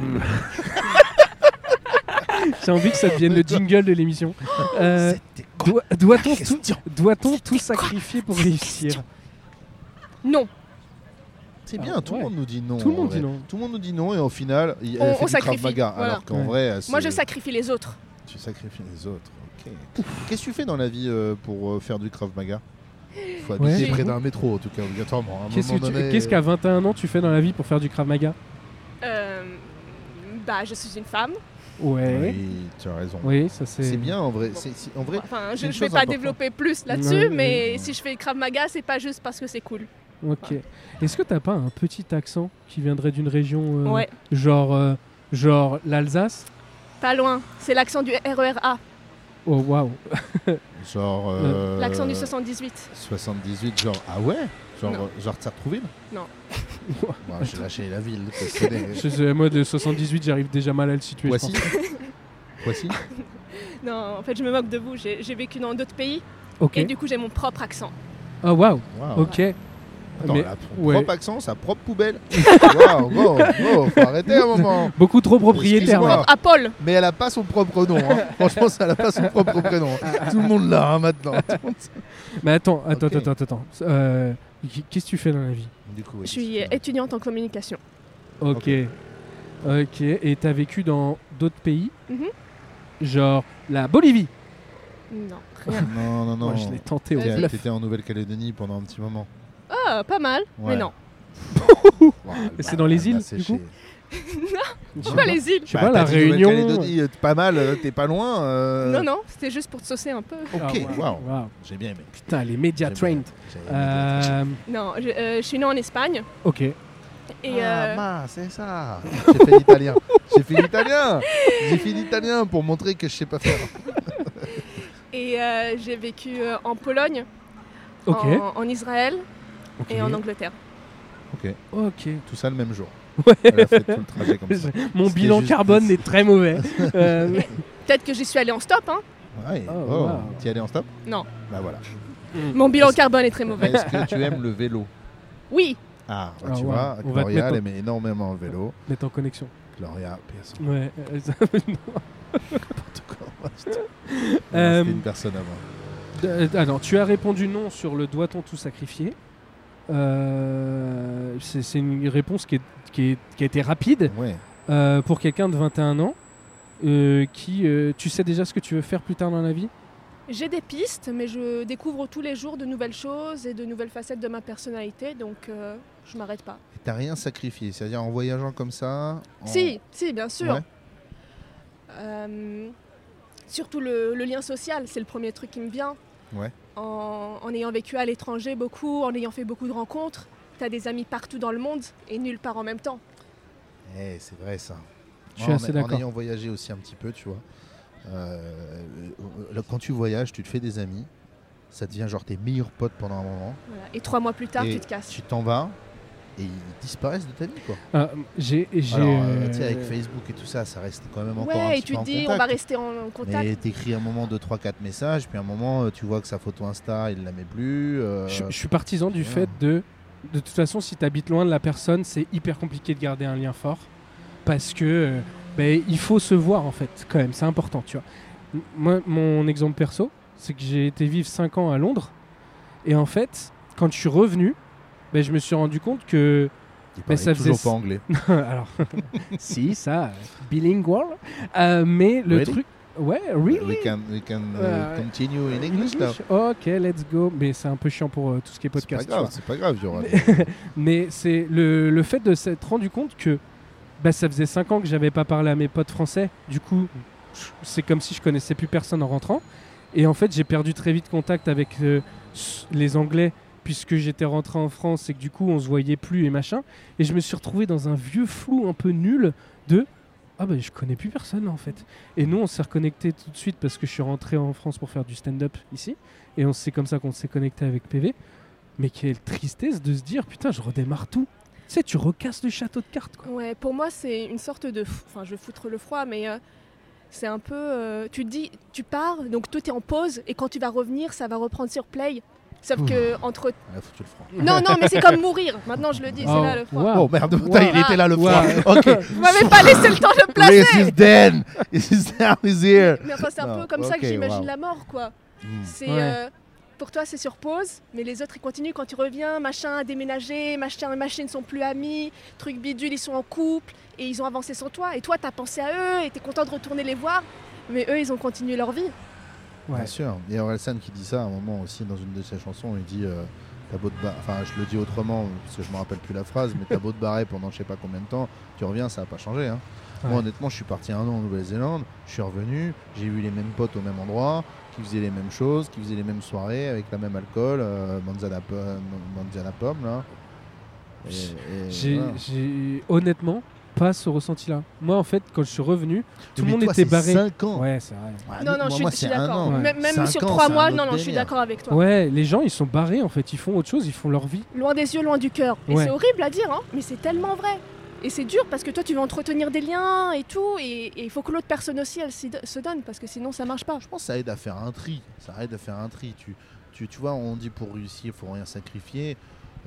[SPEAKER 2] J'ai envie que ça devienne le jingle de l'émission. Euh,
[SPEAKER 1] Oh, C'était
[SPEAKER 2] doit- Doit-on tout,
[SPEAKER 1] question
[SPEAKER 2] doit tout sacrifier pour réussir
[SPEAKER 9] Non,
[SPEAKER 1] C'est
[SPEAKER 2] Ah,
[SPEAKER 1] bien, tout
[SPEAKER 2] ouais.
[SPEAKER 1] le monde nous dit non.
[SPEAKER 2] Tout le
[SPEAKER 1] en
[SPEAKER 2] monde
[SPEAKER 1] vrai.
[SPEAKER 2] dit non.
[SPEAKER 1] Tout le monde nous dit non et au final, il
[SPEAKER 9] On-
[SPEAKER 1] elle fait
[SPEAKER 9] on
[SPEAKER 1] du Krav
[SPEAKER 9] sacrifie,
[SPEAKER 1] Maga.
[SPEAKER 9] voilà.
[SPEAKER 1] Alors qu'en
[SPEAKER 2] Ouais.
[SPEAKER 1] vrai, c'est-
[SPEAKER 9] moi je sacrifie les autres.
[SPEAKER 1] tu sacrifies les autres. ok. Qu'est-ce que tu fais dans la vie euh, pour euh, faire du Krav Maga Faut
[SPEAKER 2] Ouais.
[SPEAKER 1] habiter près d'un métro en tout cas obligatoirement. à un
[SPEAKER 2] Qu'est-ce que
[SPEAKER 1] moment
[SPEAKER 2] tu-
[SPEAKER 1] donné,
[SPEAKER 2] qu'est-ce qu'à 21 ans tu fais dans la vie pour faire du Krav Maga
[SPEAKER 9] Euh, bah, je suis une femme.
[SPEAKER 2] Ouais.
[SPEAKER 1] euh, Oui, tu as raison.
[SPEAKER 2] Oui, ça c'est.
[SPEAKER 1] C'est bien en vrai. c'est- c'est- en vrai,
[SPEAKER 9] Enfin,
[SPEAKER 1] C'est
[SPEAKER 9] je,
[SPEAKER 1] une
[SPEAKER 9] je vais
[SPEAKER 1] chose
[SPEAKER 9] pas
[SPEAKER 1] importante.
[SPEAKER 9] développer plus
[SPEAKER 2] Ouais,
[SPEAKER 9] là-dessus,
[SPEAKER 1] ouais.
[SPEAKER 9] mais si je fais Krav Maga, c'est pas juste parce que c'est cool.
[SPEAKER 2] Ok. Est-ce que t'as pas un petit accent qui viendrait d'une région euh,
[SPEAKER 9] Ouais,
[SPEAKER 2] genre, euh, genre l'Alsace
[SPEAKER 9] pas loin. C'est l'accent du E RERA,
[SPEAKER 2] Oh waouh
[SPEAKER 1] genre. euh,
[SPEAKER 9] l'accent du 78.
[SPEAKER 1] 78, genre. Ah ouais Genre,
[SPEAKER 9] Non.
[SPEAKER 1] euh, genre Tsartrouville
[SPEAKER 9] Non.
[SPEAKER 1] Bon, J'ai lâché la ville. parce que c'est-
[SPEAKER 2] Je sais, Moi de 78, j'arrive déjà mal à le situer. je
[SPEAKER 1] Poissy
[SPEAKER 2] pense.
[SPEAKER 1] Poissy
[SPEAKER 9] Non, en fait, je me moque de vous. J'ai j'ai vécu dans d'autres pays
[SPEAKER 2] Ok.
[SPEAKER 9] et du coup, j'ai mon propre accent.
[SPEAKER 2] Ah waouh
[SPEAKER 1] Waouh.
[SPEAKER 2] Ok.
[SPEAKER 1] Attends,
[SPEAKER 2] Mais-
[SPEAKER 1] la pro-
[SPEAKER 2] ouais.
[SPEAKER 1] propre accent, sa propre poubelle. Waouh, wow, wow, faut arrêter un moment.
[SPEAKER 2] Beaucoup trop propriétaire.
[SPEAKER 1] Excuse-moi.
[SPEAKER 2] là.
[SPEAKER 9] À Paul,
[SPEAKER 1] Mais elle a pas son propre nom. hein. Franchement, ça, elle a pas son propre prénom. Tout le monde l'a hein, maintenant. Tout le monde sait.
[SPEAKER 2] Mais attends, attends,
[SPEAKER 1] Ok.
[SPEAKER 2] attends, attends, attends. Euh, qu- Qu'est-ce que tu fais dans la vie
[SPEAKER 1] Du coup,
[SPEAKER 9] je suis étudiante en communication.
[SPEAKER 2] Ok. Ok. Et t'as vécu dans d'autres pays
[SPEAKER 9] Mhm.
[SPEAKER 2] Genre la Bolivie.
[SPEAKER 9] Non,
[SPEAKER 1] Non,
[SPEAKER 9] rien.
[SPEAKER 1] non, non.
[SPEAKER 2] Moi, je l'ai tenté au
[SPEAKER 9] Euh,
[SPEAKER 1] T'étais
[SPEAKER 2] bluff.
[SPEAKER 1] t'étais en Nouvelle-Calédonie pendant un petit moment.
[SPEAKER 9] Ah, pas mal,
[SPEAKER 1] Ouais.
[SPEAKER 9] mais non.
[SPEAKER 1] Ouah, elle
[SPEAKER 2] Et c'est
[SPEAKER 1] m'a-
[SPEAKER 2] dans les
[SPEAKER 1] elle m'a
[SPEAKER 2] îles, du
[SPEAKER 1] séché.
[SPEAKER 2] coup
[SPEAKER 9] Je suis pas les îles.
[SPEAKER 2] Je sais
[SPEAKER 1] Bah,
[SPEAKER 2] pas,
[SPEAKER 1] t'as
[SPEAKER 2] la
[SPEAKER 1] dit
[SPEAKER 2] Réunion.
[SPEAKER 1] Nouvelle-Calédonie, euh, pas mal, euh, t'es pas loin. euh,
[SPEAKER 9] Non, non, c'était juste pour te saucer un peu.
[SPEAKER 2] Ah,
[SPEAKER 1] Ok,
[SPEAKER 2] waouh,
[SPEAKER 1] waouh.
[SPEAKER 2] waouh.
[SPEAKER 1] J'ai bien aimé.
[SPEAKER 2] Putain, les médias
[SPEAKER 1] J'ai bien
[SPEAKER 2] trained.
[SPEAKER 1] aimé. J'ai aimé.
[SPEAKER 2] Euh,
[SPEAKER 9] Non, je, euh, je suis née en Espagne.
[SPEAKER 2] ok.
[SPEAKER 9] Et
[SPEAKER 1] Ah,
[SPEAKER 9] euh,
[SPEAKER 1] ma, c'est ça. J'ai fait l'italien. J'ai fait l'italien. J'ai fait l'italien pour montrer que je sais pas faire.
[SPEAKER 9] Et euh, j'ai vécu euh, en Pologne,
[SPEAKER 2] Ok.
[SPEAKER 9] en, en Israël
[SPEAKER 2] ok.
[SPEAKER 9] et en Angleterre.
[SPEAKER 2] Ok.
[SPEAKER 1] Tout ça le même jour.
[SPEAKER 2] Ouais.
[SPEAKER 1] Elle a fait tout le trajet comme ça.
[SPEAKER 2] Mon
[SPEAKER 1] C'était
[SPEAKER 2] bilan
[SPEAKER 1] juste-
[SPEAKER 2] carbone est très mauvais. Euh, mais-
[SPEAKER 9] Peut-être que j'y suis allée en stop. Hein.
[SPEAKER 1] Ouais,
[SPEAKER 2] Oh,
[SPEAKER 1] oh,
[SPEAKER 2] wow.
[SPEAKER 1] T'y allais en stop
[SPEAKER 9] Non.
[SPEAKER 1] Bah voilà.
[SPEAKER 9] Mon bilan
[SPEAKER 1] Est-ce-
[SPEAKER 9] carbone est très mauvais.
[SPEAKER 1] Est-ce que tu aimes le vélo
[SPEAKER 9] Oui,
[SPEAKER 1] Ah, bah,
[SPEAKER 2] Ah,
[SPEAKER 1] tu
[SPEAKER 2] ouais.
[SPEAKER 1] vois,
[SPEAKER 2] On va te
[SPEAKER 1] Gloria,
[SPEAKER 2] mettre
[SPEAKER 1] elle aime énormément le vélo.
[SPEAKER 2] Mettre en connexion.
[SPEAKER 1] Gloria, PS.
[SPEAKER 2] Ouais. euh, ça-
[SPEAKER 1] N'importe quoi. Putain.
[SPEAKER 2] Euh,
[SPEAKER 1] C'était une personne avant.
[SPEAKER 2] Euh, alors, tu as répondu non sur le doit-on tout sacrifier Euh, C'est c'est une réponse qui, est- qui est- qui a été rapide
[SPEAKER 1] Ouais.
[SPEAKER 2] euh, pour quelqu'un de 21 ans. euh, qui, euh, tu sais déjà ce que tu veux faire plus tard dans la vie
[SPEAKER 9] j'ai des pistes, mais je découvre tous les jours de nouvelles choses et de nouvelles facettes de ma personnalité, donc euh, je m'arrête pas.
[SPEAKER 1] Et T'as rien sacrifié, c'est-à-dire en voyageant comme ça. en-
[SPEAKER 9] Si, si, bien sûr.
[SPEAKER 1] Ouais.
[SPEAKER 9] Euh, surtout le, le lien social, c'est le premier truc qui me vient.
[SPEAKER 1] Ouais.
[SPEAKER 9] En, en ayant vécu à l'étranger beaucoup, en ayant fait beaucoup de rencontres, t'as des amis partout dans le monde et nulle part en même temps.
[SPEAKER 1] Eh, c'est vrai ça.
[SPEAKER 2] Je suis
[SPEAKER 1] Moi, en-
[SPEAKER 2] assez d'accord.
[SPEAKER 1] En ayant voyagé aussi un petit peu, tu vois. euh, euh, quand tu voyages, tu te fais des amis. Ça devient genre tes meilleurs potes pendant un moment.
[SPEAKER 9] Voilà. Et trois mois plus tard,
[SPEAKER 1] Et
[SPEAKER 9] tu te casses.
[SPEAKER 1] Tu t'en vas et ils disparaissent de ta vie, quoi.
[SPEAKER 2] Ah, J'ai. j'ai,
[SPEAKER 1] Alors,
[SPEAKER 2] euh,
[SPEAKER 1] euh, tu sais, avec Facebook et tout ça, ça reste quand même encore un
[SPEAKER 9] ouais, et
[SPEAKER 1] petit
[SPEAKER 9] tu
[SPEAKER 1] peu
[SPEAKER 9] te
[SPEAKER 1] en
[SPEAKER 9] dis, on
[SPEAKER 1] contact.
[SPEAKER 9] va rester en en contact.
[SPEAKER 1] Mais t'écris un moment 2, 3, 4 messages, puis un moment, euh, tu vois que sa photo Insta, il la met plus. euh,
[SPEAKER 2] Je, je suis partisan du fait de. De toute façon, si tu habites loin de la personne, c'est hyper compliqué de garder un lien fort. Parce que. euh, ben, il faut se voir, en fait, quand même. C'est important, tu vois. M- Moi, mon exemple perso, c'est que j'ai été vivre 5 ans à Londres. Et en fait, quand je suis revenu, ben, je me suis rendu compte que.
[SPEAKER 1] il parlait
[SPEAKER 2] mais ça
[SPEAKER 1] toujours
[SPEAKER 2] faisait-
[SPEAKER 1] pas anglais.
[SPEAKER 2] Alors. si, ça. euh, Bilingual. Euh, mais le
[SPEAKER 1] Really?
[SPEAKER 2] truc. Ouais, really?
[SPEAKER 1] We can, we can,
[SPEAKER 2] Ouais,
[SPEAKER 1] euh,
[SPEAKER 2] ouais.
[SPEAKER 1] continue in English, now.
[SPEAKER 2] English? Ok, let's go. Mais c'est un peu chiant pour euh, tout ce qui est
[SPEAKER 1] C'est pas
[SPEAKER 2] podcast. tu vois.
[SPEAKER 1] grave, c'est pas grave, il y aura-
[SPEAKER 2] Mais c'est le, le fait de s'être rendu compte que bah, ça faisait 5 ans que j'avais pas parlé à mes potes français. Du coup, je- c'est comme si je connaissais plus personne en rentrant. Et en fait, j'ai perdu très vite contact avec euh, s- les Anglais puisque j'étais rentré en France et que du coup, on se voyait plus et machin. Et je me suis retrouvé dans un vieux flou un peu nul de ah bah je connais plus personne là, en fait. Et nous, on s'est reconnecté tout de suite parce que je suis rentré en France pour faire du stand-up ici. Et on c'est comme ça qu'on s'est connecté avec PV. Mais quelle tristesse de se dire, putain, je redémarre tout. Tu sais, tu recasses le château de cartes, quoi.
[SPEAKER 9] Ouais, pour moi, c'est une sorte de. f- Enfin, je vais foutre le froid, mais euh, c'est un peu. euh, tu te dis, tu pars, donc tout est en pause, et quand tu vas revenir, ça va reprendre sur play. Sauf
[SPEAKER 2] Ouh.
[SPEAKER 9] que entre.
[SPEAKER 1] Ah, foutu le froid.
[SPEAKER 9] Non, non, mais c'est comme mourir. Maintenant, je le dis, c'est là le froid.
[SPEAKER 1] Oh merde, putain,
[SPEAKER 2] Ah. Wow. Ah.
[SPEAKER 1] il était là le
[SPEAKER 2] Wow.
[SPEAKER 1] froid. Ok.
[SPEAKER 9] Vous m'avez pas laissé le temps de me placer.
[SPEAKER 1] This is dead. This is down is here.
[SPEAKER 9] Mais enfin, c'est un
[SPEAKER 1] Non,
[SPEAKER 9] peu comme ça
[SPEAKER 1] ok,
[SPEAKER 9] que j'imagine
[SPEAKER 1] wow.
[SPEAKER 9] la mort, quoi.
[SPEAKER 1] Hmm.
[SPEAKER 9] C'est
[SPEAKER 2] Ouais.
[SPEAKER 9] euh, pour toi c'est sur pause, mais les autres ils continuent quand tu reviens, machin a déménagé, machin et machin ne sont plus amis, truc bidule ils sont en couple et ils ont avancé sans toi et toi t'as pensé à eux et t'es content de retourner les voir, mais eux ils ont continué leur vie.
[SPEAKER 2] Ouais.
[SPEAKER 1] Bien sûr. Il y a Orelsan qui dit ça à un moment aussi dans une de ses chansons. Il dit euh, T'as beau te ba- Enfin, je le dis autrement parce que je me rappelle plus la phrase, mais t'as beau te barrer pendant je sais pas combien de temps, tu reviens, ça n'a pas changé. hein. Moi,
[SPEAKER 2] Ouais.
[SPEAKER 1] honnêtement, je suis parti un an en Nouvelle-Zélande, je suis revenu, j'ai vu les mêmes potes au même endroit, qui faisaient les mêmes choses, qui faisaient les mêmes soirées avec la même alcool, euh, manzana, po- manzana pomme là. Et- et
[SPEAKER 2] J'ai
[SPEAKER 1] voilà.
[SPEAKER 2] j'ai honnêtement pas ce ressenti-là. Moi, en fait, quand je suis revenu, tout le
[SPEAKER 1] Mais
[SPEAKER 2] monde
[SPEAKER 1] toi,
[SPEAKER 2] était
[SPEAKER 1] c'est
[SPEAKER 2] barré.
[SPEAKER 1] cinq ans.
[SPEAKER 2] Ouais, c'est vrai.
[SPEAKER 1] Ouais,
[SPEAKER 9] non
[SPEAKER 1] Ah,
[SPEAKER 9] non
[SPEAKER 1] moi,
[SPEAKER 9] je suis-
[SPEAKER 1] moi,
[SPEAKER 9] je suis
[SPEAKER 1] c'est un
[SPEAKER 9] d'accord.
[SPEAKER 1] an.
[SPEAKER 2] ouais.
[SPEAKER 9] Même, même
[SPEAKER 1] Cinq
[SPEAKER 9] sur
[SPEAKER 1] ans,
[SPEAKER 9] trois
[SPEAKER 1] c'est un
[SPEAKER 9] mois
[SPEAKER 1] autre
[SPEAKER 9] non non je suis
[SPEAKER 1] délire.
[SPEAKER 9] d'accord avec toi.
[SPEAKER 2] Ouais, les gens, ils sont barrés, en fait. Ils font autre chose, ils font leur vie.
[SPEAKER 9] Loin des yeux, loin du cœur. Et
[SPEAKER 2] Ouais.
[SPEAKER 9] c'est horrible à dire hein, mais c'est tellement vrai. Et c'est dur parce que toi tu veux entretenir des liens et tout et et il faut que l'autre personne aussi elle s'y do- se donne parce que sinon ça marche pas.
[SPEAKER 1] Je pense que ça aide à faire un tri. Ça aide à faire un tri. Tu, tu, tu vois, on dit pour réussir, il faut rien sacrifier.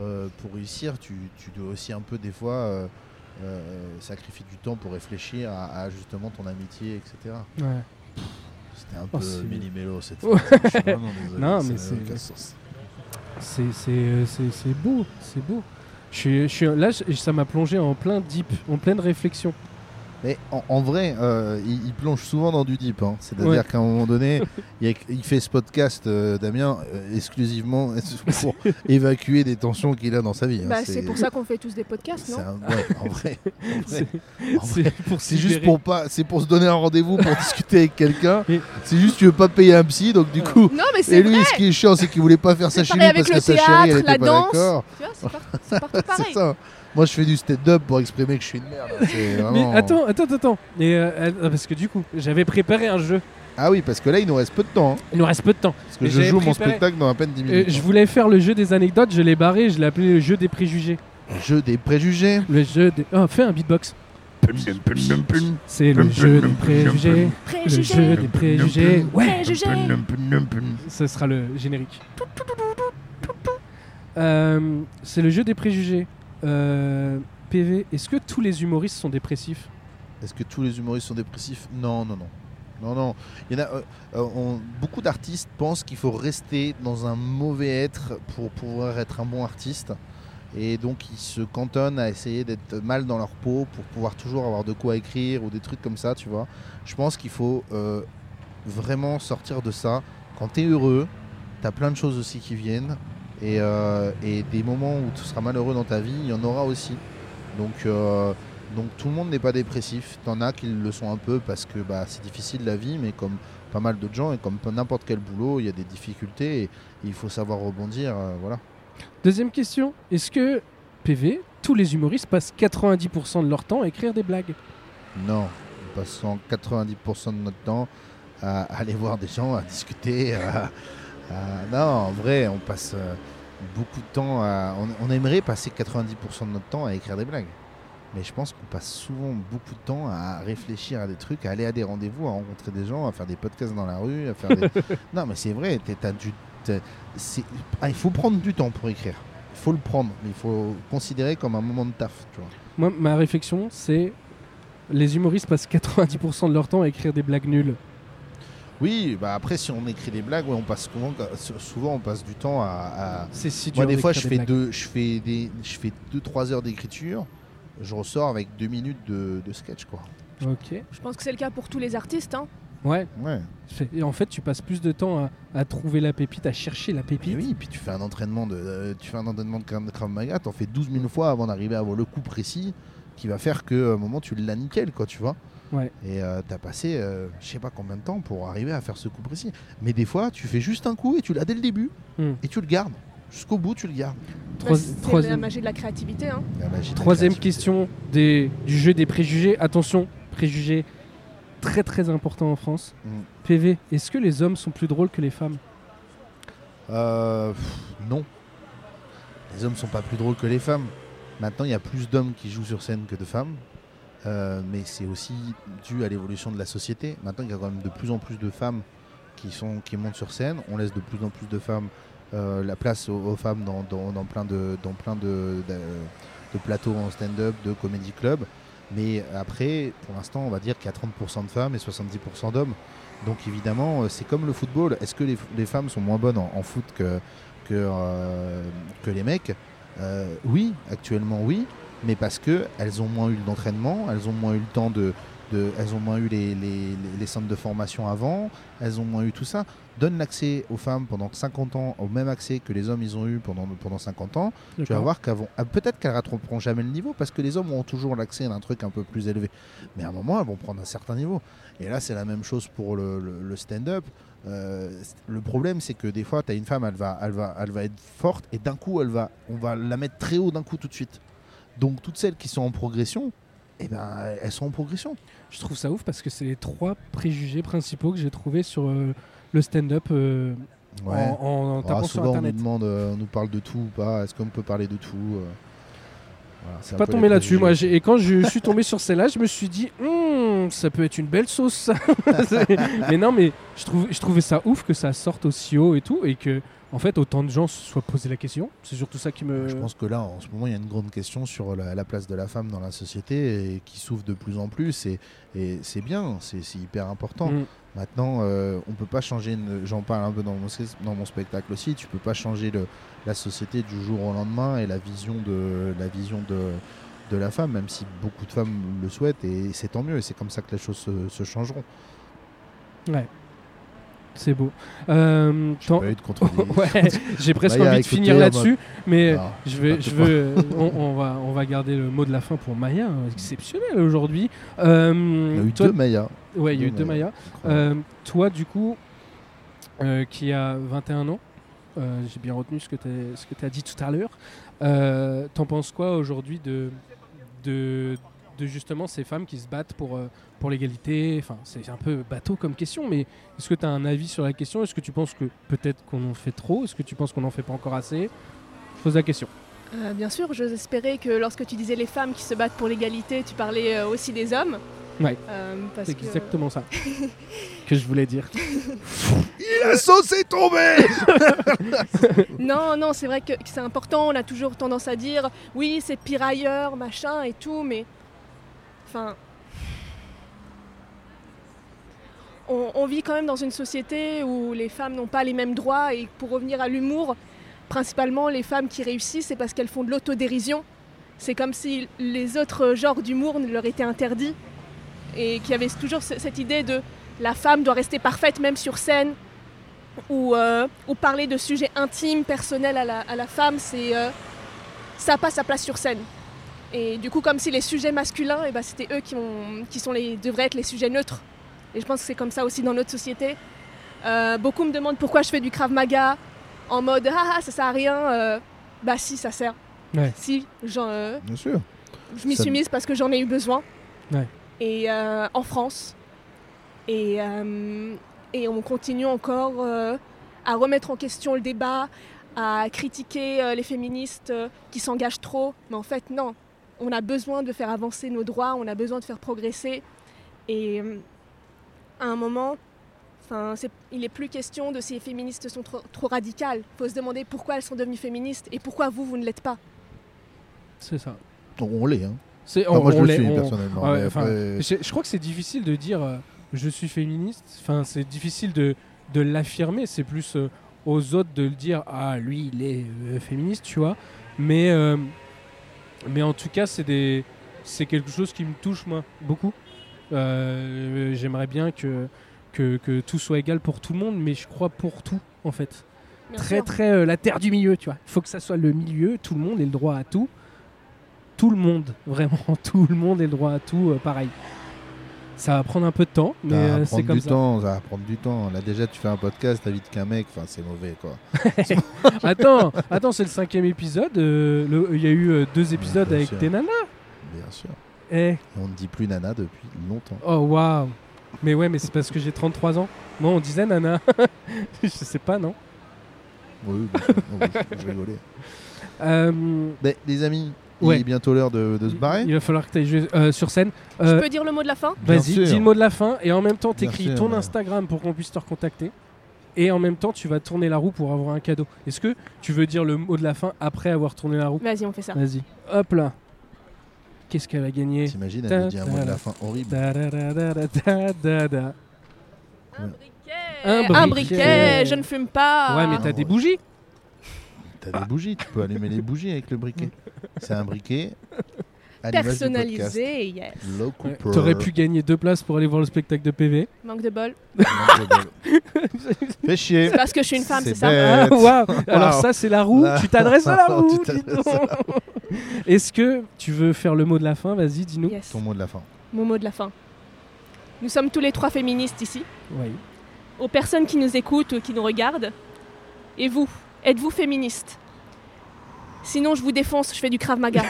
[SPEAKER 1] Euh, pour réussir, tu, tu dois aussi un peu des fois euh, euh, sacrifier du temps pour réfléchir à, à justement ton amitié, etc.
[SPEAKER 2] Ouais.
[SPEAKER 1] C'était un
[SPEAKER 2] Oh,
[SPEAKER 1] peu
[SPEAKER 2] c'est-
[SPEAKER 1] mini-mélo cette
[SPEAKER 2] Ouais.
[SPEAKER 1] fois. Je suis vraiment désolé,
[SPEAKER 2] Non,
[SPEAKER 1] ça
[SPEAKER 2] mais
[SPEAKER 1] n'a
[SPEAKER 2] c'est-
[SPEAKER 1] aucun sens.
[SPEAKER 2] C'est c'est, euh, c'est- c'est beau, c'est beau. Je suis, je suis, là, je- ça m'a plongé en plein deep, en pleine réflexion.
[SPEAKER 1] Mais en, en vrai, euh, il, il plonge souvent dans du deep. hein. C'est-à-dire
[SPEAKER 2] Ouais.
[SPEAKER 1] qu'à un moment donné, il, y a- il fait ce podcast, euh, Damien, euh, exclusivement pour évacuer des tensions qu'il a dans sa vie. hein.
[SPEAKER 9] Bah, c'est pour ça qu'on fait tous des podcasts, non
[SPEAKER 1] c'est un- ouais, en vrai. en vrai.
[SPEAKER 2] C'est
[SPEAKER 1] En
[SPEAKER 2] c'est
[SPEAKER 1] vrai,
[SPEAKER 2] pour
[SPEAKER 1] Ah C'est
[SPEAKER 2] se
[SPEAKER 1] juste
[SPEAKER 2] libérer.
[SPEAKER 1] pour pas, c'est pour se donner un rendez-vous pour discuter avec quelqu'un.
[SPEAKER 2] Et-
[SPEAKER 1] C'est juste tu veux pas payer un psy, donc du coup.
[SPEAKER 9] Non, mais c'est
[SPEAKER 1] Et
[SPEAKER 9] vrai.
[SPEAKER 1] lui, ce qui est chiant, c'est qu'il voulait pas faire ça
[SPEAKER 9] C'est
[SPEAKER 1] chez lui
[SPEAKER 9] pareil
[SPEAKER 1] parce que
[SPEAKER 9] avec
[SPEAKER 1] sa
[SPEAKER 9] le
[SPEAKER 1] chérie, elle
[SPEAKER 9] théâtre,
[SPEAKER 1] était
[SPEAKER 9] la
[SPEAKER 1] pas
[SPEAKER 9] danse.
[SPEAKER 1] d'accord.
[SPEAKER 9] Tu vois, c'est par- c'est partout
[SPEAKER 1] C'est
[SPEAKER 9] pareil.
[SPEAKER 1] ça. Moi, je fais du stand-up pour exprimer que je suis une merde. C'est
[SPEAKER 2] Mais
[SPEAKER 1] vraiment-
[SPEAKER 2] attends, attends, attends. Et euh, euh, parce que du coup, j'avais préparé un jeu
[SPEAKER 1] Ah oui, parce que là, il nous reste peu de temps. hein.
[SPEAKER 2] Il nous reste peu de temps.
[SPEAKER 1] parce que
[SPEAKER 2] Mais
[SPEAKER 1] je
[SPEAKER 2] j'avais
[SPEAKER 1] joue mon
[SPEAKER 2] préparé-
[SPEAKER 1] spectacle dans à peine 10
[SPEAKER 2] Euh,
[SPEAKER 1] minutes. hein.
[SPEAKER 2] je voulais faire le jeu des anecdotes, je l'ai barré, je l'ai appelé le jeu des préjugés.
[SPEAKER 1] Jeu des préjugés.
[SPEAKER 2] Le jeu des. Oh, fais un beatbox. C'est le jeu des préjugés. Le jeu
[SPEAKER 9] Préjugés,
[SPEAKER 2] des préjugés. Ouais,
[SPEAKER 9] préjugés.
[SPEAKER 2] ce sera le générique. Euh, c'est le jeu des préjugés. Euh, PV, est-ce que tous les humoristes sont dépressifs
[SPEAKER 1] Est-ce que tous les humoristes sont dépressifs Non, non, non. Non, non. Il y en a, euh, euh, on- beaucoup d'artistes pensent qu'il faut rester dans un mauvais être pour pouvoir être un bon artiste. Et donc, ils se cantonnent à essayer d'être mal dans leur peau pour pouvoir toujours avoir de quoi écrire ou des trucs comme ça, tu vois. Je pense qu'il faut euh, vraiment sortir de ça. Quand t'es heureux, t'as plein de choses aussi qui viennent. Et, euh, et des moments où tu seras malheureux dans ta vie, il y en aura aussi. Donc, euh, donc tout le monde n'est pas dépressif. T'en as qui le sont un peu parce que bah, c'est difficile la vie, mais comme pas mal d'autres gens et comme peu- n'importe quel boulot, il y a des difficultés et, et il faut savoir rebondir. euh, voilà.
[SPEAKER 2] Deuxième question, est-ce que PV, tous les humoristes passent 90% de leur temps à écrire des blagues
[SPEAKER 1] Non, on passe 90% de notre temps à aller voir des gens, à discuter. à- à- Non, en vrai, on passe euh, beaucoup de temps à. On, on aimerait passer 90% de notre temps à écrire des blagues. Mais je pense qu'on passe souvent beaucoup de temps à réfléchir à des trucs, à aller à des rendez-vous, à rencontrer des gens, à faire des podcasts dans la rue, à faire des... Non, mais c'est vrai, t'es- t'as du- t'es- c'est- ah, il faut prendre du temps pour écrire. Il faut le prendre, mais il faut considérer comme un moment de taf, tu vois.
[SPEAKER 2] Moi, ma réflexion, c'est les humoristes passent 90% de leur temps à écrire des blagues nulles.
[SPEAKER 1] Oui, bah après si on écrit des blagues, ouais, on passe souvent, euh, souvent on passe du temps à. à-
[SPEAKER 2] C'est si dur.
[SPEAKER 1] Moi des fois
[SPEAKER 2] d'écrire
[SPEAKER 1] je fais
[SPEAKER 2] blagues.
[SPEAKER 1] deux, je fais des, je fais deux trois heures d'écriture, je ressors avec deux minutes de, de sketch quoi.
[SPEAKER 2] Ok.
[SPEAKER 9] Je pense que c'est le cas pour tous les artistes. hein.
[SPEAKER 2] Ouais.
[SPEAKER 1] Ouais.
[SPEAKER 2] C'est- Et en fait, tu passes plus de temps à, à trouver la pépite, à chercher la
[SPEAKER 1] Puis
[SPEAKER 2] pépite.
[SPEAKER 1] oui, puis tu fais un entraînement de, euh, tu fais un entraînement de Krav Krav Maga, t'en fais 12 000 fois avant d'arriver à avoir le coup précis qui va faire que à un moment tu l'as nickel quoi, tu vois.
[SPEAKER 2] Ouais.
[SPEAKER 1] Et euh, t'as passé euh, je sais pas combien de temps pour arriver à faire ce coup précis. Mais des fois tu fais juste un coup et tu l'as dès le début
[SPEAKER 2] Hmm.
[SPEAKER 1] et tu le gardes jusqu'au bout, tu le gardes. Ah bah,
[SPEAKER 2] Trois-
[SPEAKER 9] Bah, c'est la
[SPEAKER 2] troisième-
[SPEAKER 9] magie de la créativité. hein.
[SPEAKER 1] La magie de la
[SPEAKER 2] Troisième
[SPEAKER 1] créativité.
[SPEAKER 2] question des, du jeu des préjugés. Attention, préjugés très très important en France.
[SPEAKER 1] Mm.
[SPEAKER 2] PV, est-ce que les hommes sont plus drôles que les femmes
[SPEAKER 1] Euh, pff, non. Les hommes sont pas plus drôles que les femmes. Maintenant, il y a plus d'hommes qui jouent sur scène que de femmes. Euh, mais c'est aussi dû à l'évolution de la société. Maintenant, il y a quand même de plus en plus de femmes qui, sont, qui montent sur scène. On laisse de plus en plus de femmes euh, la place aux, aux femmes dans, dans- dans plein de, dans plein de, de- de plateaux en stand-up, de comédie club. Mais après, pour l'instant, on va dire qu'il y a 30% de femmes et 70% d'hommes. Donc évidemment, euh, c'est comme le football. Est-ce que les, les femmes sont moins bonnes en, en foot que, que, euh, que les mecs Euh, Oui, actuellement oui, mais parce que elles ont moins eu d'entraînement, elles ont moins eu le temps de, de- elles ont moins eu les, les- les- les centres de formation avant, elles ont moins eu tout ça. Donne l'accès aux femmes pendant 50 ans au même accès que les hommes ils ont eu pendant, pendant 50 ans. Tu vas voir qu'elles vont- ah, peut-être qu'elles rattraperont jamais le niveau parce que les hommes ont toujours l'accès à un truc un peu plus élevé. Mais à un moment, elles vont prendre un certain niveau. Et là, c'est la même chose pour le, le- le stand-up. Euh, c- le problème, c'est que des fois, tu as une femme, elle va, elle va, elle va être forte et d'un coup, elle va, on va la mettre très haut d'un coup tout de suite. Donc, toutes celles qui sont en progression, eh ben, elles sont en progression.
[SPEAKER 2] Je trouve ça ouf parce que c'est les trois préjugés principaux que j'ai trouvés sur euh, le stand-up euh, en, en- en
[SPEAKER 1] Ah,
[SPEAKER 2] tapant sur
[SPEAKER 1] souvent, on nous
[SPEAKER 2] internet.
[SPEAKER 1] demande, euh, on nous parle de tout ou pas. Est-ce qu'on peut parler de tout euh, voilà, c'est un
[SPEAKER 2] Pas
[SPEAKER 1] peu les
[SPEAKER 2] tombé
[SPEAKER 1] préjugés.
[SPEAKER 2] là-dessus, moi. j'ai- Et quand je suis tombé sur celle-là, je me suis dit, Hum, ça peut être une belle sauce. ça. C'est- mais non, mais je, trouve, je trouvais ça ouf que ça sorte aussi haut et tout, et que, en fait, autant de gens se soient posé la question. C'est surtout ça qui me.
[SPEAKER 1] Je pense que là, en ce moment, il y a une grande question sur la, la place de la femme dans la société et qui s'ouvre de plus en plus. Et, et c'est bien, c'est c'est hyper important.
[SPEAKER 2] Mm.
[SPEAKER 1] Maintenant, euh, on peut pas changer, une- j'en parle un peu dans mon, sketch- dans mon spectacle aussi, tu peux pas changer le- la société du jour au lendemain et la vision de la, vision de, de la femme, même si beaucoup de femmes le souhaitent, et c'est tant mieux, et c'est comme ça que les choses se, se changeront.
[SPEAKER 2] C'est beau. Euh, t'en-
[SPEAKER 1] Pas eu de contre des-
[SPEAKER 2] ouais, j'ai presque
[SPEAKER 1] Maya,
[SPEAKER 2] envie de
[SPEAKER 1] écoutez,
[SPEAKER 2] finir
[SPEAKER 1] on va-
[SPEAKER 2] là-dessus, mais
[SPEAKER 1] Non.
[SPEAKER 2] je vais,
[SPEAKER 1] Ah, pas
[SPEAKER 2] je
[SPEAKER 1] tout
[SPEAKER 2] veux, on, on va, on va garder le mot de la fin pour Maya, hein, exceptionnel aujourd'hui. Euh,
[SPEAKER 1] Il y a eu
[SPEAKER 2] toi-
[SPEAKER 1] deux Maya.
[SPEAKER 2] Ouais, il y a eu
[SPEAKER 1] Deux Mmh,
[SPEAKER 2] deux
[SPEAKER 1] Maya.
[SPEAKER 2] Maya. Euh, toi, du coup, euh, qui a 21 ans, euh, j'ai bien retenu ce que tu as dit tout à l'heure. euh, T'en penses quoi aujourd'hui de, de, de justement ces femmes qui se battent pour, euh, pour l'égalité Enfin, c'est un peu bateau comme question, mais est-ce que tu as un avis sur la question Est-ce que tu penses que peut-être qu'on en fait trop Est-ce que tu penses qu'on en fait pas encore assez Je pose la question.
[SPEAKER 9] Euh, bien sûr, j'espérais que lorsque tu disais les femmes qui se battent pour l'égalité, tu parlais euh, aussi des hommes.
[SPEAKER 2] Ouais.
[SPEAKER 9] Euh, parce
[SPEAKER 2] C'est
[SPEAKER 9] que-
[SPEAKER 2] exactement ça que je voulais dire.
[SPEAKER 1] La sauce est tombée
[SPEAKER 9] Non, non, c'est vrai que, que c'est important. On a toujours tendance à dire oui, c'est pire ailleurs, machin et tout, mais enfin, on, on vit quand même dans une société où les femmes n'ont pas les mêmes droits. Et pour revenir à l'humour, principalement, les femmes qui réussissent, c'est parce qu'elles font de l'autodérision. C'est comme si les autres genres d'humour ne leur étaient interdits et qu'il y avait toujours ce- cette idée de la femme doit rester parfaite même sur scène ou, euh, ou parler de sujets intimes, personnels à la, à la femme, c'est euh, ça n'a pas sa place sur scène. Et du coup, comme si les sujets masculins, eh ben, c'était eux qui, ont, qui sont les, devraient être les sujets neutres. Et je pense que c'est comme ça aussi dans notre société. Euh, beaucoup me demandent pourquoi je fais du Krav Maga en mode ah, ah ça sert à rien. Euh, bah si, ça sert.
[SPEAKER 2] Ouais.
[SPEAKER 9] Si, j'en, euh,
[SPEAKER 1] Bien sûr.
[SPEAKER 9] je m'y
[SPEAKER 1] Ça
[SPEAKER 9] suis
[SPEAKER 1] me-
[SPEAKER 9] mise parce que j'en ai eu besoin.
[SPEAKER 2] Ouais.
[SPEAKER 9] Et euh, en France. Et, euh, et on continue encore euh, à remettre en question le débat, à critiquer euh, les féministes euh, qui s'engagent trop. Mais en fait, non. On a besoin de faire avancer nos droits, on a besoin de faire progresser. Et euh, à un moment, 'fin, c'est- il n'est plus question de si les féministes sont trop, trop radicales. Il faut se demander pourquoi elles sont devenues féministes et pourquoi vous, vous ne l'êtes pas.
[SPEAKER 2] C'est ça.
[SPEAKER 1] On l'est, hein.
[SPEAKER 2] C'est
[SPEAKER 1] Enfin, moi, je
[SPEAKER 2] on
[SPEAKER 1] le
[SPEAKER 2] l'est,
[SPEAKER 1] suis,
[SPEAKER 2] on-
[SPEAKER 1] personnellement.
[SPEAKER 2] ouais,
[SPEAKER 1] mais
[SPEAKER 2] enfin,
[SPEAKER 1] après-
[SPEAKER 2] Je, je crois que c'est difficile de dire euh, je suis féministe. Enfin, c'est difficile de, de l'affirmer. C'est plus euh, aux autres de le dire ah lui il est euh, féministe, tu vois. Mais euh, mais en tout cas c'est des c'est quelque chose qui me touche moi beaucoup. Euh, J'aimerais bien que, que que tout soit égal pour tout le monde, mais je crois pour tout en fait
[SPEAKER 9] Bien
[SPEAKER 2] très
[SPEAKER 9] sûr.
[SPEAKER 2] très euh, la terre du milieu, tu vois. Il faut que ça soit le milieu, tout le monde ait le droit à tout. Tout le monde, vraiment, tout le monde ait le droit à tout, euh, pareil. Ça va prendre un peu de temps, mais
[SPEAKER 1] Ça va
[SPEAKER 2] euh, c'est
[SPEAKER 1] prendre
[SPEAKER 2] comme
[SPEAKER 1] du
[SPEAKER 2] ça.
[SPEAKER 1] temps, ça va prendre du temps. Là déjà tu fais un podcast, t'as vite qu'un mec, enfin c'est mauvais quoi.
[SPEAKER 2] Attends, attends, c'est le cinquième épisode. euh, le- Il y a eu euh, deux épisodes
[SPEAKER 1] bien
[SPEAKER 2] avec
[SPEAKER 1] sûr.
[SPEAKER 2] tes nanas.
[SPEAKER 1] Bien sûr.
[SPEAKER 2] Eh,
[SPEAKER 1] Et on ne dit plus nana depuis longtemps.
[SPEAKER 2] oh waouh. Mais ouais, mais c'est parce que j'ai 33 ans. Moi, on disait nana. Je sais pas, non
[SPEAKER 1] Oui, bien sûr. Oh, oui, je- je rigolais.
[SPEAKER 2] Euh,
[SPEAKER 1] Mais, les amis,
[SPEAKER 2] Ouais.
[SPEAKER 1] il est bientôt l'heure de, de se barrer.
[SPEAKER 2] Il va falloir que tu ailles jouer euh, sur scène. Euh,
[SPEAKER 9] Je peux dire le mot de la fin
[SPEAKER 1] Bien
[SPEAKER 2] Vas-y,
[SPEAKER 1] sûr.
[SPEAKER 2] dis le mot de la fin et en même temps,
[SPEAKER 1] Bien
[SPEAKER 2] t'écris
[SPEAKER 1] sûr,
[SPEAKER 2] ton
[SPEAKER 1] mais-
[SPEAKER 2] Instagram pour qu'on puisse te recontacter. Et en même temps, tu vas tourner la roue pour avoir un cadeau. Est-ce que tu veux dire le mot de la fin après avoir tourné la roue
[SPEAKER 9] Vas-y, on fait ça.
[SPEAKER 2] Vas-y. Hop là. Qu'est-ce qu'elle a gagné
[SPEAKER 1] T'imagines, elle nous dit un mot de la fin horrible.
[SPEAKER 2] Da, da, da, da, da, da, da, da.
[SPEAKER 9] Un
[SPEAKER 1] Ouais.
[SPEAKER 9] briquet,
[SPEAKER 2] Un
[SPEAKER 9] un
[SPEAKER 2] briquet.
[SPEAKER 9] briquet, je ne fume pas.
[SPEAKER 2] Ouais, mais
[SPEAKER 1] Ah,
[SPEAKER 2] t'as des
[SPEAKER 1] ouais.
[SPEAKER 2] bougies.
[SPEAKER 1] T'as des bougies, tu peux allumer les bougies avec le briquet. C'est un briquet à l'image du podcast.
[SPEAKER 9] personnalisé, yes.
[SPEAKER 1] Low Cooper.
[SPEAKER 2] T'aurais pu gagner deux places pour aller voir le spectacle de PV.
[SPEAKER 9] Manque de bol.
[SPEAKER 1] Fais chier.
[SPEAKER 9] Parce que je suis une femme, c'est ça.
[SPEAKER 2] Ah,
[SPEAKER 1] bête.
[SPEAKER 2] waouh Alors
[SPEAKER 1] Waouh.
[SPEAKER 2] ça, c'est la roue.
[SPEAKER 1] Là.
[SPEAKER 2] Tu t'adresses à la
[SPEAKER 1] Tu
[SPEAKER 2] roue. dis
[SPEAKER 1] t'adresses
[SPEAKER 2] donc. Est-ce que tu veux faire le mot de la fin Vas-y, dis-nous.
[SPEAKER 9] Yes.
[SPEAKER 1] Ton mot de la fin.
[SPEAKER 9] Mon mot de la fin. Nous sommes tous les trois féministes ici.
[SPEAKER 2] Oui.
[SPEAKER 9] Aux personnes qui nous écoutent ou qui nous regardent. Et vous, êtes-vous féministe Sinon, je vous défonce, je fais du Krav Maga.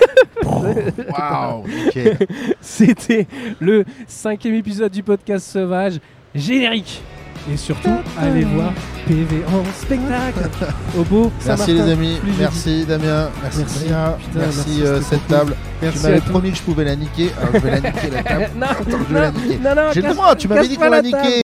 [SPEAKER 1] Waouh, nickel.
[SPEAKER 2] C'était le cinquième épisode du podcast Sauvage, générique. Et surtout, allez voir PV en spectacle au beau
[SPEAKER 1] Merci les amis,
[SPEAKER 2] plus
[SPEAKER 1] merci Damien, merci
[SPEAKER 2] Merci.
[SPEAKER 1] Bria,
[SPEAKER 2] Putain, merci,
[SPEAKER 1] merci euh,
[SPEAKER 2] c'était
[SPEAKER 1] cette
[SPEAKER 2] cool.
[SPEAKER 1] table.
[SPEAKER 2] Merci
[SPEAKER 1] tu
[SPEAKER 2] à
[SPEAKER 1] m'avais
[SPEAKER 2] tous.
[SPEAKER 1] promis que je pouvais la niquer, alors je vais la niquer la table.
[SPEAKER 2] non,
[SPEAKER 1] Attends, je vais
[SPEAKER 2] non,
[SPEAKER 1] la niquer.
[SPEAKER 2] non, non,
[SPEAKER 1] J'ai le
[SPEAKER 2] casse-
[SPEAKER 1] droit, tu m'avais
[SPEAKER 2] casse
[SPEAKER 1] dit
[SPEAKER 2] pas
[SPEAKER 1] qu'on la
[SPEAKER 2] la table.
[SPEAKER 1] niquait.